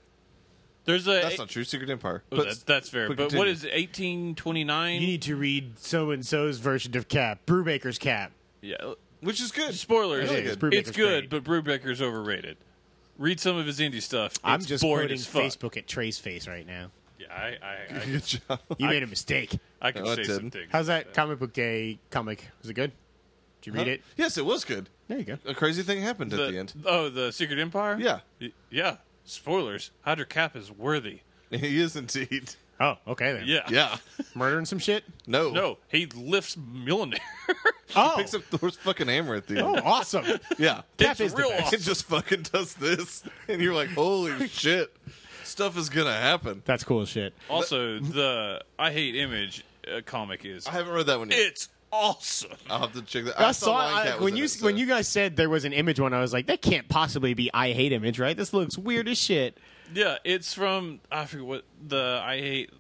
Speaker 3: There's a
Speaker 2: That's not true. Secret Empire.
Speaker 3: Oh,
Speaker 2: But
Speaker 3: that- that's fair.
Speaker 2: but
Speaker 3: But, what
Speaker 2: continue.
Speaker 3: is eighteen twenty nine?
Speaker 1: you need to read so and so's version of Cap, Brubaker's Cap.
Speaker 3: Yeah.
Speaker 2: which is good.
Speaker 3: Spoilers.
Speaker 2: It is.
Speaker 1: Brubaker's
Speaker 3: It's good,
Speaker 1: great.
Speaker 3: but Brubaker's overrated. Read some of his indie stuff. It's
Speaker 1: I'm just
Speaker 3: boring
Speaker 1: quoting
Speaker 3: as fuck.
Speaker 1: Facebook at Trey's face right now.
Speaker 3: Yeah, I, I, I,
Speaker 2: Good job.
Speaker 1: You made a mistake.
Speaker 3: I can
Speaker 2: No, Oh, it
Speaker 3: say
Speaker 2: didn't.
Speaker 3: some things.
Speaker 1: How's that comic book day comic? Was it good? Did you read it?
Speaker 2: Yes, it was good.
Speaker 1: There you go.
Speaker 2: A crazy thing happened at the end.
Speaker 3: Oh, the Secret Empire.
Speaker 2: Yeah.
Speaker 3: Y- yeah. Spoilers. Hydra Cap is worthy.
Speaker 2: He is indeed.
Speaker 1: Oh, okay then.
Speaker 3: Yeah.
Speaker 2: Yeah.
Speaker 1: Murdering some shit?
Speaker 2: No.
Speaker 3: No, he lifts Mjolnir.
Speaker 1: Oh,
Speaker 2: Picks up Thor's fucking hammer at the end.
Speaker 1: oh awesome.
Speaker 2: Yeah.
Speaker 1: Cap
Speaker 3: It's
Speaker 1: is the
Speaker 3: real
Speaker 1: best.
Speaker 2: It just fucking does this, and you're like, holy shit, stuff is gonna happen.
Speaker 1: That's cool as shit.
Speaker 3: also, the I hate Image uh, comic is
Speaker 2: I haven't read that one yet.
Speaker 3: it's awesome.
Speaker 2: I'll have to check that.
Speaker 1: I,
Speaker 2: saw
Speaker 1: saw
Speaker 2: Lion
Speaker 1: I-
Speaker 2: Cat was
Speaker 1: when
Speaker 2: in
Speaker 1: you
Speaker 2: it, so-
Speaker 1: when you guys said there was an image one. I was like, that can't possibly be I hate image, right? This looks weird as shit.
Speaker 3: Yeah, it's from I forget what the I hate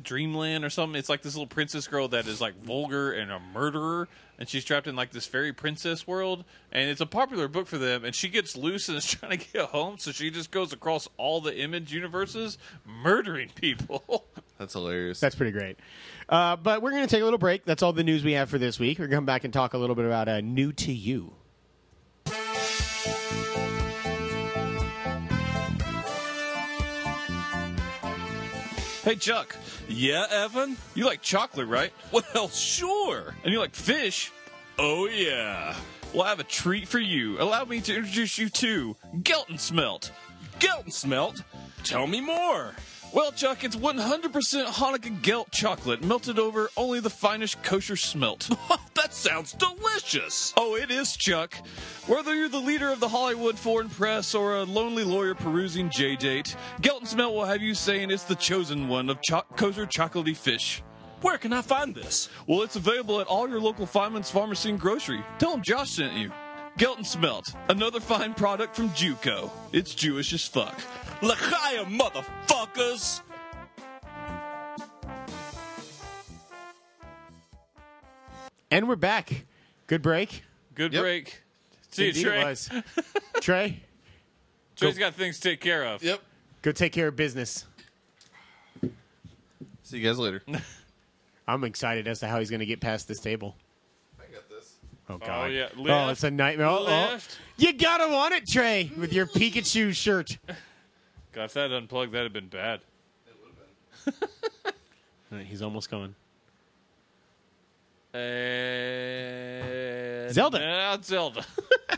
Speaker 3: Dreamland or something. It's like this little princess girl that is like vulgar and a murderer, and she's trapped in like this fairy princess world. And it's a popular book for them. And she gets loose and is trying to get home, so she just goes across all the image universes, murdering people.
Speaker 2: That's hilarious.
Speaker 1: That's pretty great. Uh, but we're going to take a little break. That's all the news we have for this week. We're going to come back and talk a little bit about uh, new to you.
Speaker 3: hey Chuck,
Speaker 4: Yeah, Evan?
Speaker 3: you like chocolate, right?
Speaker 4: Well, sure.
Speaker 3: And you like fish?
Speaker 4: Oh, yeah.
Speaker 3: Well, I have a treat for you. Allow me to introduce you to Geltensmelt.
Speaker 4: Geltensmelt? Tell me more.
Speaker 3: Well, Chuck, it's 100% Hanukkah Gelt chocolate melted over only the finest kosher smelt.
Speaker 4: that sounds delicious.
Speaker 3: oh, it is, Chuck. Whether you're the leader of the Hollywood Foreign Press or a lonely lawyer perusing J Date, Gelt Smelt will have you saying it's the chosen one of cho- kosher chocolatey fish.
Speaker 4: Where can I find this?
Speaker 3: Well, it's available at all your local Feynman's Pharmacy and Grocery. Tell them Josh sent you. Gelton Smelt, another fine product from Juco. It's Jewish as fuck.
Speaker 4: Lachia, motherfuckers.
Speaker 1: And we're back. Good break.
Speaker 3: Good
Speaker 2: Yep.
Speaker 3: break. See you,
Speaker 1: Indeed
Speaker 3: Trey.
Speaker 1: It was. Trey,
Speaker 3: Trey's got things to take care of.
Speaker 2: Yep.
Speaker 1: go take care of business.
Speaker 2: See you guys later. I
Speaker 1: I'm excited as to how he's going to get past this table.
Speaker 2: got this.
Speaker 1: Oh god.
Speaker 3: yeah.
Speaker 1: Oh,
Speaker 3: Left,
Speaker 1: it's a nightmare. Oh, oh.
Speaker 3: left.
Speaker 1: You gotta want it, Trey, with your Pikachu shirt.
Speaker 3: God, if that had unplugged, that'd have been bad.
Speaker 1: He's almost gone.
Speaker 3: Uh,
Speaker 1: Zelda.
Speaker 3: nah, Zelda.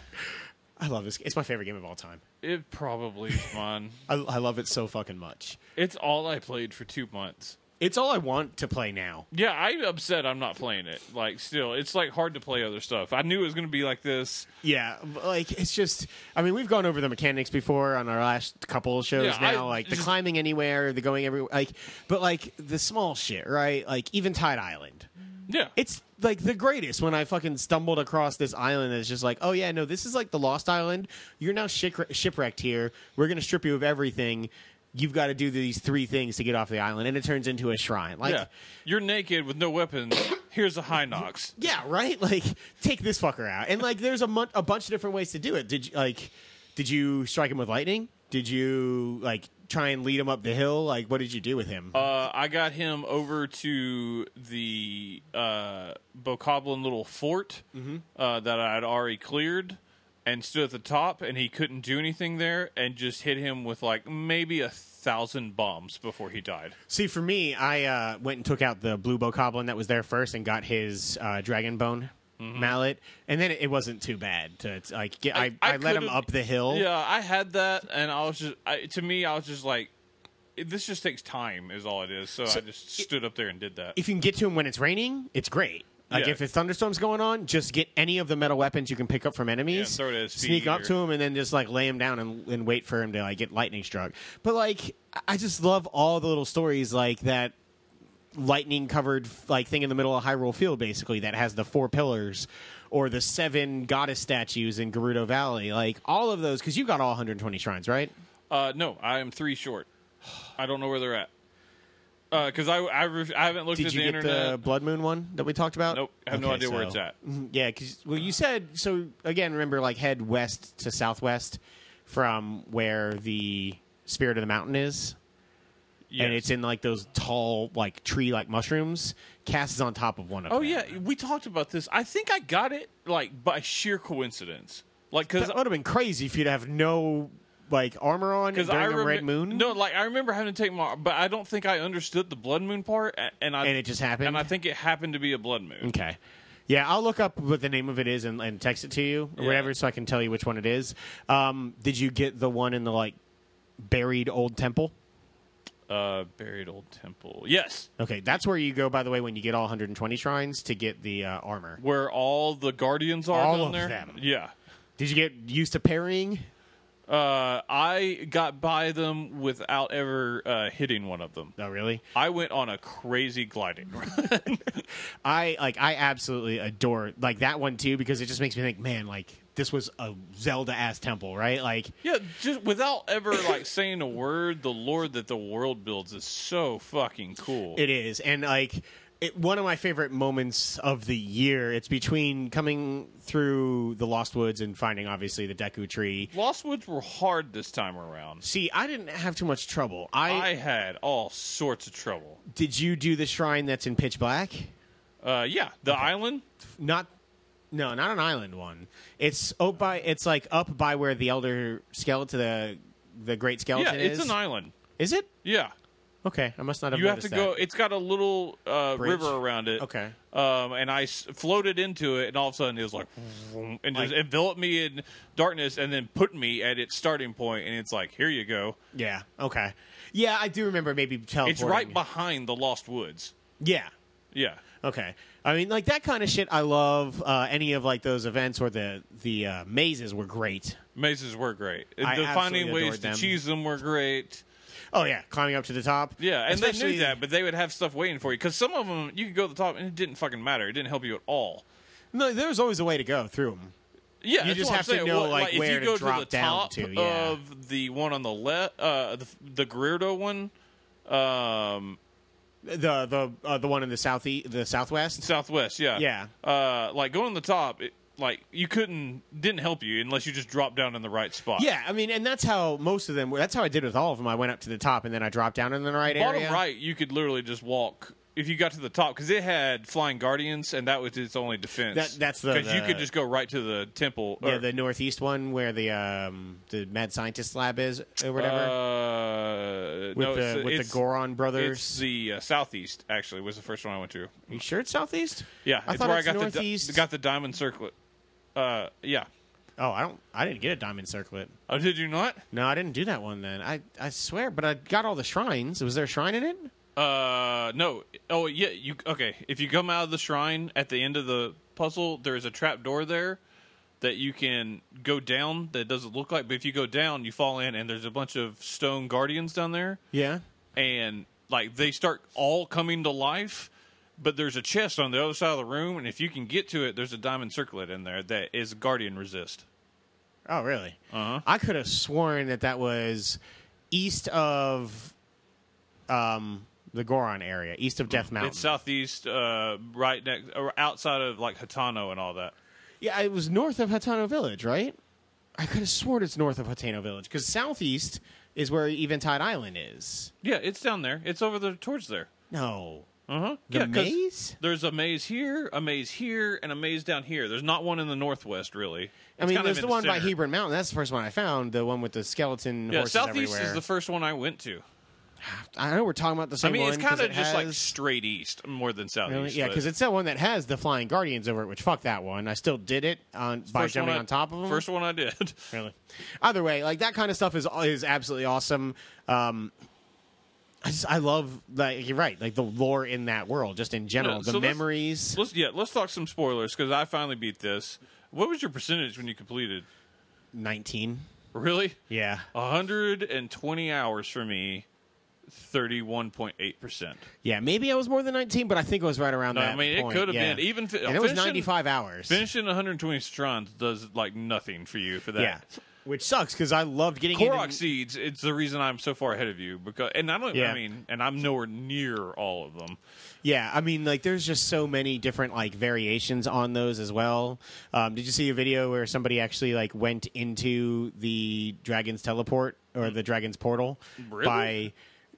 Speaker 1: I love this. It's my favorite game of all time.
Speaker 3: it probably is mine.
Speaker 1: I, I love it so fucking much.
Speaker 3: It's all I played for two months.
Speaker 1: It's all I want to play now.
Speaker 3: Yeah, I'm upset I'm not playing it. Like, still, it's like hard to play other stuff. I knew it was going to be like this.
Speaker 1: Yeah, like it's just. I mean, we've gone over the mechanics before on our last couple of shows.
Speaker 3: Yeah, I-
Speaker 1: now, like the
Speaker 3: just-
Speaker 1: climbing anywhere, the going everywhere, like, but like the small shit, right? Like even Tide Island.
Speaker 3: Yeah.
Speaker 1: It's like the greatest when I fucking stumbled across this island. It's just like, oh yeah, no, this is like the Lost Island. You're now shipwre- shipwrecked here. We're gonna strip you of everything. You've got to do these three things to get off the island, and it turns into a shrine. Like,
Speaker 3: yeah. You're naked with no weapons. Here's a high Nox.
Speaker 1: Yeah, right. Like, take this fucker out, and like, there's a, mon- a bunch of different ways to do it. Did you, like, did you strike him with lightning? Did you like try and lead him up the hill? Like, what did you do with him?
Speaker 3: Uh, I got him over to the uh, Bokoblin little fort
Speaker 1: Mm-hmm.
Speaker 3: uh, that I had already cleared and stood at the top, and he couldn't do anything there, and just hit him with like maybe a thousand bombs before he died.
Speaker 1: See, for me, I uh, went and took out the blue bokoblin that was there first and got his uh, dragon bone mallet, and then it, it wasn't too bad. To, to, like, get, I, I,
Speaker 3: Mm-hmm. I
Speaker 1: let him
Speaker 3: could've-
Speaker 1: up the hill.
Speaker 3: Yeah, I had that, and I was just I, to me, I was just like, this just takes time, is all it is. So, I just stood up there and did that.
Speaker 1: If you can get to him when it's raining, it's great. Like
Speaker 3: Yeah.
Speaker 1: if a thunderstorm's going on, just get any of the metal weapons you can pick up from enemies,
Speaker 3: throw it at his
Speaker 1: sneak
Speaker 3: feet
Speaker 1: up
Speaker 3: or-
Speaker 1: to him, and then just like lay him down and, and wait for him to like get lightning struck. But like, I- I just love all the little stories like that lightning covered like thing in the middle of Hyrule Field, basically that has the four pillars or the seven goddess statues in Gerudo Valley. Like all of those, because you got all 120 shrines, right?
Speaker 3: Uh, no, I am three short. I don't know where they're at. Because I I, ref- I haven't looked
Speaker 1: Did
Speaker 3: at
Speaker 1: you
Speaker 3: the
Speaker 1: get
Speaker 3: internet.
Speaker 1: the Blood Moon one that we talked about?
Speaker 3: Nope, I have no idea where it's at.
Speaker 1: Mhm, Yeah, because well, you said so. Again, remember, like head west to southwest from where the spirit of the mountain is,
Speaker 3: Yes.
Speaker 1: and it's in like those tall, like tree-like mushrooms. Cass is on top of one of
Speaker 3: Oh
Speaker 1: them.
Speaker 3: yeah, we talked about this. I think I got it like by sheer coincidence. Like because
Speaker 1: that would have been crazy for you to have no like armor on during
Speaker 3: because I
Speaker 1: the
Speaker 3: remember
Speaker 1: red moon.
Speaker 3: No, like I remember having to take my, but I don't think I understood the blood moon part, a- and I
Speaker 1: And it just happened? Mm.
Speaker 3: And I think it happened to be a blood moon.
Speaker 1: Okay. Yeah, I'll look up what the name of it is and, and text it to you or
Speaker 3: Yeah.
Speaker 1: whatever so I can tell you which one it is. Um, did you get the one in the like buried old temple?
Speaker 3: Uh, buried old temple. Yes,
Speaker 1: Okay, that's where you go by the way when you get all 120 shrines to get the uh, armor.
Speaker 3: where all the guardians are
Speaker 1: All
Speaker 3: down
Speaker 1: of
Speaker 3: there.
Speaker 1: them.
Speaker 3: Yeah.
Speaker 1: Did you get used to parrying?
Speaker 3: Uh, I got by them without ever uh, hitting one of them.
Speaker 1: No, Oh, really.
Speaker 3: I went on a crazy gliding.
Speaker 1: I like I absolutely adore like that one too because it just makes me think, man, like this was a Zelda ass temple, right? Like
Speaker 3: yeah, just without ever like saying a word, the lore that the world builds is so fucking cool.
Speaker 1: It is, and like it, one of my favorite moments of the year. It's between coming through the Lost Woods and finding obviously the Deku Tree.
Speaker 3: Lost Woods were hard this time around.
Speaker 1: See, I didn't have too much trouble. I,
Speaker 3: I had all sorts of trouble.
Speaker 1: did you do the shrine that's in pitch black?
Speaker 3: Uh, yeah, the island.
Speaker 1: Not, no, not an island one. It's up by. It's like up by where the elder skeleton, the the great
Speaker 3: Yeah,
Speaker 1: skeleton
Speaker 3: it's
Speaker 1: is.
Speaker 3: an island.
Speaker 1: Is it?
Speaker 3: Yeah,
Speaker 1: Okay, I must not have.
Speaker 3: you have to
Speaker 1: noticed
Speaker 3: go.
Speaker 1: that.
Speaker 3: It's got a little uh,
Speaker 1: Bridge?
Speaker 3: river around it.
Speaker 1: Okay.
Speaker 3: Um, and I s- floated into it, and all of a sudden it was like, and just
Speaker 1: Like-
Speaker 3: enveloped me in darkness, and then put me at its starting point, and it's like, here you go.
Speaker 1: Yeah. Okay. Yeah, I do remember maybe teleporting.
Speaker 3: It's right behind the Lost Woods.
Speaker 1: Yeah.
Speaker 3: Yeah.
Speaker 1: Okay. I mean, like that kind of shit. I love uh, any of like those events or the the uh, mazes were great.
Speaker 3: Mazes were great.
Speaker 1: I
Speaker 3: the finding
Speaker 1: absolutely
Speaker 3: ways
Speaker 1: adored
Speaker 3: to
Speaker 1: them.
Speaker 3: cheese them were great.
Speaker 1: Oh yeah, climbing up to the top.
Speaker 3: Yeah, and they
Speaker 1: Especially-
Speaker 3: knew that, but they would have stuff waiting for you because some of them you could go to the top and it didn't fucking matter. It didn't help you at all.
Speaker 1: No, there's always a way to go through them.
Speaker 3: Yeah, that's
Speaker 1: just
Speaker 3: what I'm
Speaker 1: have to
Speaker 3: saying.
Speaker 1: know,
Speaker 3: Well,
Speaker 1: like,
Speaker 3: if
Speaker 1: where
Speaker 3: you
Speaker 1: to
Speaker 3: go
Speaker 1: drop
Speaker 3: to the
Speaker 1: down
Speaker 3: top
Speaker 1: to, yeah.
Speaker 3: of the one on the left, uh, the the Gerudo one, um,
Speaker 1: The the uh, the one in the southeast, the southwest.
Speaker 3: southwest. Yeah,
Speaker 1: Yeah.
Speaker 3: Uh, like going to the top, it, like you couldn't didn't help you unless you just dropped down in the right spot.
Speaker 1: Yeah, I mean, and that's how most of them. were. That's how I did with all of them. I went up to the top and then I dropped down in the right
Speaker 3: bottom
Speaker 1: area.
Speaker 3: right, you could literally just walk if you got to the top because it had flying guardians and that was its only defense.
Speaker 1: That- that's the-
Speaker 3: because you
Speaker 1: the-
Speaker 3: could just go right to the temple.
Speaker 1: Yeah,
Speaker 3: or-
Speaker 1: the northeast one where the um, the mad scientist lab is or whatever.
Speaker 3: Uh,
Speaker 1: with
Speaker 3: no,
Speaker 1: the
Speaker 3: it's,
Speaker 1: with
Speaker 3: it's-
Speaker 1: the Goron
Speaker 3: It's
Speaker 1: brothers.
Speaker 3: the uh, southeast. Actually, was the first one I went to.
Speaker 1: you sure it's southeast?
Speaker 3: Yeah,
Speaker 1: I
Speaker 3: it's
Speaker 1: thought
Speaker 3: where
Speaker 1: it's
Speaker 3: I got
Speaker 1: northeast.
Speaker 3: the di- got the diamond circlet. Uh, yeah.
Speaker 1: oh, I don't. I didn't get a diamond circlet.
Speaker 3: Oh, did you not?
Speaker 1: No, I didn't do that one then. I I swear, but I got all the shrines. Was there a shrine in it?
Speaker 3: Uh, no. Oh, yeah. You okay? If you come out of the shrine at the end of the puzzle, there is a trap door there that you can go down. That doesn't look like, but if you go down, you fall in, and there's a bunch of stone guardians down there,
Speaker 1: Yeah.
Speaker 3: and like they start all coming to life. But there's a chest on the other side of the room, and if you can get to it, there's a diamond circlet in there that is guardian resist.
Speaker 1: Oh, really? Uh-huh. I could have sworn that that was east of um, the Goron area, east of Death Mountain.
Speaker 3: It's southeast, uh, right next, or outside of like Hatano and all that.
Speaker 1: Yeah, it was north of Hatano Village, right? I could have sworn it's north of Hatano Village because southeast is where Eventide Island is.
Speaker 3: Yeah, it's down there. It's over the towards there.
Speaker 1: No,
Speaker 3: Uh huh.
Speaker 1: Uh-huh. The maze?
Speaker 3: There's a maze here, a maze here, and a maze down here. There's not one in the northwest, really.
Speaker 1: I
Speaker 3: It's
Speaker 1: mean
Speaker 3: kind of
Speaker 1: there's
Speaker 3: in
Speaker 1: the one by
Speaker 3: center.
Speaker 1: Hebron Mountain. That's the first one I found. The one with the skeleton
Speaker 3: Yeah,
Speaker 1: horses
Speaker 3: southeast
Speaker 1: everywhere.
Speaker 3: is the first one I went to.
Speaker 1: I know we're talking about the
Speaker 3: I
Speaker 1: same.
Speaker 3: mean, it's
Speaker 1: one 'cause
Speaker 3: kind of
Speaker 1: it
Speaker 3: just like
Speaker 1: has-
Speaker 3: straight east more than southeast.
Speaker 1: Really? Yeah,
Speaker 3: but
Speaker 1: because it's that one that has the flying guardians over it. Which fuck that one. I still did it on by
Speaker 3: first one
Speaker 1: jumping
Speaker 3: I-
Speaker 1: on top of them.
Speaker 3: First one I did.
Speaker 1: really. Either way, like that kind of stuff is is absolutely awesome. Um, I just I love like you're right, like the lore in that world, just in general,
Speaker 3: No,
Speaker 1: the
Speaker 3: so let's-
Speaker 1: memories.
Speaker 3: let's yeah, let's talk some spoilers because I finally beat this. What was your percentage when you completed?
Speaker 1: Nineteen.
Speaker 3: Really,
Speaker 1: Yeah.
Speaker 3: 120 hours for me, 31.8 percent.
Speaker 1: Yeah. Maybe I was more than nineteen, but I think I was right around
Speaker 3: No, I
Speaker 1: that.
Speaker 3: mean, it
Speaker 1: point,
Speaker 3: could have
Speaker 1: yeah.
Speaker 3: been. Even fi-
Speaker 1: and it was
Speaker 3: finishing-
Speaker 1: ninety five hours.
Speaker 3: Finishing 120 strands does like nothing for you for that.
Speaker 1: yeah. Which sucks because I loved getting in
Speaker 3: Korok
Speaker 1: and-
Speaker 3: seeds. It's the reason I'm so far ahead of you because, and I don't.
Speaker 1: Yeah.
Speaker 3: I mean, and I'm nowhere near all of them.
Speaker 1: Yeah, I mean, like, there's just so many different like variations on those as well. Um, did you see a video where somebody actually like went into the dragon's teleport or the dragon's portal
Speaker 3: Mm. Really?
Speaker 1: by?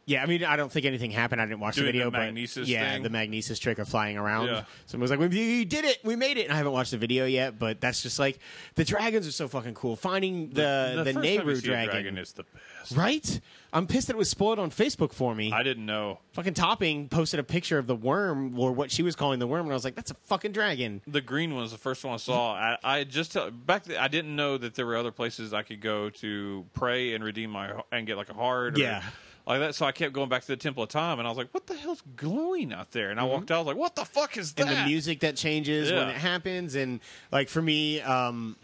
Speaker 1: Yeah, I mean, I don't think anything happened. I didn't watch the
Speaker 3: Doing the
Speaker 1: video, but
Speaker 3: magnesis
Speaker 1: yeah,
Speaker 3: thing?
Speaker 1: the magnesis trick of flying around.
Speaker 3: Yeah.
Speaker 1: Someone was like, "We- "We did it, we made it." And I haven't watched the video yet, but that's just like the dragons are so fucking cool. Finding Uh, the the,
Speaker 3: first time you
Speaker 1: Nehru
Speaker 3: see a
Speaker 1: dragon,
Speaker 3: is the best.
Speaker 1: right? I'm pissed that it was spoiled on Facebook for me.
Speaker 3: I didn't know
Speaker 1: Fucking Topping posted a picture of the worm, or what she was calling the worm, and I was like, "That's a fucking dragon."
Speaker 3: the green one was the first one I saw. I, I just tell- back. Then, I didn't know that there were other places I could go to pray and redeem my and get like a heart. Or,
Speaker 1: Yeah.
Speaker 3: Like that, so I kept going back to the Temple of Time, and I was like, "What the hell's glowing out there?" And I walked out, I was like, "What the fuck is that?"
Speaker 1: And Mm-hmm. the music that changes when
Speaker 3: Yeah.
Speaker 1: it happens, and like for me, um,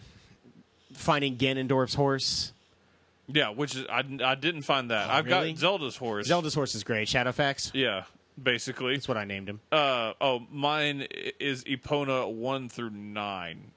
Speaker 1: finding Ganondorf's horse,
Speaker 3: Yeah, which is I, I didn't find that. I've
Speaker 1: Oh, really?
Speaker 3: got Zelda's horse.
Speaker 1: Zelda's horse is great. Shadowfax,
Speaker 3: Yeah, basically.
Speaker 1: that's what I named him.
Speaker 3: Uh oh, mine i- is Epona one through nine.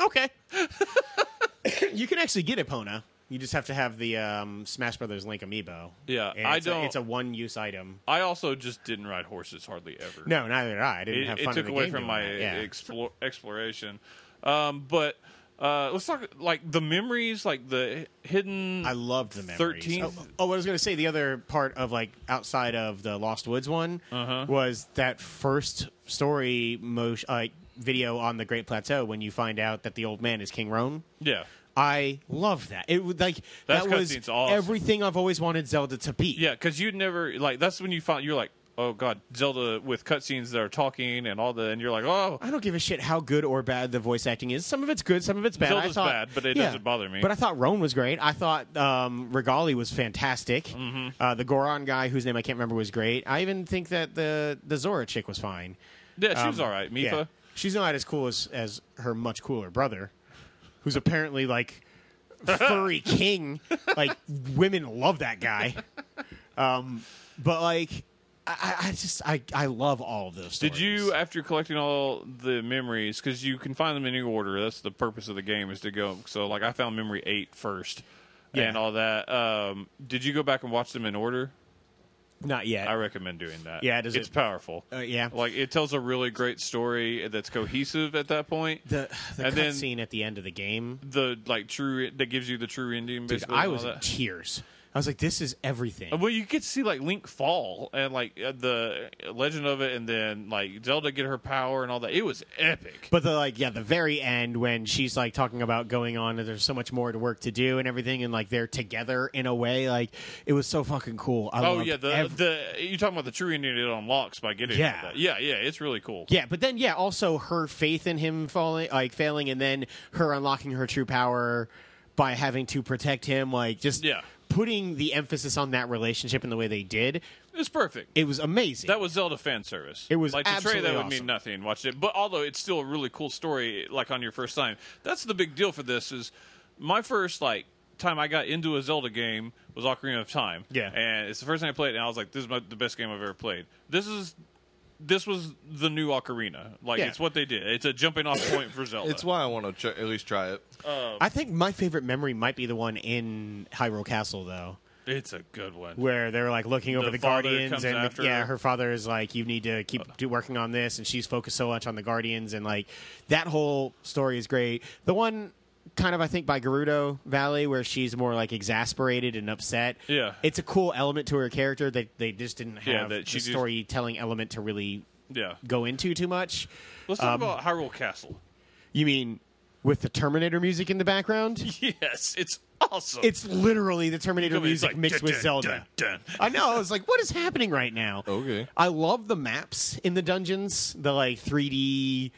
Speaker 1: Okay, you can actually get Epona. You just have to have the um, Smash Brothers Link amiibo.
Speaker 3: Yeah,
Speaker 1: And
Speaker 3: I
Speaker 1: it's a-
Speaker 3: don't-
Speaker 1: it's a one-use item.
Speaker 3: I also just didn't ride horses hardly ever.
Speaker 1: No, neither did I. I didn't
Speaker 3: it,
Speaker 1: have
Speaker 3: it
Speaker 1: fun. in
Speaker 3: took
Speaker 1: the
Speaker 3: away
Speaker 1: game
Speaker 3: from
Speaker 1: doing
Speaker 3: my
Speaker 1: that. yeah.
Speaker 3: explore, exploration. Um, but uh, let's talk like the memories, like the hidden.
Speaker 1: I loved the memories.
Speaker 3: 13th.
Speaker 1: Oh, oh, I was going to say the other part of like outside of the Lost Woods one
Speaker 3: Uh-huh.
Speaker 1: was that first story motion, uh, video on the Great Plateau when you find out that the old man is King Roan.
Speaker 3: yeah,
Speaker 1: I love that. It would like
Speaker 3: That
Speaker 1: that was
Speaker 3: cutscene's awesome.
Speaker 1: everything I've always wanted Zelda to be.
Speaker 3: yeah, because you'd never like that's when you find you're like, oh god, Zelda with cutscenes that are talking and all the, and you're like, oh,
Speaker 1: I don't give a shit how good or bad the voice acting is. Some of it's good, some of it's bad. I
Speaker 3: Zelda's
Speaker 1: thought-
Speaker 3: bad, but it doesn't bother me.
Speaker 1: But I thought Roan was great. I thought um, Regali was fantastic.
Speaker 3: Mm-hmm.
Speaker 1: Uh, the Goron guy, whose name I can't remember, was great. I even think that the the Zora chick was fine.
Speaker 3: yeah, she was all right, Mifa.
Speaker 1: Um, Yeah. She's not as cool as, as her much cooler brother, who's apparently like furry king. Like women love that guy. Um, but like, I, I I just I, I love all of those. Stories.
Speaker 3: Did you, after collecting all the memories, because you can find them in any order? That's the purpose of the game is to go. So, like, I found memory eight first, and
Speaker 1: Yeah.
Speaker 3: all that. Um, did you go back and watch them in order?
Speaker 1: Not yet.
Speaker 3: I recommend doing that.
Speaker 1: Yeah, does
Speaker 3: it's
Speaker 1: it-
Speaker 3: powerful.
Speaker 1: Uh, yeah.
Speaker 3: like it tells a really great story that's cohesive at that point.
Speaker 1: the the
Speaker 3: And then-
Speaker 1: cutscene at the end of the game.
Speaker 3: The like true that gives you the true ending.
Speaker 1: Dude,
Speaker 3: Basically,
Speaker 1: I
Speaker 3: and all
Speaker 1: was in
Speaker 3: that.
Speaker 1: tears. I was like, this is everything.
Speaker 3: Well, you get to see like Link fall and like uh, the legend of it, and then like Zelda get her power and all that. It was epic.
Speaker 1: But the like, yeah, the very end when she's like talking about going on and there's so much more to work to do and everything, and like they're together in a way, like it was so fucking cool. I
Speaker 3: oh
Speaker 1: loved
Speaker 3: yeah, the
Speaker 1: every-
Speaker 3: the you talking about the true ending it unlocks by getting
Speaker 1: Yeah.
Speaker 3: that. yeah, yeah. It's really cool.
Speaker 1: yeah, but then yeah, also her faith in him falling, like failing, and then her unlocking her true power by having to protect him, like just
Speaker 3: Yeah.
Speaker 1: putting the emphasis on that relationship in the way they did.
Speaker 3: It's perfect.
Speaker 1: It was amazing.
Speaker 3: that was Zelda fan service.
Speaker 1: It was
Speaker 3: like to Trey,
Speaker 1: absolutely
Speaker 3: that would
Speaker 1: awesome.
Speaker 3: mean nothing. Watch it, but although it's still a really cool story, like on your first time. That's the big deal for this. Is my first like time I got into a Zelda game was Ocarina of Time.
Speaker 1: Yeah.
Speaker 3: and it's the first time I played, and I was like, "This is my, the best game I've ever played." This is. This was the new Ocarina. Like
Speaker 1: Yeah.
Speaker 3: it's what they did. It's a jumping off point for Zelda.
Speaker 2: It's why I want to ch- at least try it.
Speaker 1: I think my favorite memory might be the one in Hyrule Castle, though.
Speaker 3: it's a good one.
Speaker 1: where they're like looking over the,
Speaker 3: father
Speaker 1: guardians
Speaker 3: comes
Speaker 1: and
Speaker 3: after
Speaker 1: yeah
Speaker 3: her. Uh.
Speaker 1: her father is like you need to keep do working on this and she's focused so much on the guardians and like that whole story is great the one kind of i think by gerudo valley where she's more like exasperated and upset
Speaker 3: Yeah.
Speaker 1: it's a cool element to her character that they just didn't have
Speaker 3: Yeah,
Speaker 1: the
Speaker 3: that she just-
Speaker 1: storytelling element to really
Speaker 3: Yeah.
Speaker 1: go um, into too much
Speaker 3: Let's talk about Hyrule Castle.
Speaker 1: you mean with the terminator music in the background
Speaker 3: Yes, it's awesome.
Speaker 1: it's literally the terminator
Speaker 3: It's
Speaker 1: music
Speaker 3: like,
Speaker 1: mixed with
Speaker 3: dun,
Speaker 1: zelda
Speaker 3: dun, dun, dun.
Speaker 1: I know. I was like, what is happening right now?
Speaker 2: Okay.
Speaker 1: I love the maps in the dungeons, the like 3D,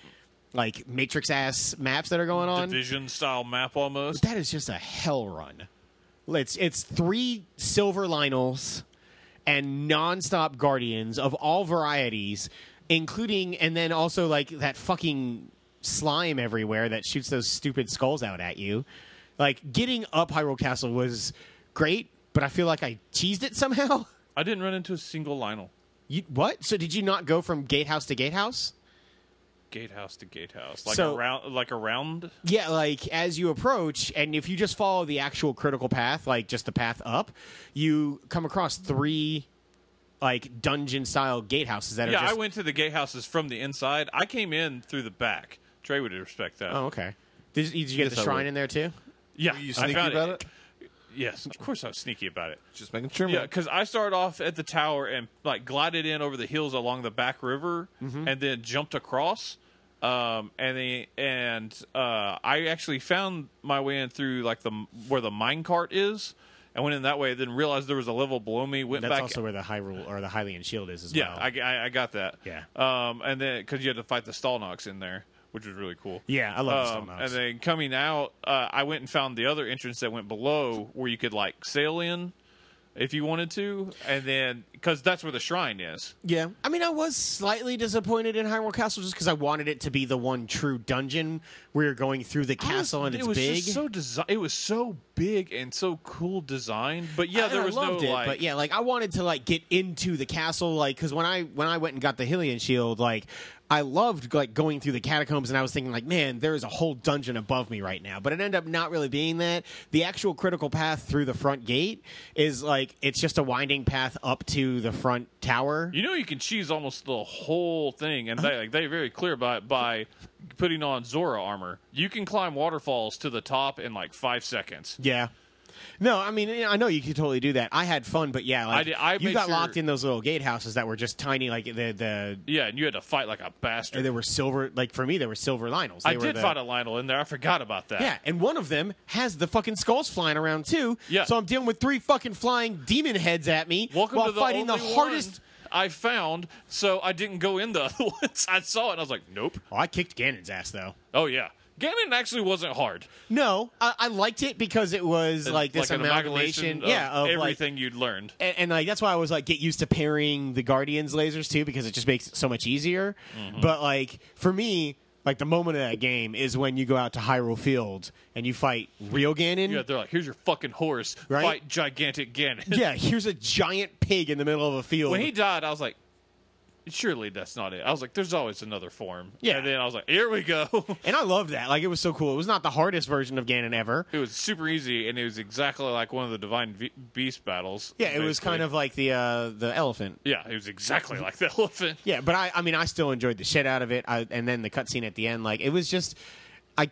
Speaker 1: like Matrix ass maps that are going on.
Speaker 3: Division style map almost.
Speaker 1: That is just a hell run. It's it's three silver Lionels and nonstop guardians of all varieties, including and then also like that fucking slime everywhere that shoots those stupid skulls out at you. Like getting up Hyrule Castle was great, but I feel like I cheesed it somehow.
Speaker 3: I didn't run into a single Lionel.
Speaker 1: You what? So did you not go from gatehouse to gatehouse?
Speaker 3: Gatehouse to gatehouse, like
Speaker 1: So-
Speaker 3: around, like around.
Speaker 1: Yeah, like as you approach, and if you just follow the actual critical path, like just the path up, you come across three like dungeon style gatehouses that are
Speaker 3: Yeah,
Speaker 1: just
Speaker 3: I went to the gatehouses from the inside. I came in through the back. Trey would respect that.
Speaker 1: Oh, okay. Did, did you get
Speaker 2: Yes,
Speaker 1: the
Speaker 2: I
Speaker 1: shrine
Speaker 2: would.
Speaker 1: in there too?
Speaker 3: yeah,
Speaker 2: Were you
Speaker 3: I
Speaker 2: sneaky
Speaker 3: found
Speaker 2: about it?
Speaker 3: Yes, of course I was sneaky about it.
Speaker 2: Just making sure.
Speaker 3: Yeah,
Speaker 2: man.
Speaker 3: because I started off at the tower and like glided in over the hills along the back river,
Speaker 1: Mm-hmm.
Speaker 3: and then jumped across. Um, and the, and uh, I actually found my way in through like the where the mine cart is. I went in that way, then realized there was a level below me. Went
Speaker 1: That's
Speaker 3: back.
Speaker 1: also where the Hyrule or the Hylian shield is as
Speaker 3: yeah,
Speaker 1: well.
Speaker 3: I, I, I got that.
Speaker 1: Yeah.
Speaker 3: Um, and then because you had to fight the Stalnox in there, which was really cool.
Speaker 1: yeah, I love
Speaker 3: Um,
Speaker 1: the Stalnox.
Speaker 3: and then coming out, uh, I went and found the other entrance that went below where you could like sail in if you wanted to, and then because that's where the shrine is.
Speaker 1: Yeah, I mean, I was slightly disappointed in Hyrule Castle just because I wanted it to be the one true dungeon where you're going through the castle and
Speaker 3: it
Speaker 1: it's
Speaker 3: was
Speaker 1: big.
Speaker 3: Just so desi- it was so big and so cool designed, but yeah,
Speaker 1: And
Speaker 3: there
Speaker 1: I
Speaker 3: was
Speaker 1: loved
Speaker 3: no
Speaker 1: it,
Speaker 3: like.
Speaker 1: but yeah, like I wanted to like get into the castle, like because when I when I went and got the Hylian shield, like I loved like going through the catacombs, and I was thinking like, man, there is a whole dungeon above me right now, but it ended up not really being that. The actual critical path through the front gate is like it's just a winding path up to the front tower.
Speaker 3: You know, you can cheese almost the whole thing, and they like they're very clear about it by putting on Zora armor. You can climb waterfalls to the top in like five seconds.
Speaker 1: Yeah. No, I mean I know you could totally do that. I had fun, but yeah, like
Speaker 3: I did- I
Speaker 1: you
Speaker 3: made
Speaker 1: got
Speaker 3: sure-
Speaker 1: locked in those little gatehouses that were just tiny, like the the
Speaker 3: Yeah, and you had to fight like a bastard.
Speaker 1: they were silver. Like for me, they were silver Lionels. They
Speaker 3: I
Speaker 1: were
Speaker 3: did
Speaker 1: the,
Speaker 3: fight a Lionel in there. I forgot about that.
Speaker 1: Yeah, and one of them has the fucking skulls flying around too.
Speaker 3: Yeah.
Speaker 1: So I'm dealing with three fucking flying demon heads at me
Speaker 3: Welcome
Speaker 1: while
Speaker 3: to the
Speaker 1: fighting the
Speaker 3: only
Speaker 1: hardest.
Speaker 3: one I found, so I didn't go in the other ones. I saw it and I was like, nope.
Speaker 1: Oh, I kicked Ganon's ass though.
Speaker 3: Oh yeah. Ganon actually wasn't hard.
Speaker 1: No, I, I liked it because it was like this
Speaker 3: an
Speaker 1: amalgamation,
Speaker 3: of
Speaker 1: yeah, of like.
Speaker 3: everything you'd learned.
Speaker 1: And, and like that's why I was like get used to pairing the Guardians lasers too because it just makes it so much easier.
Speaker 3: Mm-hmm.
Speaker 1: But like for me, like the moment of that game is when you go out to Hyrule Field and you fight real Ganon.
Speaker 3: Yeah, they're like, here's your fucking horse.
Speaker 1: Right?
Speaker 3: Fight gigantic Ganon.
Speaker 1: Yeah, here's a giant pig in the middle of a field.
Speaker 3: when he died, I was like, surely that's not it. I was like, there's always another form.
Speaker 1: Yeah.
Speaker 3: And then I was like, here we go.
Speaker 1: And I loved that. Like it was so cool. It was not the hardest version of Ganon ever.
Speaker 3: it was super easy, and it was exactly like one of the Divine v- Beast battles.
Speaker 1: Yeah, it was
Speaker 3: basically.
Speaker 1: kind of like the uh, the elephant.
Speaker 3: Yeah, it was exactly like the elephant.
Speaker 1: Yeah, but I I mean I still enjoyed the shit out of it. I, and then the cutscene at the end, like it was just I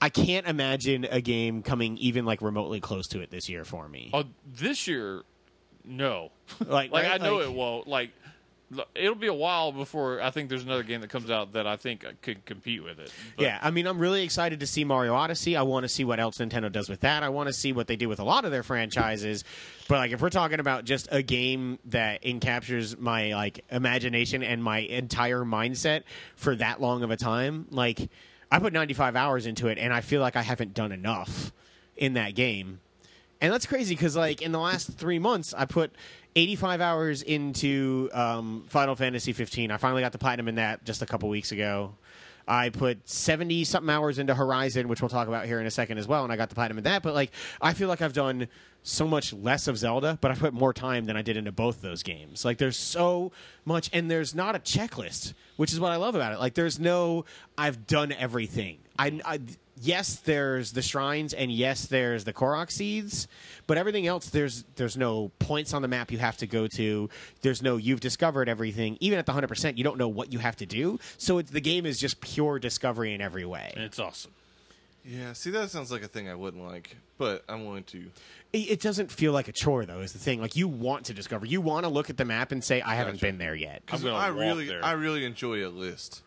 Speaker 1: I can't imagine a game coming even like remotely close to it this year for me.
Speaker 3: Oh, this year, no.
Speaker 1: Like,
Speaker 3: Like
Speaker 1: right?
Speaker 3: I know
Speaker 1: Like-
Speaker 3: it won't. Like l- it'll be a while before I think there's another game that comes out that I think uh, could compete with it. But
Speaker 1: yeah, I mean, I'm really excited to see Mario Odyssey. I want to see what else Nintendo does with that. I want to see what they do with a lot of their franchises. But like, if we're talking about just a game that encaptures my like imagination and my entire mindset for that long of a time, like I put 95 hours into it, and I feel like I haven't done enough in that game. And that's crazy because, like, in the last three months, I put 85 hours into um, Final Fantasy 15. I finally got the platinum in that just a couple weeks ago. I put 70 something hours into Horizon, which we'll talk about here in a second as well, and I got the platinum in that. But, like, I feel like I've done so much less of Zelda, but I put more time than I did into both those games. Like, there's so much, and there's not a checklist, which is what I love about it. Like, there's no, I've done everything. I, I yes, there's the shrines and yes, there's the Korok seeds, but everything else there's there's no points on the map you have to go to. There's no you've discovered everything. Even at the hundred percent, you don't know what you have to do. So it's, the game is just pure discovery in every way.
Speaker 3: it's awesome.
Speaker 2: Yeah, see, that sounds like a thing I wouldn't like, but I'm willing to.
Speaker 1: It, it doesn't feel like a chore though. Is the thing like you want to discover? You want to look at the map and say, I haven't
Speaker 2: Gotcha.
Speaker 1: been there yet.
Speaker 3: I'm gonna
Speaker 2: I
Speaker 3: walk
Speaker 2: really,
Speaker 3: there.
Speaker 2: I really enjoy a list.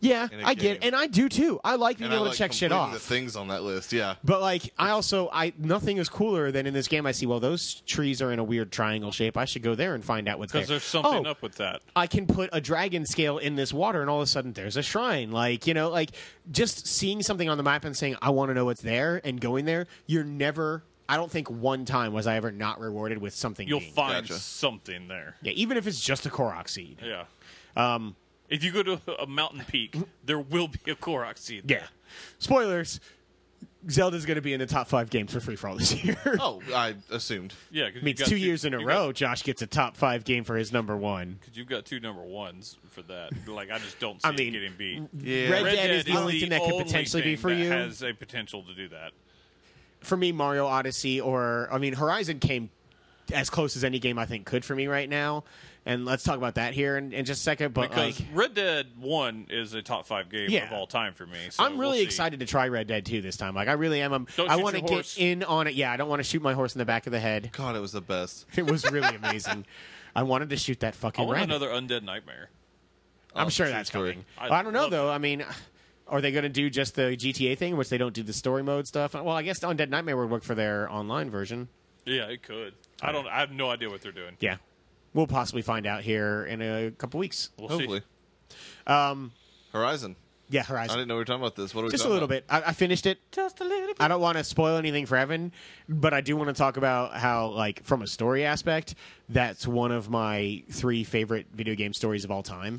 Speaker 1: Yeah,
Speaker 2: In a
Speaker 1: I get,
Speaker 2: game.
Speaker 1: and I do too. I like being
Speaker 2: I
Speaker 1: able to
Speaker 2: like
Speaker 1: check shit
Speaker 2: completing
Speaker 1: off.
Speaker 2: The things on that list, yeah.
Speaker 1: But like, I also I nothing is cooler than in this game. I see well, those trees are in a weird triangle shape. I should go there and find out what's there.
Speaker 3: Because there's something
Speaker 1: Oh,
Speaker 3: up with that.
Speaker 1: I can put a dragon scale in this water, and all of a sudden there's a shrine. Like you know, like just seeing something on the map and saying I want to know what's there and going there. You're never. I don't think one time was I ever not rewarded with something.
Speaker 3: You'll
Speaker 1: being-
Speaker 3: find
Speaker 2: Gotcha.
Speaker 3: something there.
Speaker 1: yeah, even if it's just a Korok seed.
Speaker 3: Yeah. Um, if you go to a mountain peak, there will be a Korok seed.
Speaker 1: Yeah. Spoilers. Zelda's going to be in the top five games for free for all this year.
Speaker 2: Oh, I assumed.
Speaker 3: Yeah. 'cause
Speaker 1: I
Speaker 3: you
Speaker 1: mean, it's
Speaker 3: got
Speaker 1: two years in a
Speaker 3: you
Speaker 1: row.
Speaker 3: got-
Speaker 1: Josh gets a top five game for his number one.
Speaker 3: 'cause you've got two number ones for that. Like I just don't see
Speaker 1: I
Speaker 3: it
Speaker 1: mean,
Speaker 3: getting beat.
Speaker 2: Yeah.
Speaker 1: Red, Dead, is the only thing that could
Speaker 3: only
Speaker 1: potentially be
Speaker 3: thing
Speaker 1: for
Speaker 3: that
Speaker 1: you.
Speaker 3: Has a potential to do that.
Speaker 1: for me, Mario Odyssey or I mean, Horizon came as close as any game I think could for me right now. And let's talk about that here in, in just a second. But
Speaker 3: Because
Speaker 1: like,
Speaker 3: Red Dead One is a top five game
Speaker 1: Yeah.
Speaker 3: of all time for me. So
Speaker 1: I'm really
Speaker 3: we'll see.
Speaker 1: excited to try Red Dead 2 this time. Like, I really am. I'm,
Speaker 3: Don't
Speaker 1: I
Speaker 3: shoot
Speaker 1: want to
Speaker 3: your
Speaker 1: get
Speaker 3: horse.
Speaker 1: in on it. Yeah, I don't want to shoot my horse in the back of the head.
Speaker 2: God, it was the best.
Speaker 1: It was really amazing. I wanted to shoot that
Speaker 3: I
Speaker 1: fucking
Speaker 3: want
Speaker 1: rabbit.
Speaker 3: another Undead Nightmare.
Speaker 1: I'm
Speaker 2: Oh,
Speaker 1: sure
Speaker 2: true
Speaker 1: that's
Speaker 2: story.
Speaker 1: coming.
Speaker 3: I
Speaker 1: Well, I, don't know
Speaker 3: love
Speaker 1: though. I mean, are they going to do just the GTA thing, which they don't do the story mode stuff? Well, I guess Undead Nightmare would work for their online version.
Speaker 3: Yeah, it could. I don't. I have no idea what they're doing.
Speaker 1: Yeah, we'll possibly find out here in a couple weeks.
Speaker 3: We'll
Speaker 2: Hopefully.
Speaker 3: see.
Speaker 2: Horizon.
Speaker 1: Yeah,
Speaker 2: I
Speaker 1: Horizon.
Speaker 2: didn't know we were talking about this. What are we
Speaker 1: Um, Just a
Speaker 2: talking
Speaker 1: little
Speaker 2: about?
Speaker 1: bit. I, I finished it.
Speaker 3: Just a little bit.
Speaker 1: I don't want to spoil anything for Evan, but I do want to talk about how, like, from a story aspect, that's one of my three favorite video game stories of all time.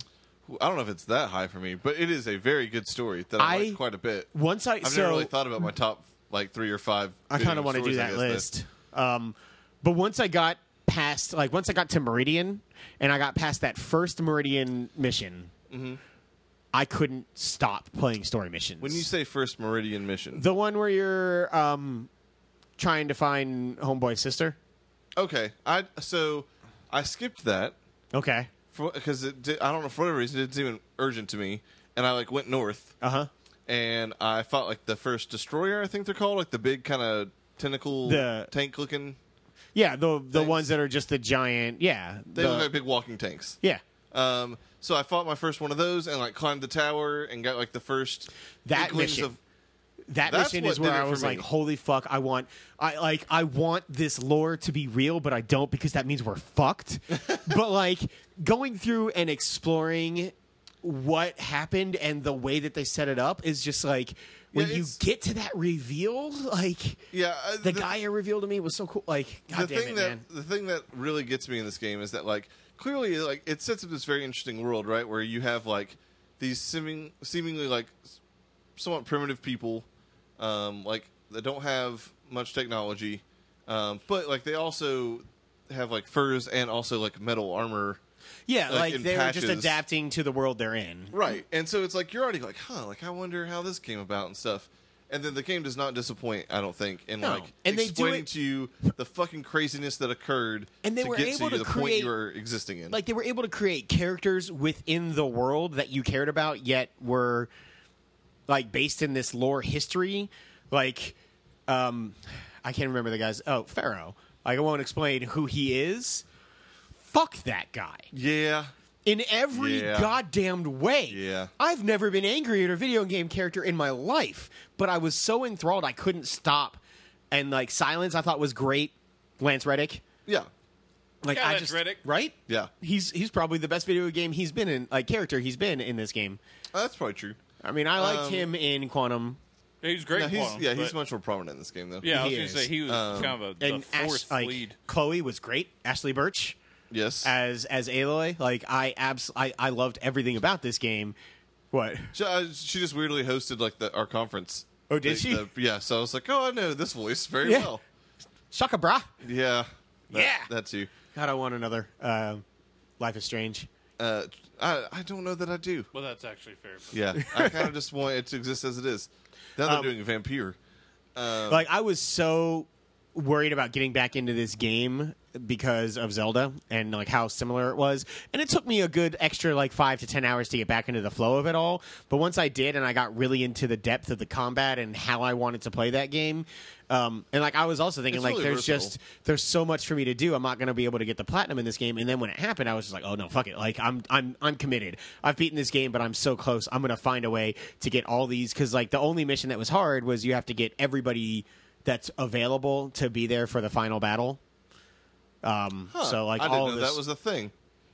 Speaker 2: I don't know if it's that high for me, but it is a very good story that I,
Speaker 1: I-
Speaker 2: like quite a bit.
Speaker 1: Once I
Speaker 2: I've
Speaker 1: so
Speaker 2: never really thought about my top like three or five.
Speaker 1: I
Speaker 2: video
Speaker 1: kind of want to do
Speaker 2: stories, I
Speaker 1: that
Speaker 2: guess,
Speaker 1: list. Um, but once I got past, like, once I got to Meridian and I got past that first Meridian mission, I couldn't stop playing story missions.
Speaker 2: Mm-hmm. When you say first Meridian mission,
Speaker 1: the one where you're um, trying to find Homeboy's sister,
Speaker 2: okay, I so I skipped that
Speaker 1: okay,
Speaker 2: because it did, I don't know for whatever reason it didn't seem urgent to me, and I like went north
Speaker 1: uh huh,
Speaker 2: and I fought like the first destroyer I think they're called like the big kind of tentacle
Speaker 1: The-
Speaker 2: tank looking.
Speaker 1: yeah, the the
Speaker 2: Things.
Speaker 1: ones that are just the giant, yeah,
Speaker 2: They
Speaker 1: the-
Speaker 2: look like big walking tanks.
Speaker 1: yeah.
Speaker 2: Um, so I fought my first one of those and like climbed the tower and got like the first
Speaker 1: That
Speaker 2: inklings
Speaker 1: mission.
Speaker 2: of
Speaker 1: That
Speaker 2: That's
Speaker 1: mission
Speaker 2: what
Speaker 1: is
Speaker 2: did
Speaker 1: where
Speaker 2: it
Speaker 1: I
Speaker 2: for
Speaker 1: was
Speaker 2: me.
Speaker 1: like, "Holy fuck! I want, I like, I want this lore to be real, but I don't because that means we're fucked." but like going through and exploring what happened and the way that they set it up is just like when
Speaker 2: Yeah,
Speaker 1: you
Speaker 2: it's-
Speaker 1: get to that reveal, like
Speaker 2: yeah uh,
Speaker 1: the, guy you revealed to me was so cool. Like, god
Speaker 2: the
Speaker 1: damn
Speaker 2: thing
Speaker 1: it,
Speaker 2: that
Speaker 1: man!
Speaker 2: the thing that really gets me in this game is that like clearly like it sets up this very interesting world right where you have like these seeming, seemingly like s- somewhat primitive people um, like that don't have much technology um, but like they also have like furs and also like metal armor
Speaker 1: Yeah,
Speaker 2: like,
Speaker 1: like,
Speaker 2: in
Speaker 1: they were just
Speaker 2: patches.
Speaker 1: adapting to the world they're in.
Speaker 2: Right. And so it's like you're already like, huh, like I wonder how this came about and stuff. And then the game does not disappoint, I don't think, in
Speaker 1: No.
Speaker 2: like
Speaker 1: And they do
Speaker 2: explaining
Speaker 1: it-
Speaker 2: to you the fucking craziness that occurred
Speaker 1: And they
Speaker 2: to
Speaker 1: were
Speaker 2: get
Speaker 1: able
Speaker 2: to,
Speaker 1: to
Speaker 2: you, the point
Speaker 1: create-
Speaker 2: you were existing in.
Speaker 1: like they were able to create characters within the world that you cared about yet were like based in this lore history. Like, um, I can't remember the guy's. Oh, Pharaoh. Like, I won't explain who he is. Fuck that guy
Speaker 2: Yeah.
Speaker 1: in every
Speaker 2: Yeah.
Speaker 1: goddamned way.
Speaker 2: Yeah.
Speaker 1: I've never been angry at a video game character in my life, but I was so enthralled I couldn't stop. And like silence, I thought was great. Lance Reddick,
Speaker 2: Yeah.
Speaker 1: like
Speaker 3: Yeah,
Speaker 1: I
Speaker 3: Lance
Speaker 1: just
Speaker 3: Reddick.
Speaker 1: right?
Speaker 2: Yeah.
Speaker 1: he's he's probably the best video game he's been in, like character he's been in this game.
Speaker 2: Uh, that's probably true.
Speaker 1: I mean, I liked
Speaker 2: Um,
Speaker 1: him in Quantum
Speaker 3: He's great.
Speaker 2: No,
Speaker 3: in
Speaker 2: he's,
Speaker 3: Quantum,
Speaker 2: yeah, he's
Speaker 3: but-
Speaker 2: much more prominent in this game, though.
Speaker 3: Yeah,
Speaker 1: He
Speaker 3: I was gonna
Speaker 1: is. Um,
Speaker 3: say he was kind of a
Speaker 1: and
Speaker 3: the
Speaker 1: Ash,
Speaker 3: fourth
Speaker 1: like
Speaker 3: lead.
Speaker 1: Chloe was great. Ashley Birch
Speaker 2: Yes.
Speaker 1: as as Aloy, like I abs I, I loved everything about this game. What?
Speaker 2: She, uh, she just weirdly hosted like the, our conference.
Speaker 1: Oh, did
Speaker 2: The-
Speaker 1: she?
Speaker 2: the- yeah, so I was like, oh, I know this voice very
Speaker 1: Yeah.
Speaker 2: well.
Speaker 1: Shaka bra.
Speaker 2: Yeah, that,
Speaker 1: Yeah.
Speaker 2: that too.
Speaker 1: God, I want another uh, Life is Strange.
Speaker 2: Uh, I I don't know that I do.
Speaker 3: Well, that's actually fair. but-
Speaker 2: Yeah, I kind of just want it to exist as it is. Now
Speaker 1: Um,
Speaker 2: they're doing Vampire.
Speaker 1: Like I was so worried about getting back into this game because of Zelda and like how similar it was. And it took me a good extra like 5 to 10 hours to get back into the flow of it all, but once I did and I got really into the depth of the combat and how I wanted to play that game, um and like I was also thinking
Speaker 2: It's
Speaker 1: like
Speaker 2: really
Speaker 1: there's
Speaker 2: versatile.
Speaker 1: just there's so much for me to do. I'm not going to be able to get the platinum in this game. And then when it happened, I was just like, oh no, fuck it. Like I'm I'm I'm committed. I've beaten this game, but I'm so close. I'm going to find a way to get all these because like the only mission that was hard was you have to get everybody that's available to be there for the final battle. Um,
Speaker 2: Huh,
Speaker 1: so like
Speaker 2: I didn't
Speaker 1: all
Speaker 2: know
Speaker 1: this,
Speaker 2: that was a thing.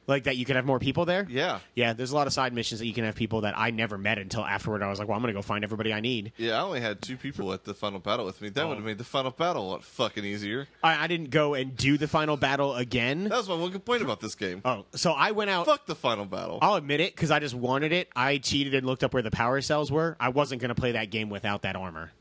Speaker 1: like that you could have more people there.
Speaker 2: Yeah.
Speaker 1: yeah. There's a lot of side missions that you can have people that I never met until afterward. I was like, well, I'm going to go find everybody I need.
Speaker 2: Yeah, I only had two people at the final battle with me. That
Speaker 1: Oh.
Speaker 2: would have made the final battle a lot fucking easier.
Speaker 1: I, I didn't go and do the final battle again.
Speaker 2: That was my one complaint about this game.
Speaker 1: Oh, so I went out.
Speaker 2: Fuck the final battle.
Speaker 1: I'll admit it because I just wanted it. I cheated and looked up where the power cells were. I wasn't going to play that game without that armor.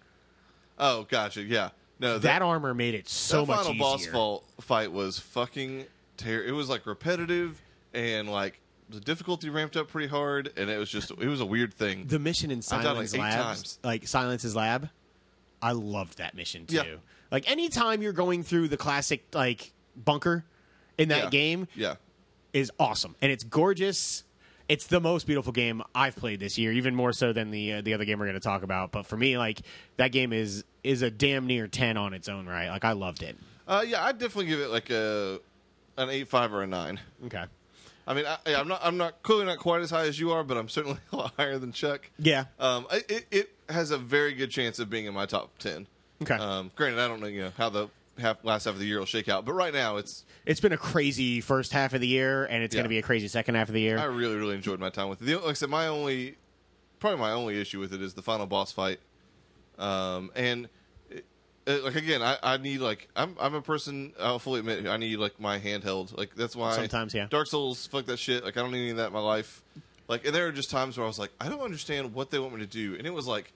Speaker 2: Oh, gotcha. Yeah, no,
Speaker 1: That armor made it so
Speaker 2: that
Speaker 1: much
Speaker 2: final
Speaker 1: easier.
Speaker 2: boss fall, fight was fucking terrible. It was like repetitive and like the difficulty ramped up pretty hard, and it was just it was a weird thing.
Speaker 1: The mission in
Speaker 2: died, like,
Speaker 1: Silence
Speaker 2: eight
Speaker 1: Labs,
Speaker 2: times.
Speaker 1: like Silence's Lab, I loved that mission too.
Speaker 2: Yeah.
Speaker 1: Like anytime you're going through the classic like bunker in that
Speaker 2: Yeah.
Speaker 1: game
Speaker 2: yeah,
Speaker 1: is awesome and it's gorgeous. It's the most beautiful game I've played this year, even more so than the uh, the other game we're going to talk about. But for me, like that game is is a damn near ten on its own right. Like I loved it.
Speaker 2: uh, yeah, I'd definitely give it like a an eight five or a nine.
Speaker 1: Okay.
Speaker 2: I mean, I, I'm not I'm not clearly not quite as high as you are, but I'm certainly a lot higher than Chuck.
Speaker 1: Yeah.
Speaker 2: um, I- it it has a very good chance of being in my top ten.
Speaker 1: Okay.
Speaker 2: Um, granted, I don't know you know how the half last half of the year will shake out, but right now it's
Speaker 1: it's been a crazy first half of the year, and it's
Speaker 2: Yeah.
Speaker 1: going to be a crazy second half of the year. Oh,
Speaker 2: I really, really enjoyed my time with it. The, like I said, my only, probably my only issue with it is the final boss fight. Um, and it, it- like again, I, I need like I'm I'm a person. I'll fully admit I need like my handheld. Like that's why
Speaker 1: Sometimes, yeah.
Speaker 2: Dark Souls, fuck that shit. Like I don't need any of that in my life. Like and there are just times where I was like, I don't understand what they want me to do, and it was like.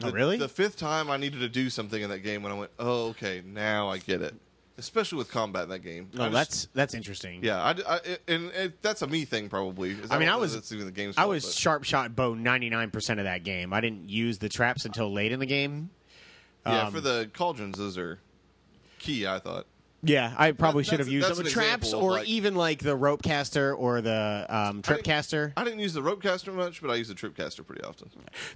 Speaker 1: Oh,
Speaker 2: the-
Speaker 1: really? Oh,
Speaker 2: The fifth time I needed to do something in that game when I went, oh, okay, now I get it. Especially with combat in that game.
Speaker 1: oh,
Speaker 2: I just-
Speaker 1: that's that's interesting.
Speaker 2: yeah, I, I- it- and it, that's a me thing probably. is
Speaker 1: I mean,
Speaker 2: don't
Speaker 1: I
Speaker 2: know
Speaker 1: was-
Speaker 2: if that's even the game's
Speaker 1: I
Speaker 2: fault,
Speaker 1: was
Speaker 2: but-
Speaker 1: sharp shot bow ninety nine percent of that game. I didn't use the traps until late in the game.
Speaker 2: yeah
Speaker 1: um,
Speaker 2: for the cauldrons. Those are key. I thought.
Speaker 1: Yeah, I probably
Speaker 2: That-
Speaker 1: should have
Speaker 2: that's-
Speaker 1: used
Speaker 2: that's
Speaker 1: them.
Speaker 2: an
Speaker 1: traps
Speaker 2: example of,
Speaker 1: or
Speaker 2: like-
Speaker 1: even like the rope caster or the um, trip
Speaker 2: didn't-
Speaker 1: caster.
Speaker 2: I didn't use the rope caster much, but I use the trip caster pretty often.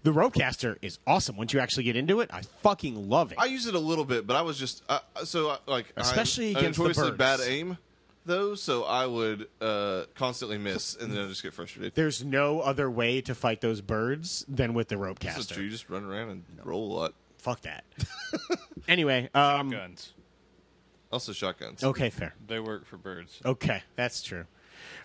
Speaker 1: The rope caster is awesome once you actually get into it. I fucking love it.
Speaker 2: I use it a little bit, but I was just uh, so I- like I'm
Speaker 1: Especially
Speaker 2: a
Speaker 1: against the
Speaker 2: notoriously
Speaker 1: birds.
Speaker 2: bad aim though, so I would uh, constantly miss and then I just get frustrated.
Speaker 1: There's no other way to fight those birds than with the rope
Speaker 2: That's
Speaker 1: caster.
Speaker 2: true. You just run around and roll a lot.
Speaker 1: Fuck that. anyway, um,
Speaker 3: Guns.
Speaker 2: Also shotguns.
Speaker 1: okay, fair.
Speaker 3: They work for birds.
Speaker 1: Okay, that's true.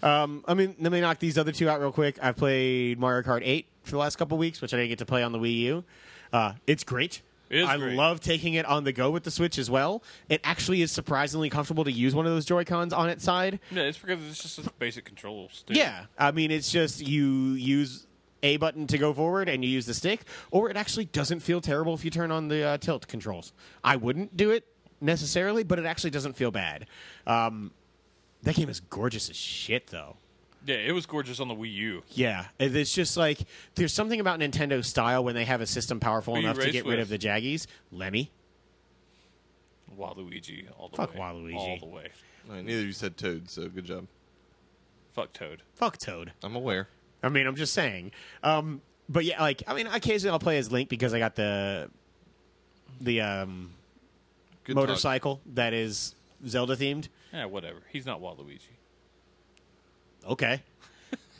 Speaker 1: Um, I mean, let me knock these other two out real quick. I've played Mario Kart 8 for the last couple weeks, which I didn't get to play on the Wii U. Uh, it's great.
Speaker 3: It is
Speaker 1: I
Speaker 3: great.
Speaker 1: love taking it on the go with the Switch as well. It actually is surprisingly comfortable to use one of those Joy Cons on its side.
Speaker 3: No, it's because it's just such basic controls. Dude.
Speaker 1: Yeah, I mean, it's just you use a button to go forward and you use the stick, or it actually doesn't feel terrible if you turn on the uh, tilt controls. I wouldn't do it necessarily, but it actually doesn't feel bad. Um, that game is gorgeous as shit, though.
Speaker 3: yeah, it was gorgeous on the Wii U.
Speaker 1: Yeah, It- it's just like there's something about Nintendo style when they have a system powerful
Speaker 3: Who you
Speaker 1: enough to
Speaker 3: race
Speaker 1: get rid
Speaker 3: with?
Speaker 1: of the jaggies. Lemmy,
Speaker 3: Waluigi, all the
Speaker 1: Fuck
Speaker 3: way.
Speaker 1: Waluigi.
Speaker 3: all the way.
Speaker 2: I mean, neither of you said toad, so good job.
Speaker 3: Fuck Toad.
Speaker 1: fuck Toad.
Speaker 2: I'm aware.
Speaker 1: I mean, I'm just saying. Um, but yeah, like I mean, occasionally I'll play as Link because I got the the um,
Speaker 2: Good talk.
Speaker 1: motorcycle that is Zelda themed.
Speaker 3: Yeah, whatever. He's not Waluigi.
Speaker 1: Okay,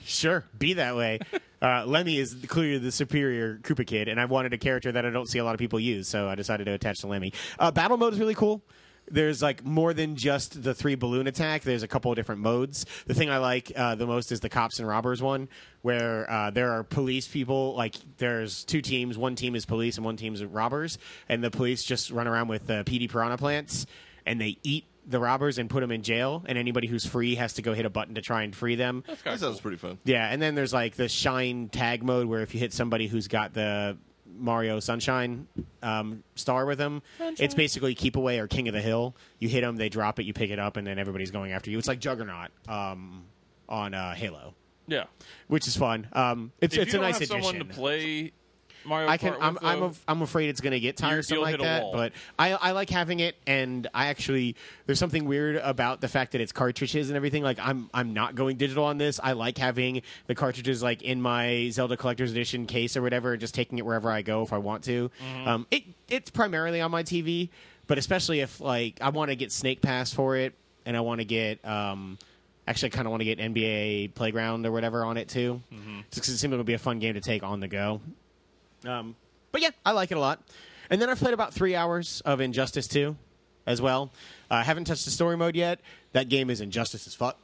Speaker 1: sure, be that way. Uh, Lemmy is clearly the superior Koopa kid, and I wanted a character that I don't see a lot of people use, so I decided to attach to Lemmy. Uh, battle mode is really cool. There's like more than just the three balloon attack. There's a couple of different modes. The thing I like uh, the most is the cops and robbers one, where uh, there are police people. Like there's two teams. One team is police and one team is robbers, and the police just run around with uh, PD piranha plants and they eat the robbers and put them in jail. And anybody who's free has to go hit a button to try and free them.
Speaker 2: That sounds pretty fun.
Speaker 1: Yeah, and then there's like the shine tag mode where if you hit somebody who's got the Mario Sunshine um, star with them, it's basically keep away or king of the hill. You hit them, they drop it, you pick it up, and then everybody's going after you. It's like Juggernaut um, on uh, Halo,
Speaker 3: Yeah.
Speaker 1: which is fun. Um, it's
Speaker 3: if
Speaker 1: it's
Speaker 3: you
Speaker 1: a
Speaker 3: don't
Speaker 1: nice
Speaker 3: have
Speaker 1: addition.
Speaker 3: someone to play Mario
Speaker 1: I can.
Speaker 3: Kart
Speaker 1: I'm.
Speaker 3: with, uh,
Speaker 1: I'm.
Speaker 3: though,
Speaker 1: Af- I'm afraid it's going to get tiresome
Speaker 3: you'll
Speaker 1: like
Speaker 3: hit a
Speaker 1: that.
Speaker 3: wall.
Speaker 1: But I. I like having it, and I actually there's something weird about the fact that it's cartridges and everything. Like I'm. I'm not going digital on this. I like having the cartridges like in my Zelda Collector's Edition case or whatever, and just taking it wherever I go if I want to.
Speaker 3: Mm-hmm.
Speaker 1: Um. It. It's primarily on my TV, but especially if like I want to get Snake Pass for it, and I want to get um. Actually, I kind of want to get NBA Playground or whatever on it too,
Speaker 3: Mm-hmm.
Speaker 1: because it seems like it would be a fun game to take on the go. Um, but yeah, I like it a lot. And then I've played about three hours of Injustice 2 as well. I haven't touched the story mode yet. That game is Injustice as fuck.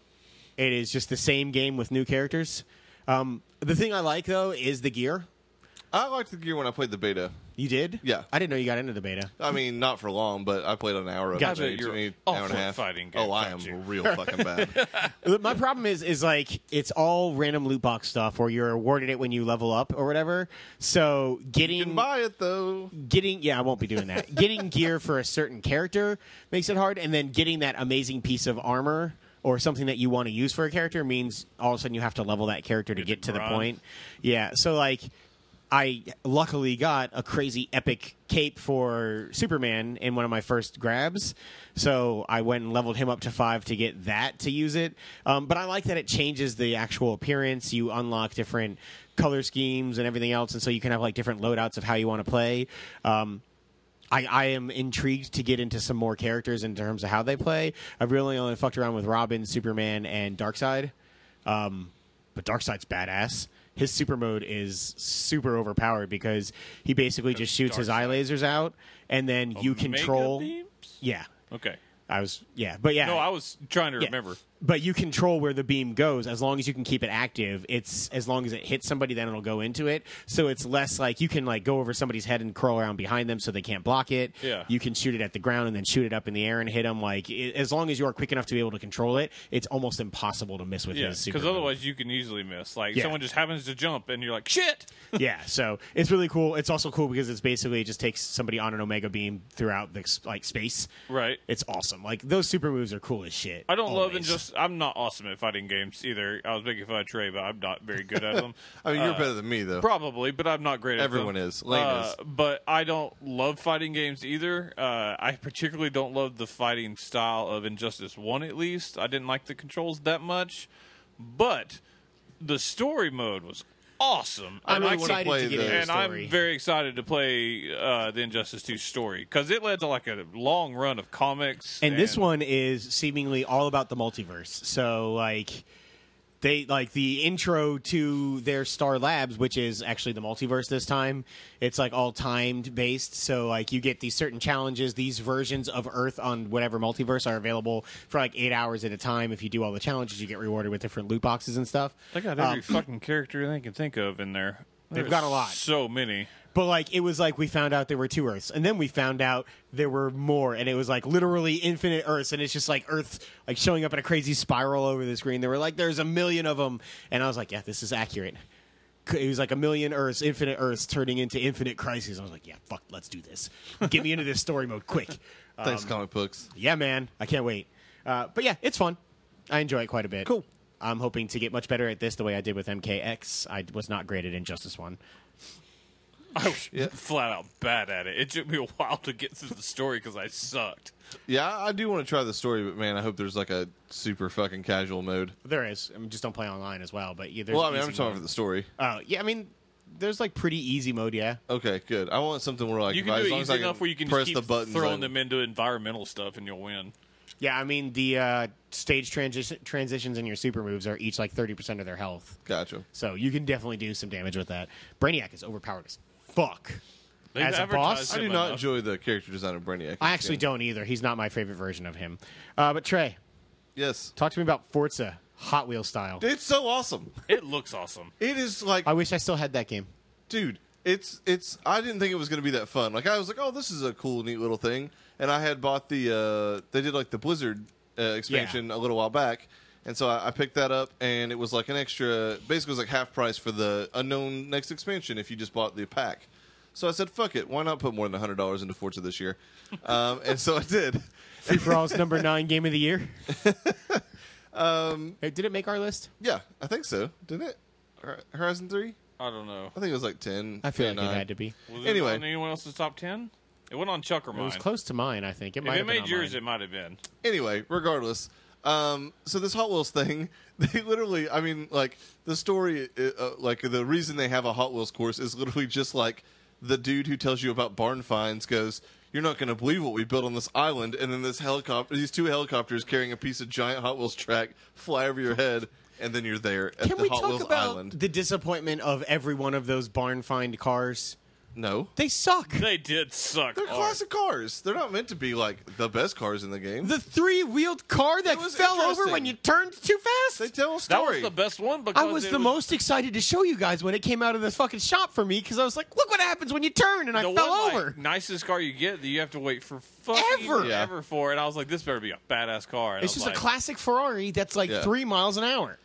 Speaker 1: It is just the same game with new characters. Um, the thing I like, though, is the gear.
Speaker 2: I liked the gear when I played the beta.
Speaker 1: You did?
Speaker 2: Yeah.
Speaker 1: I didn't know you got into the beta.
Speaker 2: I mean, not for long, but I played an hour of
Speaker 1: Gotcha.
Speaker 2: it. It took
Speaker 3: You're
Speaker 2: me an
Speaker 3: awful
Speaker 2: hour and a
Speaker 3: at
Speaker 2: half.
Speaker 3: fighting games,
Speaker 2: oh, I am
Speaker 3: aren't you?
Speaker 2: real fucking bad.
Speaker 1: My problem is, is like it's all random loot box stuff, or you're awarded it when you level up or whatever. So getting
Speaker 2: you can buy it though.
Speaker 1: getting yeah i won't be doing that getting gear for a certain character makes it hard and then getting that amazing piece of armor or something that you want to use for a character means all of a sudden you have to level that character to
Speaker 3: It's
Speaker 1: get to the
Speaker 3: grind.
Speaker 1: point yeah so like i luckily got a crazy epic cape for superman in one of my first grabs so i went and leveled him up to five to get that to use it um, but i like that it changes the actual appearance you unlock different color schemes and everything else and so you can have like different loadouts of how you want to play um, I, I am intrigued to get into some more characters in terms of how they play. I've really only fucked around with Robin, Superman, and Darkseid. Um, but Darkseid's badass. His super mode is super overpowered because he basically just shoots his eye lasers out, and then you
Speaker 3: Omega
Speaker 1: control.
Speaker 3: beams?
Speaker 1: Yeah,
Speaker 3: Okay.
Speaker 1: I was. Yeah, but yeah.
Speaker 3: No, I was trying to
Speaker 1: Yeah.
Speaker 3: remember.
Speaker 1: But you control where the beam goes as long as you can keep it active. It's as long as it hits somebody, then it'll go into it. So it's less like you can like go over somebody's head and curl around behind them so they can't block it.
Speaker 3: Yeah.
Speaker 1: You can shoot it at the ground and then shoot it up in the air and hit them. Like i as long as you are quick enough to be able to control it, it's almost impossible to miss with
Speaker 3: Yeah,
Speaker 1: his super.
Speaker 3: because
Speaker 1: move.
Speaker 3: otherwise you can easily miss. Like
Speaker 1: Yeah.
Speaker 3: someone just happens to jump, and you're like, "Shit!"
Speaker 1: yeah, so it's really cool. It's also cool because it's basically it just takes somebody on an omega beam throughout the like space.
Speaker 3: Right.
Speaker 1: It's awesome. Like those super moves are cool as shit.
Speaker 3: I don't love
Speaker 1: always.
Speaker 3: Injustice. I'm not awesome at fighting games either. I was making fun of Trey, but I'm not very good at them.
Speaker 2: I mean, you're
Speaker 3: Uh,
Speaker 2: better than me though.
Speaker 3: Probably, but I'm not great at
Speaker 2: Everyone
Speaker 3: them.
Speaker 2: is. Lane
Speaker 3: Uh,
Speaker 2: is.
Speaker 3: But I don't love fighting games either. Uh, I particularly don't love the fighting style of Injustice 1, at least. I didn't like the controls that much. But the story mode was awesome.
Speaker 1: I'm
Speaker 2: really wanna
Speaker 1: excited
Speaker 2: play
Speaker 1: to get
Speaker 2: the-
Speaker 1: into the
Speaker 3: and
Speaker 1: story.
Speaker 3: I'm very excited to play uh, the Injustice 2 story because it led to like a long run of comics.
Speaker 1: and this one is seemingly all about the multiverse. So like they like the intro to their Star Labs, which is actually the multiverse this time. It's like all timed based, so like you get these certain challenges. These versions of Earth on whatever multiverse are available for like eight hours at a time. If you do all the challenges, you get rewarded with different loot boxes and stuff.
Speaker 3: They got every
Speaker 1: Um,
Speaker 3: fucking character they can think of in there.
Speaker 1: They've
Speaker 3: There's
Speaker 1: got a lot.
Speaker 3: So many.
Speaker 1: But like it was like we found out there were two Earths, and then we found out there were more, and it was like literally infinite Earths, and it's just like Earth like showing up in a crazy spiral over the screen. They were like, "There's a million of them," and I was like, "Yeah, this is accurate." C- It was like a million Earths, infinite Earths, turning into infinite crises. I was like, "Yeah, fuck, let's do this. Get me into this story mode quick." Uh,
Speaker 3: um,
Speaker 2: Thanks, comic books.
Speaker 1: yeah, man, I can't wait. Uh, but yeah, it's fun. I enjoy it quite a bit. Cool. I'm hoping to get much better at this the way I did with MKX. I was not great at Injustice One.
Speaker 3: I was
Speaker 2: Yeah.
Speaker 3: flat out bad at it. It took me a while to get through the story because I sucked.
Speaker 2: Yeah, I do want to try the story, but man, I hope there's like a super fucking casual mode.
Speaker 1: There is. I mean, just don't play online as well. But yeah, there's
Speaker 2: Well, I mean,
Speaker 1: easy
Speaker 2: I'm just talking
Speaker 1: mode.
Speaker 2: for the story.
Speaker 1: Oh yeah, I mean, there's like pretty easy mode, yeah.
Speaker 2: Okay, good. I want something where like
Speaker 3: You
Speaker 2: if
Speaker 3: can
Speaker 2: I- as
Speaker 3: do
Speaker 2: long
Speaker 3: it
Speaker 2: as
Speaker 3: easy
Speaker 2: I
Speaker 3: enough where you can
Speaker 2: press
Speaker 3: just keep
Speaker 2: the buttons.
Speaker 3: throwing
Speaker 2: on-
Speaker 3: them into environmental stuff and you'll win.
Speaker 1: Yeah, I mean the uh, stage transition transitions in your super moves are each like thirty percent of their health,
Speaker 2: Gotcha.
Speaker 1: so you can definitely do some damage with that. Brainiac is overpowered as fuck.
Speaker 3: They've
Speaker 1: as a boss,
Speaker 3: advertised
Speaker 2: I
Speaker 3: him
Speaker 2: do not
Speaker 3: enough.
Speaker 2: enjoy the character design of Brainiac.
Speaker 1: I actually don't either. He's not my favorite version of him. Uh, but Trey,
Speaker 2: Yes,
Speaker 1: talk to me about Forza Hot Wheel style.
Speaker 2: it's so awesome.
Speaker 3: It looks awesome.
Speaker 2: It is like,
Speaker 1: I wish I still had that game.
Speaker 2: dude, it's it's. I didn't think it was going to be that fun. Like I was like, oh, this is a cool, neat little thing. And I had bought the. Uh, they did like the Blizzard uh, expansion a little while back, and so I, I picked that up, and it was like an extra. Basically, it was like half price for the unknown next expansion if you just bought the pack. So I said, fuck it. Why not put more than hundred dollars into Forza this year? um, and so I did.
Speaker 1: Free for All's number nine game of the year. um, did it make our list?
Speaker 2: Yeah, I think so. Didn't it? Hor- Horizon Three.
Speaker 3: I don't know.
Speaker 2: I think it was like ten.
Speaker 1: I feel like it
Speaker 2: 9.
Speaker 1: had to be.
Speaker 3: Was
Speaker 2: Anyway.
Speaker 3: it on anyone else's top ten? It went on Chuck or
Speaker 1: It
Speaker 3: mine.
Speaker 1: was close to mine, I think. It might
Speaker 3: if it
Speaker 1: have been
Speaker 3: made
Speaker 1: on
Speaker 3: yours,
Speaker 1: mine.
Speaker 3: it might have been.
Speaker 2: anyway, regardless. Um, so this Hot Wheels thing, they literally, I mean, like the story, uh, uh, like the reason they have a Hot Wheels course is literally just like the dude who tells you about barn finds goes, "You're not going to believe what we built on this island," and then this helicopter, these two helicopters carrying a piece of giant Hot Wheels track fly over your head, and then you're there at
Speaker 1: Can
Speaker 2: the
Speaker 1: we
Speaker 2: Hot
Speaker 1: talk
Speaker 2: Wheels
Speaker 1: about
Speaker 2: island.
Speaker 1: the disappointment of every one of those barn find cars?
Speaker 2: No,
Speaker 1: They suck.
Speaker 3: They did suck.
Speaker 2: they're
Speaker 3: hard.
Speaker 2: classic cars. They're not meant to be like the best cars in the game.
Speaker 1: The three wheeled car that
Speaker 2: It was
Speaker 1: fell over
Speaker 2: interesting.
Speaker 1: when you turned too
Speaker 2: they
Speaker 1: fast.
Speaker 2: tell a
Speaker 3: That
Speaker 2: story.
Speaker 3: was the best one because
Speaker 1: I was
Speaker 3: it
Speaker 1: the most excited to show you guys when it came out of the fucking shop for me because I was like, look what happens when you turn and I
Speaker 3: The
Speaker 1: fell
Speaker 3: one,
Speaker 1: over.
Speaker 3: Like, nicest car you get that you have to wait for fucking
Speaker 1: Ever.
Speaker 3: ever,
Speaker 2: Yeah.
Speaker 3: for, and I was like, this better be a badass car. And
Speaker 1: it's
Speaker 3: I was
Speaker 1: just
Speaker 3: like,
Speaker 1: a classic Ferrari that's like
Speaker 2: Yeah.
Speaker 1: three miles an hour.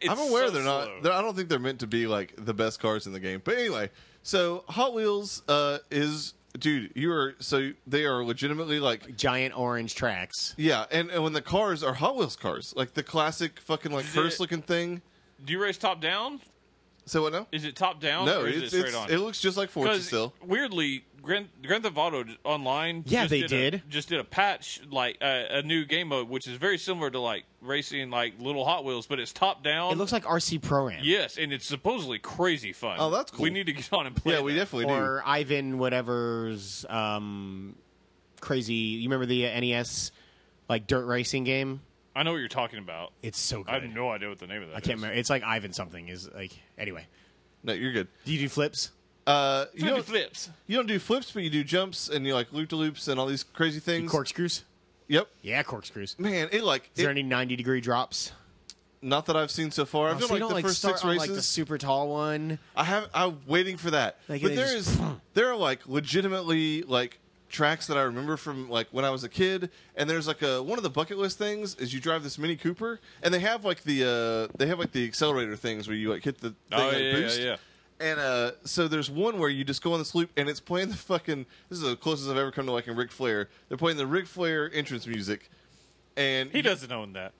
Speaker 3: it's
Speaker 2: I'm aware
Speaker 3: so
Speaker 2: they're
Speaker 3: slow.
Speaker 2: not. They're, I don't think they're meant to be like the best cars in the game. But anyway, so Hot Wheels uh, is, dude, you are so they are legitimately like,
Speaker 1: Giant orange tracks.
Speaker 2: yeah, and, and when the cars are Hot Wheels cars, like the classic fucking like
Speaker 3: Is it-
Speaker 2: hearse looking thing.
Speaker 3: Do you race top down?
Speaker 2: So what now?
Speaker 3: Is it top down?
Speaker 2: No,
Speaker 3: or is
Speaker 2: it's,
Speaker 3: it straight
Speaker 2: it's-
Speaker 3: on?
Speaker 2: it looks just like Forza
Speaker 3: Because
Speaker 2: still.
Speaker 3: weirdly, Grand, Grand Theft Auto d- Online,
Speaker 1: Yeah,
Speaker 3: just
Speaker 1: they
Speaker 3: a-
Speaker 1: did.
Speaker 3: just did a patch like uh, a new game mode, which is very similar to like racing like Little Hot Wheels, but it's top down.
Speaker 1: It looks like RC Pro Am.
Speaker 3: yes, and it's supposedly crazy fun.
Speaker 2: Oh, that's cool.
Speaker 3: We need to get on and play.
Speaker 2: Yeah, we
Speaker 3: that.
Speaker 2: definitely do.
Speaker 1: or Ivan whatever's um, crazy. You remember the uh, NES like dirt racing game?
Speaker 3: I know what you're talking about.
Speaker 1: It's so good.
Speaker 3: I have no idea what the name of that
Speaker 1: I can't remember. It's like Ivan something is like anyway.
Speaker 2: No, you're good.
Speaker 1: Do you do flips?
Speaker 2: Uh, you
Speaker 3: Flippy
Speaker 2: don't
Speaker 3: flips.
Speaker 2: you don't do flips, but you do jumps and you like loop de loops and all these crazy things.
Speaker 1: Corkscrews?
Speaker 2: Yep.
Speaker 1: Yeah, corkscrews. Is
Speaker 2: Man, it like
Speaker 1: there
Speaker 2: it-
Speaker 1: any ninety degree drops?
Speaker 2: not that I've seen so far. I've
Speaker 1: Oh,
Speaker 2: done
Speaker 1: so you
Speaker 2: like
Speaker 1: don't
Speaker 2: the
Speaker 1: like
Speaker 2: first
Speaker 1: start
Speaker 2: six
Speaker 1: on
Speaker 2: races.
Speaker 1: like the super tall one.
Speaker 2: I have. I'm waiting for that.
Speaker 1: Like,
Speaker 2: but
Speaker 1: they
Speaker 2: there
Speaker 1: just-
Speaker 2: is there are like legitimately like tracks that I remember from like when I was a kid. And there's like a one of the bucket list things is you drive this Mini Cooper, and they have like the uh they have like the accelerator things where you like hit the thing
Speaker 3: Oh,
Speaker 2: like,
Speaker 3: yeah, yeah,
Speaker 2: boost.
Speaker 3: yeah.
Speaker 2: And uh, so there's one where you just go on this loop, and it's playing the fucking. This is the closest I've ever come to like in Ric Flair. They're playing the Ric Flair entrance music, and
Speaker 3: He
Speaker 2: you-
Speaker 3: doesn't own that.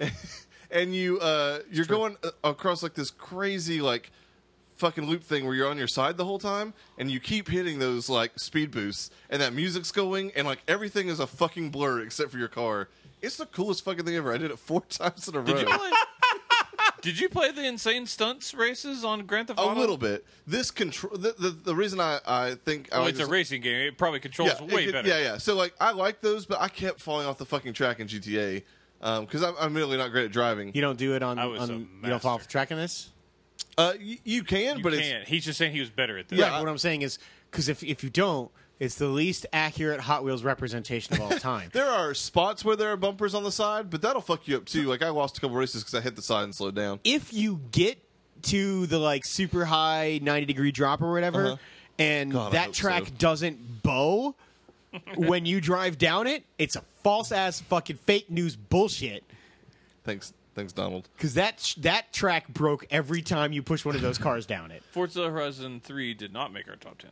Speaker 2: and you uh, you're going uh, across like this crazy like fucking loop thing where you're on your side the whole time and you keep hitting those like speed boosts and that music's going and like everything is a fucking blur except for your car it's the coolest fucking thing ever i did it four times in a row
Speaker 3: Did you play? did you play the insane stunts races on Grand Theft
Speaker 2: a
Speaker 3: Auto?
Speaker 2: little bit this control the, the, the reason i i think i
Speaker 3: Well,
Speaker 2: like
Speaker 3: it's
Speaker 2: this-
Speaker 3: a racing game. It probably controls
Speaker 2: yeah, it
Speaker 3: way
Speaker 2: could-
Speaker 3: better.
Speaker 2: yeah yeah so like i like those but i kept falling off the fucking track in gta um because I'm, I'm really not great at driving
Speaker 1: You don't do it on,
Speaker 3: I was
Speaker 1: on
Speaker 3: a
Speaker 1: you don't fall off
Speaker 3: master.
Speaker 1: the track in this?
Speaker 2: uh you, you can
Speaker 3: You
Speaker 2: but it's
Speaker 3: can't. He's just saying he was better at this.
Speaker 1: Yeah, but what I'm saying is because if if you don't, it's the least accurate Hot Wheels representation of all time.
Speaker 2: There are spots where there are bumpers on the side, but that'll fuck you up too. Like I lost a couple races because I hit the side and slowed down.
Speaker 1: if you get to the like super high 90 degree drop or whatever
Speaker 2: Uh-huh.
Speaker 1: and
Speaker 2: God, I
Speaker 1: that
Speaker 2: hope
Speaker 1: track
Speaker 2: so.
Speaker 1: doesn't bow when you drive down it it's a false ass fucking fake news bullshit
Speaker 2: Thanks, thanks, Donald.
Speaker 1: because that sh- that track broke every time you push one of those cars down it
Speaker 3: Forza Horizon 3 did not make our top 10.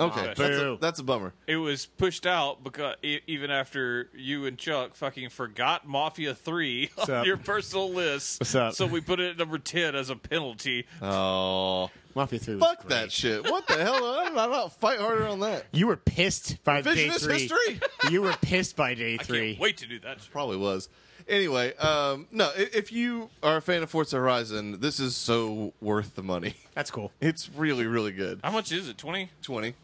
Speaker 2: Okay,
Speaker 3: Oh,
Speaker 2: that's, a,
Speaker 1: boo.
Speaker 2: that's a bummer.
Speaker 3: It was pushed out because e- even after you and Chuck fucking forgot Mafia 3 on
Speaker 1: up?
Speaker 3: your personal list.
Speaker 1: What's up?
Speaker 3: So we put it at number 10 as a penalty.
Speaker 2: Oh,
Speaker 1: mafia 3 was
Speaker 2: fuck
Speaker 1: great.
Speaker 2: that shit! What the hell? I don't, I don't fight harder on that.
Speaker 1: you were pissed by day
Speaker 2: Revisionist
Speaker 1: three
Speaker 2: history.
Speaker 1: you were pissed by day
Speaker 3: I can't
Speaker 1: three
Speaker 3: wait to do that.
Speaker 2: Probably was. Anyway, um, no, i- if you are a fan of Forza Horizon, this is so worth the money.
Speaker 1: That's cool.
Speaker 2: It's really, really good.
Speaker 3: How much is it? Twenty?
Speaker 2: Twenty.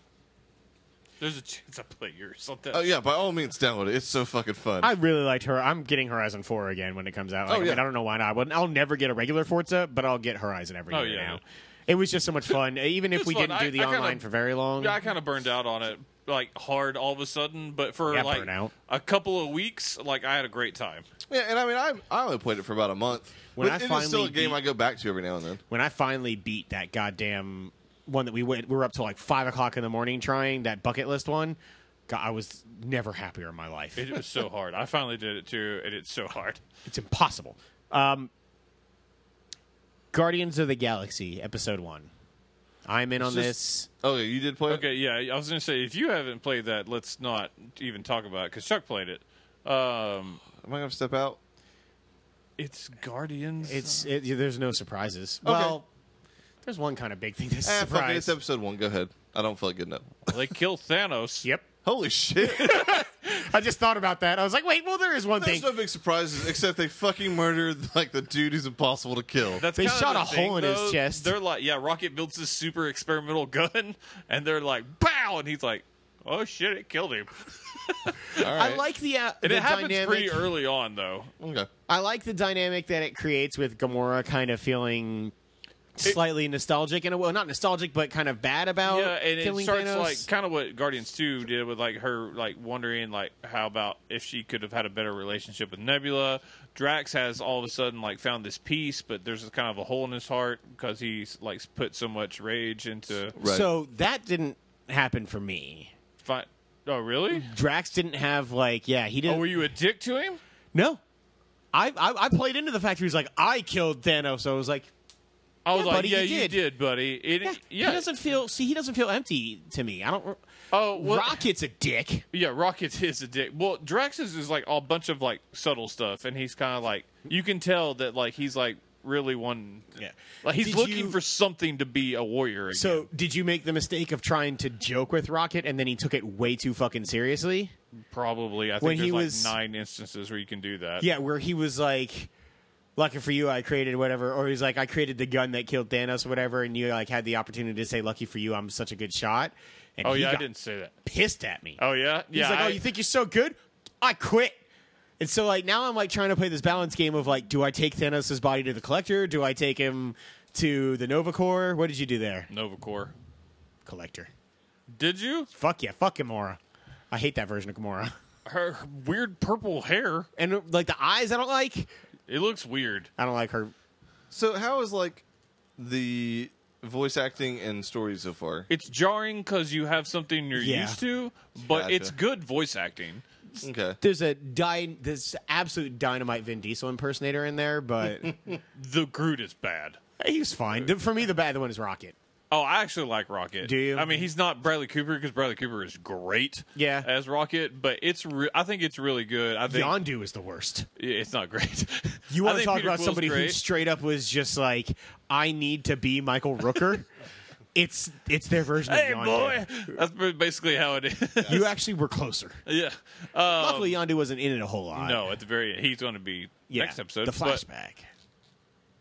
Speaker 3: There's a chance I play yours. I'll tell
Speaker 2: Oh
Speaker 3: you.
Speaker 2: yeah, by all means, download it. It's so fucking fun.
Speaker 1: I really liked her. I'm getting Horizon Four again when it comes out. Like,
Speaker 2: Oh,
Speaker 1: I,
Speaker 2: yeah.
Speaker 1: mean, I don't know why not. I wouldn't- I'll never get a regular Forza, but I'll get Horizon every
Speaker 3: Oh,
Speaker 1: year
Speaker 3: yeah.
Speaker 1: now. It was just so much fun, even if
Speaker 3: It's
Speaker 1: we
Speaker 3: fun.
Speaker 1: didn't do
Speaker 3: I-
Speaker 1: the
Speaker 3: I kinda-
Speaker 1: online for very long.
Speaker 3: Yeah, I kind of burned out on it, like hard all of a sudden. But for
Speaker 1: Yeah,
Speaker 3: like
Speaker 1: burnout.
Speaker 3: a couple of weeks, like I had a great time.
Speaker 2: yeah, and I mean, I I only played it for about a month,
Speaker 1: When
Speaker 2: but
Speaker 1: I
Speaker 2: it is still a
Speaker 1: finally
Speaker 2: game
Speaker 1: beat-
Speaker 2: I go back to every now and then.
Speaker 1: when I finally beat that goddamn one that we went, we were up till like five o'clock in the morning trying that bucket list one. God, I was never happier in my life.
Speaker 3: It was so hard. I finally did it too, and it's so hard.
Speaker 1: It's impossible. Um, Guardians of the Galaxy, Episode One. I'm in on
Speaker 2: just-
Speaker 1: this.
Speaker 2: Oh, yeah, you did play it.
Speaker 3: Okay, yeah, I was gonna say if you haven't played that, let's not even talk about it because Chuck played it. Um,
Speaker 2: Am I gonna step out?
Speaker 3: it's Guardians.
Speaker 1: It's it, there's no surprises. Well, there's one kind of big thing. This
Speaker 2: Eh, fuck it,
Speaker 1: surprise.
Speaker 2: it's episode one. Go ahead. I don't feel good enough.
Speaker 3: they kill Thanos.
Speaker 1: Yep.
Speaker 2: Holy shit!
Speaker 1: I just thought about that. I was like, wait, well, there is one
Speaker 2: There's
Speaker 1: thing.
Speaker 2: no big surprises except they fucking murdered like the dude who's impossible to kill.
Speaker 3: That's
Speaker 1: They
Speaker 3: kinda
Speaker 1: shot
Speaker 3: the
Speaker 1: a
Speaker 3: thing,
Speaker 1: hole in his
Speaker 3: though.
Speaker 1: chest.
Speaker 3: They're like, yeah, Rocket builds this super experimental gun, and they're like, bow, and he's like, oh shit, it killed him.
Speaker 2: All right.
Speaker 1: I like the, uh,
Speaker 3: And
Speaker 1: the
Speaker 3: it happens
Speaker 1: dynamic.
Speaker 3: pretty early on, though.
Speaker 2: Okay.
Speaker 1: I like the dynamic that it creates with Gamora kind of feeling slightly nostalgic in a well, not nostalgic, but kind of bad about
Speaker 3: yeah, and it
Speaker 1: killing
Speaker 3: starts
Speaker 1: Thanos.
Speaker 3: like kind of what Guardians Two did with like her like wondering like how about if she could have had a better relationship with Nebula. Drax has all of a sudden like found this peace, but there's this kind of a hole in his heart because he's like put so much rage into.
Speaker 2: Right.
Speaker 1: So that didn't happen for me.
Speaker 3: Fi- oh really?
Speaker 1: Drax didn't have like yeah he
Speaker 3: Oh,
Speaker 1: didn't
Speaker 3: were you a dick to him?
Speaker 1: no. I, I I played into the fact he was like I killed Thanos, so I was like
Speaker 3: I was
Speaker 1: Yeah,
Speaker 3: like,
Speaker 1: buddy,
Speaker 3: yeah,
Speaker 1: you
Speaker 3: you
Speaker 1: did.
Speaker 3: did, buddy. It, yeah,
Speaker 1: he doesn't feel see he doesn't feel empty to me. I don't.
Speaker 3: Oh, well,
Speaker 1: Rocket's a dick.
Speaker 3: Yeah, Rocket is a dick. Well, Drax's is like a bunch of like subtle stuff, and he's kind of like you can tell that like he's like really one.
Speaker 1: Yeah.
Speaker 3: like he's
Speaker 1: Did
Speaker 3: looking
Speaker 1: you-
Speaker 3: for something to be a warrior. Again.
Speaker 1: So did you make the mistake of trying to joke with Rocket and then he took it way too fucking seriously?
Speaker 3: probably, I think
Speaker 1: when
Speaker 3: there's
Speaker 1: he
Speaker 3: like
Speaker 1: was-
Speaker 3: nine instances where you can do that.
Speaker 1: Yeah, where he was like, "Lucky for you, I created whatever," or he's like, "I created the gun that killed Thanos, or whatever," and you like had the opportunity to say, "Lucky for you, I'm such a good shot." And
Speaker 3: Oh
Speaker 1: he
Speaker 3: yeah, I
Speaker 1: got
Speaker 3: didn't say that.
Speaker 1: pissed at me.
Speaker 3: Oh yeah,
Speaker 1: he's
Speaker 3: yeah.
Speaker 1: like,
Speaker 3: I,
Speaker 1: "Oh, you think you're so good? I quit." And so like now I'm like trying to play this balance game of like, do I take Thanos' body to the Collector? Do I take him to the Nova Corps? What did you do there,
Speaker 3: Novacore?
Speaker 1: Collector?
Speaker 3: Did you?
Speaker 1: Fuck yeah, fuck Gamora. I hate that version of Gamora.
Speaker 3: Her weird purple hair.
Speaker 1: And like the eyes, I don't like.
Speaker 3: It looks weird.
Speaker 1: I don't like her.
Speaker 2: So how is like the voice acting and story so far?
Speaker 3: It's jarring because you have something you're
Speaker 1: Yeah.
Speaker 3: used to, but
Speaker 2: Gotcha.
Speaker 3: it's good voice acting.
Speaker 2: Okay.
Speaker 1: there's a dy- this absolute dynamite Vin Diesel impersonator in there, but
Speaker 3: The Groot is bad.
Speaker 1: he's fine. The- For me, the bad one is Rocket.
Speaker 3: Oh, I actually like Rocket.
Speaker 1: Do you?
Speaker 3: I mean, he's not Bradley Cooper because Bradley Cooper is great.
Speaker 1: Yeah.
Speaker 3: as Rocket, but it's re- I think it's really good. I think
Speaker 1: Yondu is the worst.
Speaker 3: it's not great.
Speaker 1: You
Speaker 3: I
Speaker 1: want to
Speaker 3: think
Speaker 1: talk
Speaker 3: Peter
Speaker 1: about
Speaker 3: Quill's
Speaker 1: somebody who
Speaker 3: great.
Speaker 1: straight up was just like, "I need to be Michael Rooker." it's it's their version
Speaker 3: Hey
Speaker 1: of Yondu.
Speaker 3: boy, that's basically how it is.
Speaker 1: You actually were closer.
Speaker 3: yeah. Um,
Speaker 1: Luckily, Yondu wasn't in it a whole lot.
Speaker 3: no, at the very end, he's going to be
Speaker 1: yeah,
Speaker 3: next episode.
Speaker 1: the
Speaker 3: but-
Speaker 1: flashback.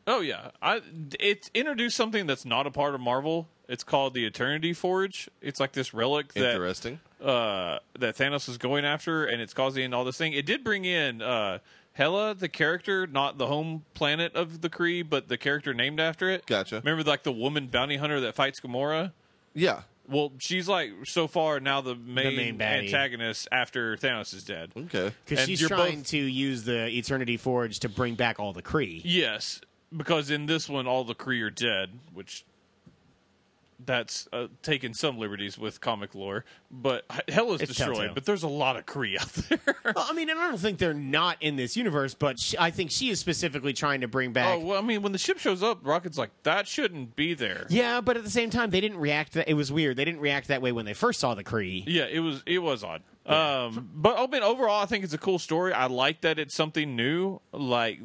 Speaker 3: oh yeah, I it introduced something that's not a part of Marvel. It's called the Eternity Forge. It's like this relic that
Speaker 2: Interesting.
Speaker 3: uh, that Thanos is going after, and it's causing all this thing. It did bring in uh, Hela, the character, not the home planet of the Kree, but the character named after it.
Speaker 2: Gotcha.
Speaker 3: Remember, like the woman bounty hunter that fights Gamora.
Speaker 2: Yeah.
Speaker 3: Well, she's like so far now the main,
Speaker 1: main baddie.
Speaker 3: antagonist after Thanos is dead.
Speaker 2: Okay.
Speaker 1: Because
Speaker 3: And
Speaker 1: she's
Speaker 3: you're
Speaker 1: trying
Speaker 3: both-
Speaker 1: to use the Eternity Forge to bring back all the Kree.
Speaker 3: Yes, because in this one all the Kree are dead, which that's uh, taking some liberties with comic lore. But Hela's
Speaker 1: It's
Speaker 3: destroyed,
Speaker 1: Telltale.
Speaker 3: but there's a lot of Kree out there.
Speaker 1: Well, I mean, and I don't think they're not in this universe, but she, I think she is specifically trying to bring back
Speaker 3: Oh well, I mean, when the ship shows up, Rocket's like, "That shouldn't be there."
Speaker 1: Yeah, but at the same time, they didn't react. That, it was weird. They didn't react that way when they first saw the Kree.
Speaker 3: Yeah, it was it was odd. Um, but I mean, overall, I think it's a cool story. I like that it's something new, like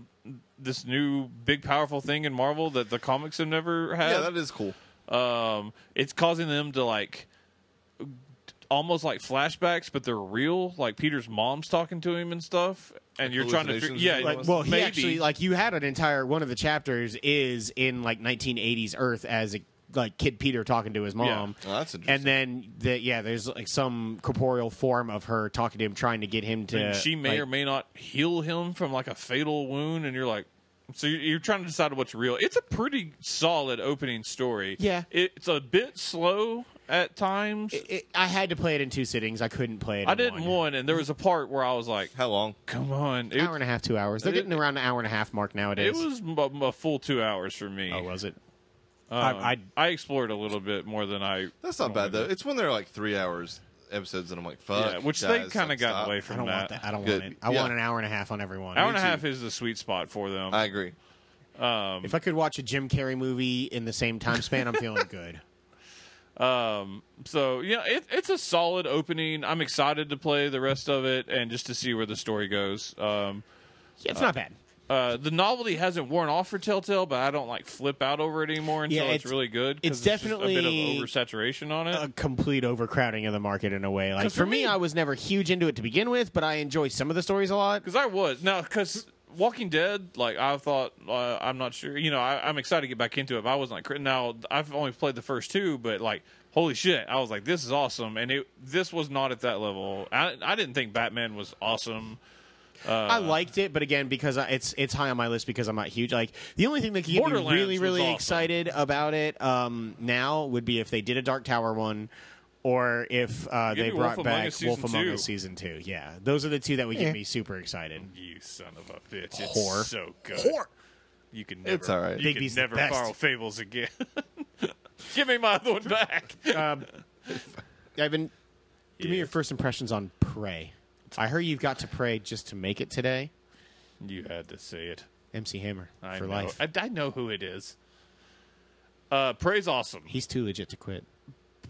Speaker 3: this new big powerful thing in Marvel that the comics have never had.
Speaker 2: Yeah, that is cool.
Speaker 3: um, it's causing them to like almost like flashbacks, but they're real. Like Peter's mom's talking to him and stuff, and you're trying to, fig-
Speaker 2: hallucinations
Speaker 3: yeah,
Speaker 2: and
Speaker 1: Like,
Speaker 2: was-
Speaker 1: well, he
Speaker 3: maybe.
Speaker 1: actually like you had an entire one of the chapters is in like 1980s Earth as a like kid Peter talking to his mom.
Speaker 2: Oh, that's interesting.
Speaker 1: And then the, yeah, there's like some corporeal form of her talking to him, trying to get him to.
Speaker 3: and she may
Speaker 1: like-
Speaker 3: or may not heal him from like a fatal wound, and you're like, so you're, you're trying to decide what's real. It's a pretty solid opening story.
Speaker 1: Yeah.
Speaker 3: It- it's a bit slow at times.
Speaker 1: It- I had to play it in two sittings. I couldn't play it.
Speaker 3: I
Speaker 1: in
Speaker 3: didn't
Speaker 1: one.
Speaker 3: want, and there was a part where I was like,
Speaker 2: How long?
Speaker 3: come on, it,
Speaker 1: hour and a half, two hours. They're
Speaker 3: It-
Speaker 1: getting around an hour and a half mark nowadays.
Speaker 3: it was a, a full two hours for me.
Speaker 1: oh, was it?
Speaker 3: Um,
Speaker 5: I-
Speaker 3: I,
Speaker 5: I-
Speaker 3: explored a little bit more than I.
Speaker 2: That's not bad though. It's when they're like three hours episodes, and I'm like, fuck.
Speaker 3: yeah, which they
Speaker 2: guys,
Speaker 3: kind of
Speaker 2: like,
Speaker 3: got
Speaker 2: stop.
Speaker 3: away
Speaker 1: I
Speaker 3: from
Speaker 1: don't
Speaker 3: that.
Speaker 1: want that. I don't
Speaker 2: Good.
Speaker 1: want it. I
Speaker 2: Yeah.
Speaker 1: want an hour and a half on everyone.
Speaker 3: Hour and a
Speaker 2: Me too.
Speaker 3: half is the sweet spot for them.
Speaker 2: I agree.
Speaker 1: If I could watch a Jim Carrey movie in the same time span, I'm feeling good.
Speaker 3: Um, so yeah, it, it's a solid opening. I'm excited to play the rest of it and just to see where the story goes. Um,
Speaker 1: Yeah, it's not bad.
Speaker 3: uh, the novelty hasn't worn off for Telltale, but I don't like flip out over it anymore until
Speaker 1: Yeah,
Speaker 3: it's,
Speaker 1: it's-
Speaker 3: really good. 'cause
Speaker 1: it's
Speaker 3: just
Speaker 1: definitely-
Speaker 3: a bit of oversaturation on it.
Speaker 1: a complete overcrowding of the market in a way. Like
Speaker 3: 'Cause
Speaker 1: for, me, I was never huge into it to begin with, but I enjoy some of the stories a lot.
Speaker 3: Because I was no, because Walking Dead, like I thought, uh, I'm not sure. You know, I, I'm excited to get back into it. But I wasn't like cri- now. I've only played the first two, but like, holy shit, I was like, this is awesome, and it this was not at that level. I I didn't think Batman was awesome.
Speaker 1: I liked it, but again, because I, it's it's high on my list because I'm not huge. Like the only thing that could get me
Speaker 3: Borderlands
Speaker 1: really
Speaker 3: was
Speaker 1: really
Speaker 3: awesome.
Speaker 1: excited about it um, now would be if they did a Dark Tower one. Or if uh,
Speaker 3: You
Speaker 1: they
Speaker 3: could do Wolf
Speaker 1: brought
Speaker 3: Among
Speaker 1: back
Speaker 3: Us season
Speaker 1: Wolf Among
Speaker 3: two.
Speaker 1: Us season two, yeah, those are the two that would get me super excited.
Speaker 3: You son of a bitch! It's
Speaker 1: Whore.
Speaker 3: so good. You can never.
Speaker 2: It's all right.
Speaker 3: You
Speaker 1: Digby's
Speaker 3: can
Speaker 1: the
Speaker 3: never
Speaker 1: best.
Speaker 3: borrow Fables again. Give me my other one back.
Speaker 1: Um, Evan, give me your first impressions on Prey. I heard you've got to Prey just to make it today.
Speaker 3: you had to say it.
Speaker 1: MC Hammer
Speaker 3: I
Speaker 1: for
Speaker 3: know.
Speaker 1: life.
Speaker 3: I, I know who it is. Uh, Prey's awesome.
Speaker 1: He's too legit to quit.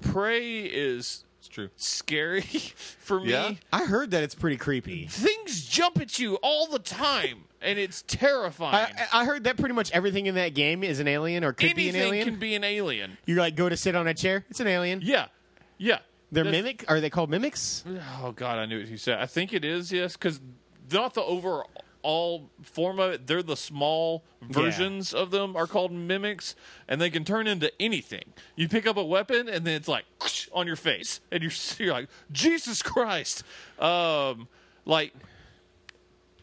Speaker 3: Prey is
Speaker 2: It's true.
Speaker 3: scary for me.
Speaker 2: Yeah?
Speaker 1: I heard that it's pretty creepy.
Speaker 3: Things jump at you all the time, and it's terrifying.
Speaker 1: I, I heard that pretty much everything in that game is an alien or uh, could
Speaker 3: Anything
Speaker 1: be an alien.
Speaker 3: can be an alien.
Speaker 1: You like go to sit on a chair, it's an alien.
Speaker 3: Yeah, yeah.
Speaker 1: They're
Speaker 3: That's-
Speaker 1: mimic. Are they called mimics?
Speaker 3: Oh God, I knew what you said. I think it is yes, because not the overall form of it. They're the small versions of them are called mimics, and they can turn into anything. You pick up a weapon, and then it's like on your face, and you're you're like Jesus Christ, um, like.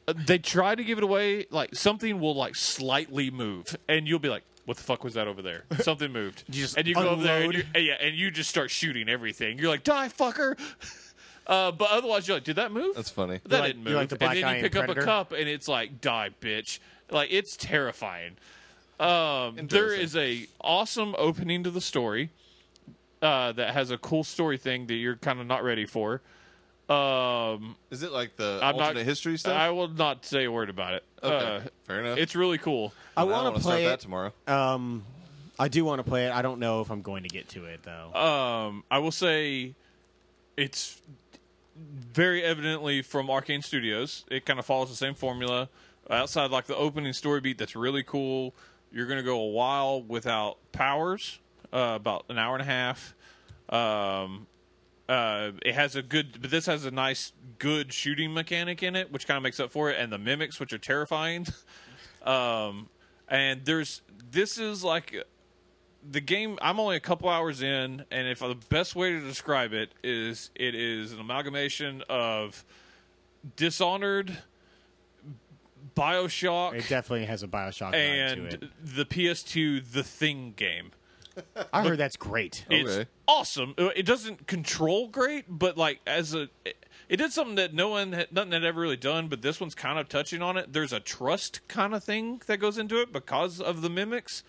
Speaker 3: uh, They try to give it away, like something will like slightly move, and you'll be like, "What the fuck was that over there? Something moved."
Speaker 1: just
Speaker 3: and you go over there, and
Speaker 1: unload.
Speaker 3: you, and yeah, and you just start shooting everything. You're like, "Die, fucker!" Uh, but otherwise, you're like, did that move?
Speaker 2: That's funny.
Speaker 3: that
Speaker 1: You're like-
Speaker 3: didn't move.
Speaker 1: you're like the black
Speaker 3: and
Speaker 1: guy
Speaker 3: then you
Speaker 1: in
Speaker 3: pick up a
Speaker 1: Predator.
Speaker 3: cup, and it's like, die, bitch. Like it's terrifying. Um, there is a awesome opening to the story uh, that has a cool story thing that you're kind of not ready for. Um,
Speaker 2: Is it like the
Speaker 3: I'm
Speaker 2: alternate
Speaker 3: not
Speaker 2: history stuff?
Speaker 3: I will not say a word about it.
Speaker 2: okay,
Speaker 3: Uh,
Speaker 2: fair enough.
Speaker 3: it's really cool.
Speaker 1: I
Speaker 2: Well,
Speaker 1: want
Speaker 2: wanna
Speaker 1: to play
Speaker 2: start
Speaker 1: it.
Speaker 2: that tomorrow.
Speaker 1: Um, I do want to play it. I don't know if I'm going to get to it though.
Speaker 3: Um, I will say it's very evidently from Arcane Studios. It kind of follows the same formula. Outside, like the opening story beat, that's really cool. You're going to go a while without powers, uh, about an hour and a half. Um, uh, it has a good, but this has a nice, good shooting mechanic in it, which kind of makes up for it, and the mimics, which are terrifying. um, and there's this is like the game i'm only a couple hours in and if the best way to describe it is it is an amalgamation of dishonored bioshock
Speaker 1: it definitely has a Bioshock vibe to
Speaker 3: and
Speaker 1: it.
Speaker 3: the ps2 the thing game
Speaker 1: I heard that's great.
Speaker 3: it's
Speaker 2: Okay.
Speaker 3: awesome Uh, it doesn't control great but like as a it did something that no one had, nothing had ever really done but this one's kind of touching on it there's a trust kind of thing that goes into it because of the mimics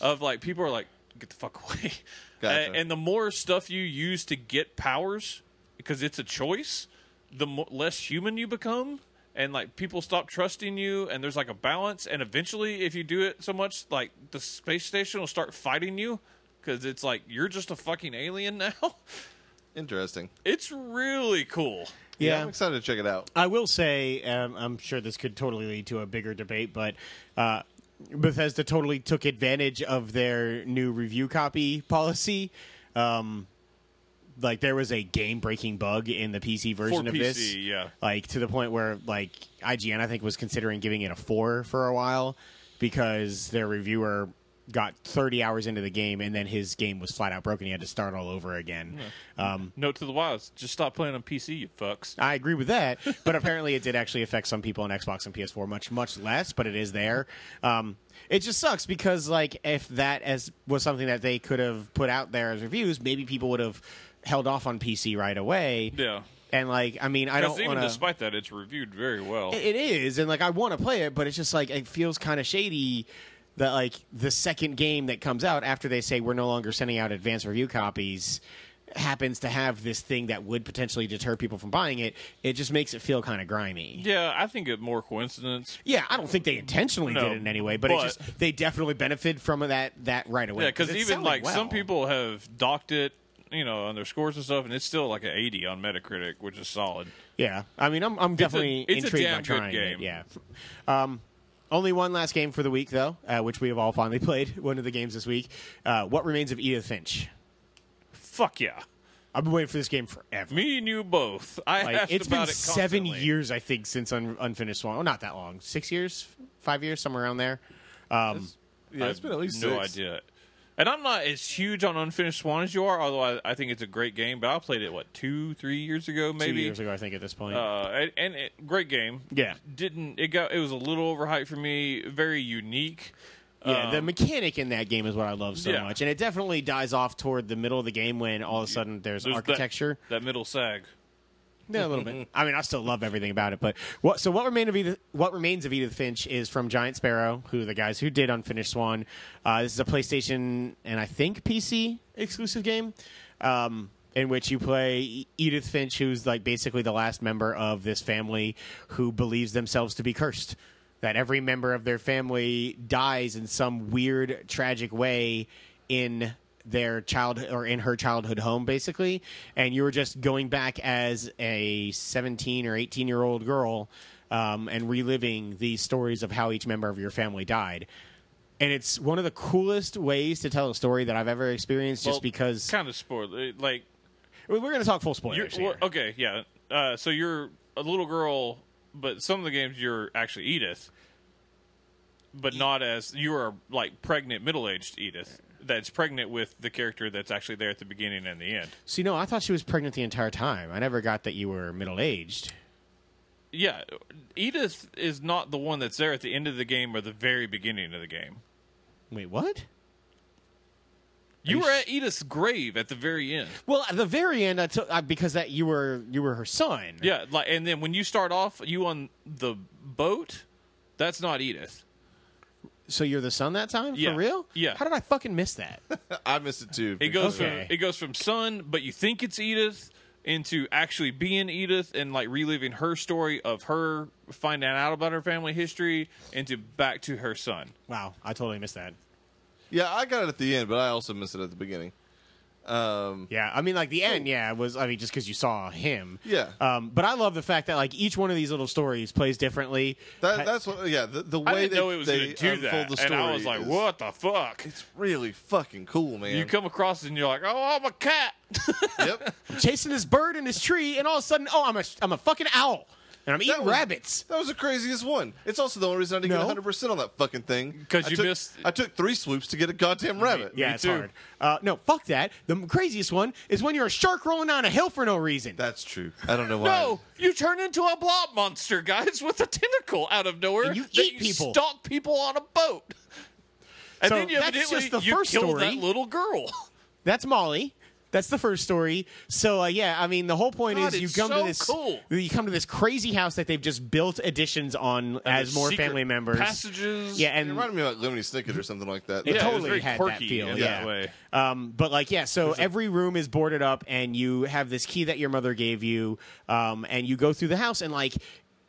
Speaker 3: of like people are like get the fuck away
Speaker 2: Gotcha.
Speaker 3: A- and the more stuff you use to get powers because it's a choice the mo- less human you become and like people stop trusting you and there's like a balance and eventually if you do it so much like the space station will start fighting you because it's like you're just a fucking alien now
Speaker 2: Interesting.
Speaker 3: it's really cool
Speaker 2: I'm excited to check it out.
Speaker 1: I will say, um, I'm sure this could totally lead to a bigger debate, but uh, Bethesda totally took advantage of their new review copy policy. Um, like there was a game breaking bug in the PC version of
Speaker 3: PC,
Speaker 1: this.
Speaker 3: yeah.
Speaker 1: Like to the point where like IGN I think was considering giving it a 4 for a while because their reviewer got 30 hours into the game and then his game was flat out broken. He had to start all over again. Um
Speaker 3: Note to the wise: just stop playing on PC, you fucks.
Speaker 1: I agree with that, but apparently it did actually affect some people on Xbox and PS4 much much less, but it is there. Um, it just sucks because like if that as was something that they could have put out there as reviews, maybe people would have held off on PC right away.
Speaker 3: Yeah,
Speaker 1: And like, I mean, I
Speaker 3: because
Speaker 1: don't
Speaker 3: even
Speaker 1: want to.
Speaker 3: despite that, it's reviewed very well.
Speaker 1: It is, and like I want to play it, but it's just like it feels kind of shady that like the second game that comes out after they say we're no longer sending out advanced review copies happens to have this thing that would potentially deter people from buying it. It just makes it feel kind of grimy.
Speaker 3: yeah, I think it more coincidence.
Speaker 1: Yeah, I don't think they intentionally
Speaker 3: No,
Speaker 1: did it in any way, but,
Speaker 3: but-
Speaker 1: it just they definitely benefited from that that right away.
Speaker 3: Yeah, because
Speaker 1: it
Speaker 3: even
Speaker 1: sounded
Speaker 3: like
Speaker 1: well.
Speaker 3: some people have docked it, you know, on their scores and stuff, and it's still like an 80 on Metacritic, which is solid.
Speaker 1: Yeah, I mean, I'm I'm definitely
Speaker 3: it's a
Speaker 1: intrigued
Speaker 3: damn
Speaker 1: by
Speaker 3: good
Speaker 1: trying it.
Speaker 3: game.
Speaker 1: Yeah. Um, only one last game for the week, though, uh, which we have all finally played. One of the games this week. Uh, what remains of Edith Finch?
Speaker 3: Fuck yeah.
Speaker 1: I've been waiting for this game forever.
Speaker 3: Me and you both. I
Speaker 1: Like,
Speaker 3: asked
Speaker 1: it's been
Speaker 3: about it
Speaker 1: seven
Speaker 3: constantly.
Speaker 1: years, I think, since un- Unfinished Swan. Oh, not that long. Six years, five years, somewhere around there. Um,
Speaker 2: Yeah,
Speaker 3: I
Speaker 2: it's been at least
Speaker 3: no
Speaker 2: six.
Speaker 3: idea. And I'm not as huge on Unfinished Swan as you are, although I, I think it's a great game. But I played it what two, three years ago,
Speaker 1: two
Speaker 3: maybe.
Speaker 1: years ago, I think, at this point.
Speaker 3: Uh, and, and it, great game.
Speaker 1: Yeah.
Speaker 3: Didn't it got it was a little overhyped for me. Very unique.
Speaker 1: Yeah, the
Speaker 3: Um,
Speaker 1: mechanic in that game is what I love so
Speaker 3: yeah.
Speaker 1: much, and it definitely dies off toward the middle of the game when all of a sudden there's,
Speaker 3: there's that-
Speaker 1: architecture.
Speaker 3: that middle sag.
Speaker 1: Yeah, a little bit. I mean, I still love everything about it, but what? So what remains of Edith, what remains of Edith Finch is from Giant Sparrow, who are the guys who did Unfinished Swan. Uh, this is a PlayStation and I think PC exclusive game, um, in which you play E- Edith Finch, who's like basically the last member of this family who believes themselves to be cursed. That every member of their family dies in some weird, tragic way in their child or in her childhood home basically and you were just going back as a 17 or 18 year old girl um, and reliving these stories of how each member of your family died and it's one of the coolest ways to tell a story that i've ever experienced just because
Speaker 3: kind of spoiler like
Speaker 1: we're going to talk full
Speaker 3: You're,
Speaker 1: spoilers
Speaker 3: well,
Speaker 1: here.
Speaker 3: okay, yeah. Uh, so you're a little girl, but some of the games you're actually Edith, but not as you are like pregnant middle-aged Edith that's pregnant with the character that's actually there at the beginning and the end.
Speaker 1: so you know i thought she was pregnant the entire time i never got that you were middle aged
Speaker 3: Yeah, Edith is not the one that's there at the end of the game or the very beginning of the game.
Speaker 1: wait what
Speaker 3: You were at Edith's grave at the very end.
Speaker 1: well at the very end i took I, because that you were you were her son
Speaker 3: Yeah, like and then when you start off, you on the boat. That's not Edith.
Speaker 1: so you're the son that time
Speaker 3: Yeah.
Speaker 1: for real
Speaker 3: Yeah.
Speaker 1: how did i fucking miss that
Speaker 2: I missed it too.
Speaker 3: It goes
Speaker 1: Okay.
Speaker 3: from it goes from son, but you think it's Edith, into actually being Edith and like reliving her story of her finding out about her family history, into back to her son.
Speaker 1: Wow, I totally missed that.
Speaker 2: Yeah, I got it at the end, but I also missed it at the beginning. Um,
Speaker 1: Yeah, I mean, like the end, yeah, was I mean, just because you saw him.
Speaker 2: Yeah.
Speaker 1: Um, but I love the fact that like each one of these little stories plays differently.
Speaker 2: that, that's what. Yeah, the, the way
Speaker 3: I didn't
Speaker 2: they,
Speaker 3: know it was
Speaker 2: they
Speaker 3: going to do
Speaker 2: unfold
Speaker 3: that,
Speaker 2: the story,
Speaker 3: and I was like,
Speaker 2: is-
Speaker 3: "What the fuck?"
Speaker 2: It's really fucking cool, man.
Speaker 3: You come across it and you're like, "Oh, I'm a cat."
Speaker 2: yep.
Speaker 1: I'm chasing this bird in this tree, and all of a sudden, oh, I'm a I'm a fucking owl, and I'm eating
Speaker 2: was-
Speaker 1: rabbits.
Speaker 2: That was the craziest one. It's also the only reason I didn't
Speaker 1: No.
Speaker 2: get 100 percent on that fucking thing
Speaker 3: 'Cause
Speaker 2: I
Speaker 3: you
Speaker 2: took-
Speaker 3: missed-
Speaker 2: I took three swoops to get a goddamn rabbit.
Speaker 1: Yeah,
Speaker 3: me
Speaker 1: it's
Speaker 3: too.
Speaker 1: hard. Uh, no, fuck that. The m- craziest one is when you're a shark rolling down a hill for no reason.
Speaker 2: that's true. I don't know why.
Speaker 3: No, you turn into a blob monster, guys, with a tentacle out of nowhere.
Speaker 1: And you
Speaker 3: that
Speaker 1: eat people.
Speaker 3: Stalk people on a boat. And
Speaker 1: So
Speaker 3: then you
Speaker 1: that's
Speaker 3: evidently
Speaker 1: just the
Speaker 3: you
Speaker 1: first
Speaker 3: killed
Speaker 1: story.
Speaker 3: that little girl.
Speaker 1: That's Molly. That's the first story. So uh, yeah, I mean, the whole point
Speaker 3: God,
Speaker 1: is you
Speaker 3: it's
Speaker 1: come to
Speaker 3: so
Speaker 1: this
Speaker 3: cool.
Speaker 1: you come to this crazy house that they've just built additions on as
Speaker 3: There's
Speaker 1: more
Speaker 3: secret
Speaker 1: family members.
Speaker 3: Passages.
Speaker 1: yeah,
Speaker 2: It
Speaker 1: and
Speaker 2: reminded me of like Lemony Snicket or something like that.
Speaker 3: Yeah, it was
Speaker 1: totally
Speaker 3: very
Speaker 1: had
Speaker 3: quirky
Speaker 1: that feel.
Speaker 3: in
Speaker 1: yeah.
Speaker 3: that way.
Speaker 1: Um, but like, yeah. So every room is boarded up, and you have this key that your mother gave you, um, and you go through the house, and like.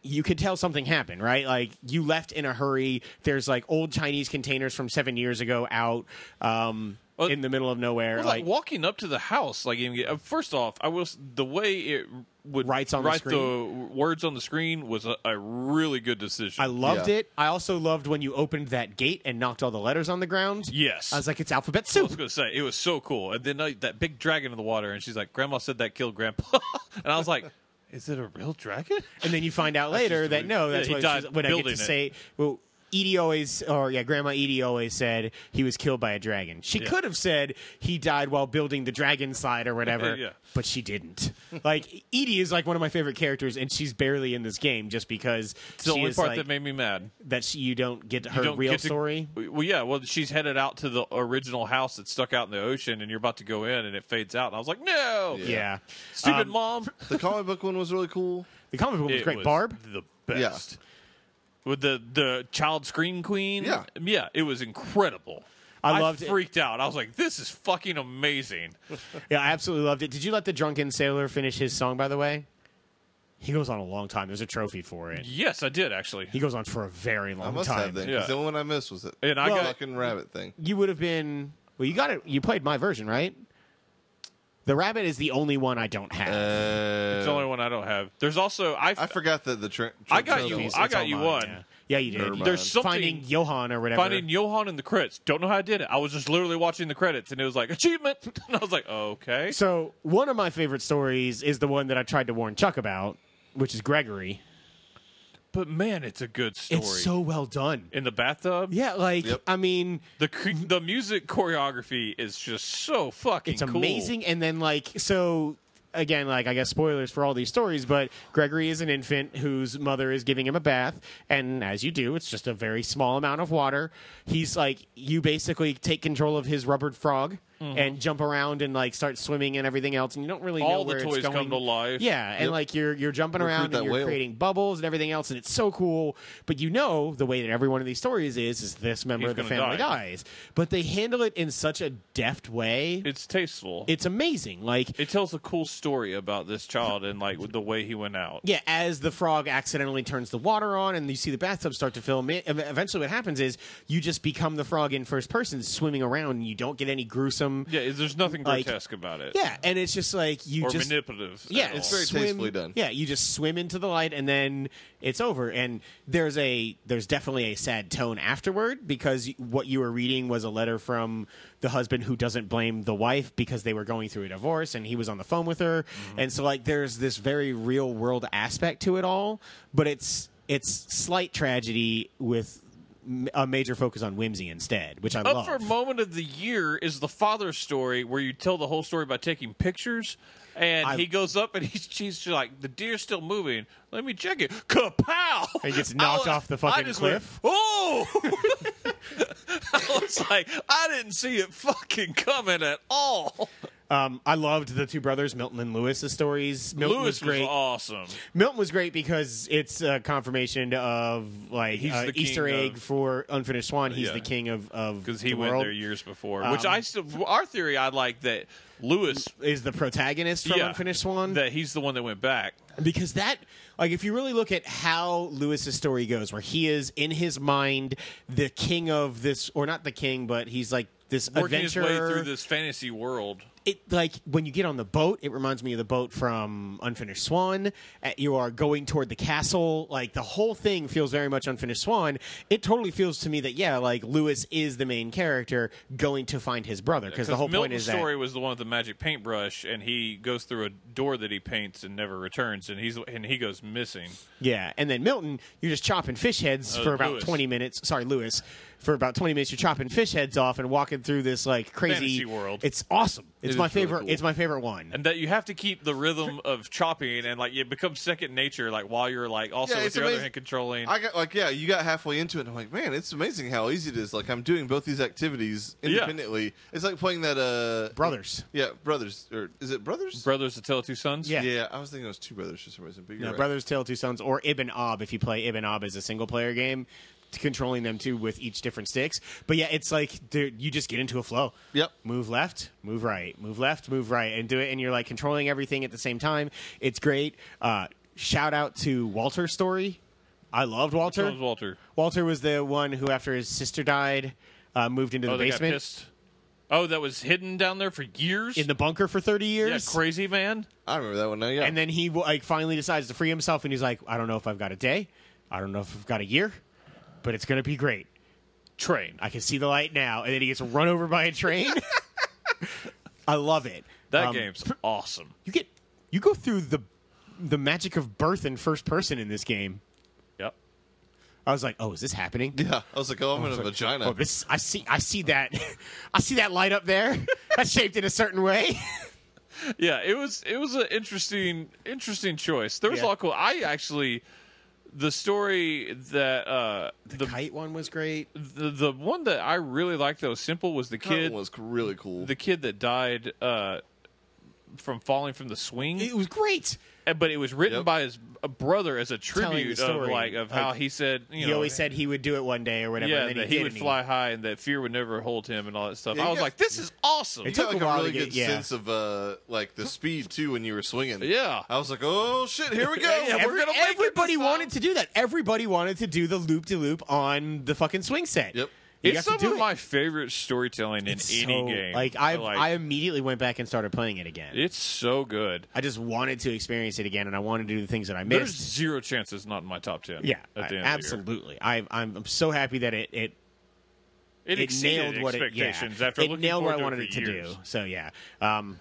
Speaker 1: You could tell something happened, right? Like you left in a hurry. There's like old Chinese containers from seven years ago out. Um,
Speaker 3: Well,
Speaker 1: in the middle of nowhere.
Speaker 3: Well, like,
Speaker 1: like,
Speaker 3: walking up to the house, like even get, uh, first off, I was the way it would
Speaker 1: Writes on the
Speaker 3: write the,
Speaker 1: screen?
Speaker 3: words on the screen was a, a really good decision.
Speaker 1: I loved
Speaker 2: Yeah.
Speaker 1: it. I also loved when you opened that gate and knocked all the letters on the ground.
Speaker 3: Yes.
Speaker 1: I was like, it's alphabet
Speaker 3: I was
Speaker 1: soup.
Speaker 3: gonna say it was so cool, and then uh, that big dragon in the water, and she's like, "Grandma said that killed Grandpa," and I was like, "Is it a real dragon?"
Speaker 1: And then you find out later
Speaker 3: just
Speaker 1: that
Speaker 3: really-
Speaker 1: no, that's
Speaker 3: Yeah, he
Speaker 1: what,
Speaker 3: died
Speaker 1: she's- what I get to
Speaker 3: building it.
Speaker 1: say. Well, Edie always, or yeah, Grandma Edie always said he was killed by a dragon. She could have said he died while building the dragon slide or whatever,
Speaker 3: Yeah.
Speaker 1: but she didn't. like Edie is like one of my favorite characters, and she's barely in this game just because
Speaker 3: It's the
Speaker 1: she
Speaker 3: only
Speaker 1: is
Speaker 3: part
Speaker 1: like,
Speaker 3: that made me mad.
Speaker 1: that she, you don't get her
Speaker 3: You don't
Speaker 1: real
Speaker 3: get to-
Speaker 1: story.
Speaker 3: Well, yeah. Well, she's headed out to the original house that's stuck out in the ocean, and you're about to go in, and it fades out. And I was like, "No,
Speaker 1: Yeah.
Speaker 3: stupid
Speaker 1: Um,
Speaker 3: mom."
Speaker 2: The comic book one was really cool.
Speaker 1: The comic book was
Speaker 3: It
Speaker 1: great. Barb,
Speaker 3: the best with the the child scream queen.
Speaker 2: Yeah.
Speaker 3: yeah, it was incredible.
Speaker 1: I loved it.
Speaker 3: freaked out. I was like, "This is fucking amazing."
Speaker 1: Yeah, I absolutely loved it. Did you let the drunken sailor finish his song, by the way? He goes on a long time. There's a trophy for it.
Speaker 3: yes, I did actually.
Speaker 1: He goes on for a very long
Speaker 2: I must
Speaker 1: time.
Speaker 2: have that. 'cause
Speaker 3: Yeah.
Speaker 2: The only one I missed was that
Speaker 3: And I got-
Speaker 2: fucking rabbit thing.
Speaker 1: You would have been well, you got it you played my version, right? The rabbit is the only one I don't
Speaker 2: Uh,
Speaker 1: have.
Speaker 3: It's the only one I don't have. There's also I.
Speaker 2: I forgot that the tra-
Speaker 3: I got
Speaker 2: tra-
Speaker 3: you.
Speaker 1: It's-
Speaker 3: I
Speaker 1: it's
Speaker 3: got you
Speaker 1: online,
Speaker 3: one.
Speaker 1: Yeah. Yeah, you did.
Speaker 2: Never mind.
Speaker 3: There's something-
Speaker 1: finding Johan or whatever.
Speaker 3: Finding Johan in the credits. Don't know how I did it. I was just literally watching the credits, and it was like achievement. And I was like, okay.
Speaker 1: so one of my favorite stories is the one that I tried to warn Chuck about, which is Gregory.
Speaker 3: But man, it's a good story.
Speaker 1: It's so well done.
Speaker 3: in the bathtub.
Speaker 1: Yeah, like
Speaker 2: Yep.
Speaker 1: I mean
Speaker 3: The cre- the music choreography is just so fucking.
Speaker 1: it's
Speaker 3: cool.
Speaker 1: amazing and then like so again like i guess spoilers for all these stories but gregory is an infant whose mother is giving him a bath and as you do it's just a very small amount of water he's like you basically take control of his rubbered frog and jump around and like start swimming and everything else and you don't really know
Speaker 3: Mm-hmm. All the
Speaker 1: where it's
Speaker 3: toys come
Speaker 1: going.
Speaker 3: to life.
Speaker 1: yeah and like you're you're jumping around
Speaker 2: that
Speaker 1: and you're
Speaker 2: whale.
Speaker 1: creating bubbles and everything else and it's so cool but you know the way that every one of these stories is is this member
Speaker 3: He's
Speaker 1: of the
Speaker 3: gonna
Speaker 1: family
Speaker 3: die.
Speaker 1: dies but they handle it in such a deft way
Speaker 3: It's tasteful.
Speaker 1: it's amazing. Like,
Speaker 3: it tells a cool story about this child and like the way he went out.
Speaker 1: yeah, as the frog accidentally turns the water on and you see the bathtub start to fill, mi- ev- eventually what happens is you just become the frog in first person swimming around and you don't get any gruesome.
Speaker 3: Yeah, there's nothing
Speaker 1: Like-
Speaker 3: grotesque about it.
Speaker 1: Yeah, and it's just like you
Speaker 3: or
Speaker 1: just.
Speaker 3: manipulative. at
Speaker 1: yeah,
Speaker 3: all.
Speaker 2: It's very
Speaker 1: swim-
Speaker 2: tastefully done.
Speaker 1: Yeah, you just swim into the light and then it's over. And there's a there's definitely a sad tone afterward because what you were reading was a letter from the husband who doesn't blame the wife because they were going through a divorce and he was on the phone with her. And so like there's this very real world aspect to it all, but it's it's slight tragedy with m- a major focus on whimsy instead, which I
Speaker 3: Up
Speaker 1: love.
Speaker 3: for moment of the year is the father story where you tell the whole story by taking pictures. And
Speaker 1: I-
Speaker 3: he goes up and he's she's just like, the deer's still moving. Let me check it. Kapow!
Speaker 1: He gets knocked
Speaker 3: I-
Speaker 1: off the fucking
Speaker 3: I just went,
Speaker 1: cliff.
Speaker 3: oh! I was like, I didn't see it fucking coming at all.
Speaker 1: Um, I loved the two brothers, Milton and Lewis's stories. Milton
Speaker 3: Lewis
Speaker 1: was
Speaker 3: was
Speaker 1: great.
Speaker 3: awesome.
Speaker 1: Milton was great because it's a confirmation of like
Speaker 3: He's
Speaker 1: uh,
Speaker 3: the king
Speaker 1: Easter egg
Speaker 3: of-
Speaker 1: for Unfinished Swan. He's
Speaker 3: Yeah.
Speaker 1: the king of of
Speaker 3: Because he
Speaker 1: the
Speaker 3: went
Speaker 1: world, Um,
Speaker 3: there years before. which I still, our theory, I like that Lewis.
Speaker 1: Is the protagonist from
Speaker 3: yeah,
Speaker 1: Unfinished Swan
Speaker 3: That he's the one that went back.
Speaker 1: because that like if you really look at how Lewis's story goes, where he is in his mind the king of this, or not the king, but he's like this
Speaker 3: Working his
Speaker 1: adventurer.
Speaker 3: way through this fantasy world.
Speaker 1: it like when you get on the boat it reminds me of the boat from unfinished swan Uh, you are going toward the castle like the whole thing feels very much unfinished swan it totally feels to me that yeah like lewis is the main character going to find his brother because the whole point
Speaker 3: Milton's
Speaker 1: is
Speaker 3: story
Speaker 1: that
Speaker 3: was the one with the magic paintbrush, and he goes through a door that he paints and never returns, and he's and he goes missing.
Speaker 1: yeah and then milton you're just chopping fish heads
Speaker 3: Uh,
Speaker 1: for about
Speaker 3: Lewis.
Speaker 1: 20 minutes sorry lewis for about 20 minutes you're chopping fish heads off and walking through this like crazy
Speaker 3: Fantasy world.
Speaker 1: it's awesome it's
Speaker 2: is
Speaker 1: my
Speaker 2: really
Speaker 1: favorite
Speaker 2: cool.
Speaker 1: it's my favorite one
Speaker 3: And that you have to keep the rhythm of chopping, and like it becomes second nature. Like while you're like also
Speaker 2: Yeah,
Speaker 3: with
Speaker 2: it's
Speaker 3: your other
Speaker 2: amazing.
Speaker 3: hand controlling.
Speaker 2: I got like yeah, you got halfway into it. and I'm like, man, it's amazing how easy it is. Like I'm doing both these activities independently. It's like playing that uh
Speaker 1: brothers
Speaker 2: Yeah, brothers or is it brothers?
Speaker 3: Brothers to Tell Two Sons.
Speaker 1: Yeah.
Speaker 2: yeah, I was thinking it was two brothers for some reason. But you're
Speaker 1: No,
Speaker 2: right.
Speaker 1: Brothers Tale of Two Sons or Ibn Ob if you play Ibn Ob as a single player game, t- controlling them too with each different sticks. But yeah, it's like dude, you just get into a flow.
Speaker 2: Yep.
Speaker 1: Move left, move right, move left, move right, and do it. And you're like controlling everything at the same time. It's great. Uh, shout out to Walter's story. I loved
Speaker 3: Which
Speaker 1: Walter.
Speaker 3: one's Walter.
Speaker 1: Walter was the one who, after his sister died, uh, moved into
Speaker 3: Oh,
Speaker 1: the
Speaker 3: they got
Speaker 1: basement.
Speaker 3: pissed. Oh, that was hidden down there for years.
Speaker 1: in the bunker for 30
Speaker 3: yeah,
Speaker 1: years.
Speaker 3: crazy man.
Speaker 2: I remember that one now. Yeah,
Speaker 1: and then he like finally decides to free himself and he's like, I don't know if I've got a day. I don't know if I've got a year, but it's going to be great.
Speaker 3: Train.
Speaker 1: I can see the light now. And then he gets run over by a train. I love it.
Speaker 3: That
Speaker 1: Um,
Speaker 3: game's awesome.
Speaker 1: You get you go through the the magic of birth in first person in this game.
Speaker 3: Yep.
Speaker 1: I was like, "Oh, is this happening?"
Speaker 2: yeah, I was like, oh, I'm in a vagina.
Speaker 1: Oh, this I see I see that I see that light up there. That's shaped in a certain way.
Speaker 3: Yeah, it was it was an interesting interesting choice. There was
Speaker 1: Yeah.
Speaker 3: a lot cool. I actually the story that uh the
Speaker 1: kite one was great.
Speaker 3: the, the one that I really liked that was simple was the
Speaker 2: that
Speaker 3: kid
Speaker 2: one was really cool.
Speaker 3: the kid that died uh from falling from the swing.
Speaker 1: It was great.
Speaker 3: Uh, but it was written
Speaker 2: Yep.
Speaker 3: by his uh, brother as a
Speaker 1: Telling the
Speaker 3: tribute of
Speaker 1: story.
Speaker 3: like of how
Speaker 1: Like,
Speaker 3: he said you
Speaker 1: he
Speaker 3: know
Speaker 1: always said he would do it one day or whatever.
Speaker 3: yeah
Speaker 1: and then
Speaker 3: that
Speaker 1: he,
Speaker 3: he,
Speaker 1: did,
Speaker 3: would
Speaker 1: and
Speaker 3: fly high and that fear would never hold him and all that stuff.
Speaker 2: Yeah,
Speaker 3: I
Speaker 2: you
Speaker 3: was
Speaker 2: got-
Speaker 3: like, this is awesome.
Speaker 1: It
Speaker 2: you got
Speaker 1: took
Speaker 2: like
Speaker 1: a
Speaker 2: a,
Speaker 1: while
Speaker 2: really
Speaker 1: to get-
Speaker 2: good
Speaker 1: yeah.
Speaker 2: sense of uh like the speed too when you were swinging.
Speaker 3: Yeah.
Speaker 2: I was like, oh shit, here we go.
Speaker 3: Yeah, yeah,
Speaker 1: Every-
Speaker 3: we're gonna make it
Speaker 1: everybody
Speaker 3: this time.
Speaker 1: wanted to do that. Everybody wanted to do the loop de loop on the fucking swing set.
Speaker 2: Yep.
Speaker 1: You
Speaker 3: it's
Speaker 1: got
Speaker 3: some
Speaker 1: to do
Speaker 3: of
Speaker 1: it.
Speaker 3: my favorite storytelling in
Speaker 1: It's
Speaker 3: any
Speaker 1: so-
Speaker 3: game.
Speaker 1: Like I,
Speaker 3: Like,
Speaker 1: I immediately went back and started playing it again.
Speaker 3: it's so good.
Speaker 1: I just wanted to experience it again, and I wanted to do the things that I
Speaker 3: There's
Speaker 1: missed.
Speaker 3: zero chances not in my top ten.
Speaker 1: yeah,
Speaker 3: at the
Speaker 1: I-
Speaker 3: end Of
Speaker 1: absolutely. I, I'm, I'm so happy that it it,
Speaker 3: the year.
Speaker 1: it
Speaker 3: It, exceeded
Speaker 1: nailed what it yeah.
Speaker 3: expectations after
Speaker 1: it
Speaker 3: looking
Speaker 1: nailed what I
Speaker 3: forward
Speaker 1: wanted it
Speaker 3: to
Speaker 1: to
Speaker 3: it for
Speaker 1: do.
Speaker 3: years.
Speaker 1: So yeah, um,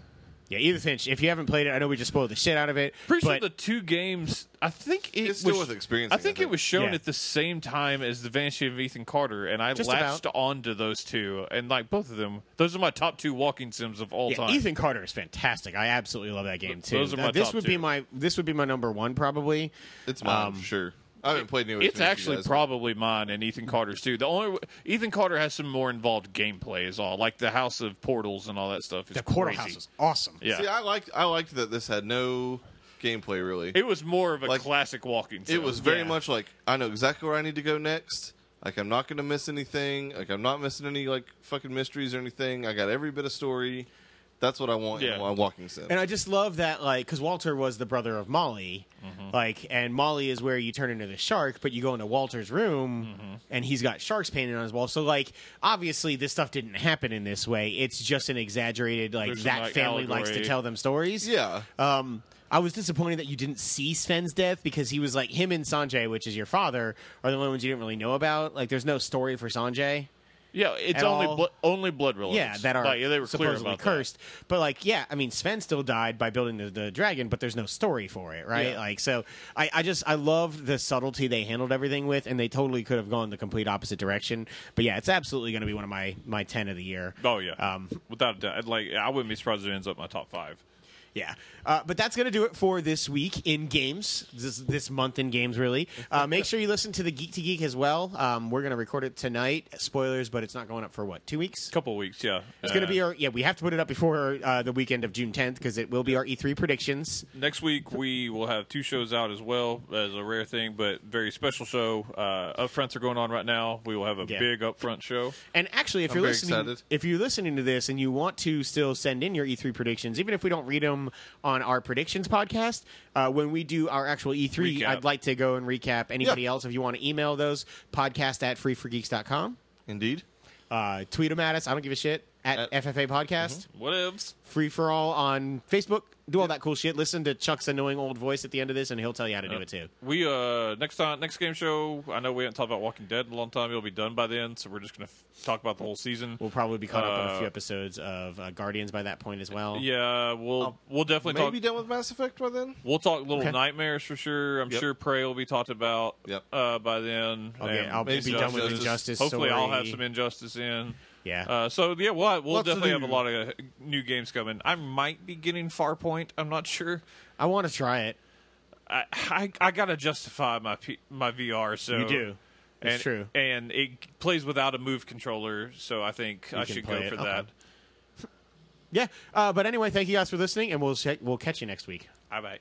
Speaker 1: yeah. Either Finch, if you haven't played it, I know we just spoiled the shit out of it.
Speaker 3: Pretty sure
Speaker 1: but
Speaker 3: the two games. I think it
Speaker 2: It's still
Speaker 3: was,
Speaker 2: worth experiencing,
Speaker 3: I
Speaker 2: I
Speaker 3: think,
Speaker 2: think.
Speaker 3: it was shown
Speaker 1: Yeah.
Speaker 3: at the same time as the Vanishing of Ethan Carter, and I
Speaker 1: Just
Speaker 3: latched onto those two, and like both of them, those are my top two walking sims of all
Speaker 1: yeah,
Speaker 3: time.
Speaker 1: Ethan Carter is fantastic. I absolutely love that game too.
Speaker 3: those are
Speaker 1: Th-
Speaker 3: my
Speaker 1: this
Speaker 3: top
Speaker 1: would
Speaker 3: two.
Speaker 1: be my this would be my number one probably.
Speaker 2: It's mine
Speaker 1: Um,
Speaker 2: for sure. I haven't played any of it.
Speaker 3: It's actually probably mine and Ethan Carter's too. The only Ethan Carter has some more involved gameplay is all, like the House of Portals and all that stuff. Is
Speaker 1: The Quarterhouse
Speaker 3: crazy.
Speaker 1: is awesome.
Speaker 3: Yeah,
Speaker 2: See, I liked I liked that this had no gameplay really.
Speaker 3: it was more of a
Speaker 2: Like,
Speaker 3: classic walking. Sim.
Speaker 2: It was very
Speaker 1: yeah.
Speaker 2: much like I know exactly where I need to go next. Like I'm not going to miss anything. Like I'm not missing any like fucking mysteries or anything. I got every bit of story. That's what I want
Speaker 3: Yeah.
Speaker 2: in a walking sim.
Speaker 1: And I just love that, like, because Walter was the brother of Molly,
Speaker 3: Mm-hmm.
Speaker 1: like, and Molly is where you turn into the shark, but you go into Walter's room
Speaker 3: Mm-hmm.
Speaker 1: and he's got sharks painted on his wall. So, like, obviously, this stuff didn't happen in this way. It's just an exaggerated, like,
Speaker 3: There's some,
Speaker 1: that
Speaker 3: like,
Speaker 1: family likes to
Speaker 3: allegory.
Speaker 1: tell them stories.
Speaker 2: yeah,
Speaker 1: Um, I was disappointed that you didn't see Sven's death because he was like him and Sanjay, which is your father, are the only ones you didn't really know about. Like, there's no story for Sanjay.
Speaker 3: yeah. It's
Speaker 1: at
Speaker 3: only
Speaker 1: all.
Speaker 3: blo- only blood relatives.
Speaker 1: Yeah, that are
Speaker 3: Like, they were clear
Speaker 1: supposedly
Speaker 3: about that.
Speaker 1: cursed. But like, yeah, I mean, Sven still died by building the, the dragon, but there's no story for it, right?
Speaker 3: Yeah.
Speaker 1: Like, so I, I just I loved the subtlety they handled everything with, and they totally could have gone the complete opposite direction. But yeah, it's absolutely going to be one of my my ten of the year.
Speaker 3: Oh yeah,
Speaker 1: Um,
Speaker 3: without a doubt. Like I wouldn't be surprised if it ends up in my top five.
Speaker 1: Yeah, uh, but that's going to do it for this week in games. This this month in games, really. Uh, make sure you listen to the Geek to Geek as well. Um, we're going to record it tonight. Spoilers, but it's not going up for what two weeks.
Speaker 3: Couple weeks, yeah. Uh,
Speaker 1: It's going to
Speaker 2: Uh.
Speaker 1: be our yeah. We have to put it up before uh, the weekend of June 10th because it will be our E3 predictions.
Speaker 3: next week. We will have two shows out as well as a rare thing, but very special show. Uh, upfronts are going on right now. We will have a
Speaker 1: Yeah.
Speaker 3: big upfront show.
Speaker 1: And actually, if
Speaker 2: I'm
Speaker 1: you're
Speaker 2: very
Speaker 1: listening,
Speaker 2: excited.
Speaker 1: if you're listening to this and you want to still send in your E3 predictions, even if we don't read them on our predictions podcast, uh, when we do our actual E3,
Speaker 3: Recap.
Speaker 1: I'd like to go and recap. Anybody else, if you want to email those, podcast at freeforgeeks.com.
Speaker 2: indeed.
Speaker 1: Uh, tweet them at us. I don't give a shit. At,
Speaker 2: At- Mm-hmm.
Speaker 1: FFA Podcast.
Speaker 3: What ifs?
Speaker 1: Free for all on Facebook. Do all that cool shit. Listen to Chuck's annoying old voice at the end of this, and he'll tell you how to do it too.
Speaker 3: We uh next time next game show. I know we haven't talked about Walking Dead in a long time. It'll be done by then, so we're just gonna f- talk about the whole season.
Speaker 1: We'll probably be caught up on a
Speaker 3: Uh,
Speaker 1: few episodes of uh, Guardians by that point as well.
Speaker 3: yeah, we'll we'll definitely talk.
Speaker 2: Maybe done with Mass Effect by then.
Speaker 3: We'll talk little
Speaker 1: Um, Okay.
Speaker 3: nightmares for sure. I'm
Speaker 2: Yep.
Speaker 3: sure Prey will be talked about
Speaker 2: Yep.
Speaker 3: uh, by then.
Speaker 1: I'll, get,
Speaker 3: and
Speaker 1: I'll be
Speaker 2: maybe
Speaker 1: done with
Speaker 2: Justice.
Speaker 1: Injustice.
Speaker 3: Hopefully, I'll
Speaker 1: Sorry.
Speaker 3: have some injustice in.
Speaker 1: Yeah.
Speaker 3: Uh, so yeah, we'll have- we'll
Speaker 2: Lots to
Speaker 3: definitely have a
Speaker 2: do.
Speaker 3: lot of new games coming. I might be getting Farpoint. I'm not sure.
Speaker 1: I want to try it.
Speaker 3: I I, I gotta justify my P, my VR. So
Speaker 1: You do. It's
Speaker 3: and,
Speaker 1: true.
Speaker 3: And it plays without a move controller, so I think I
Speaker 1: can
Speaker 3: should
Speaker 1: play
Speaker 3: go
Speaker 1: it.
Speaker 3: for
Speaker 1: Okay.
Speaker 3: that.
Speaker 1: Yeah. Uh, but anyway, thank you guys for listening, and we'll check, we'll catch you next week.
Speaker 3: I might.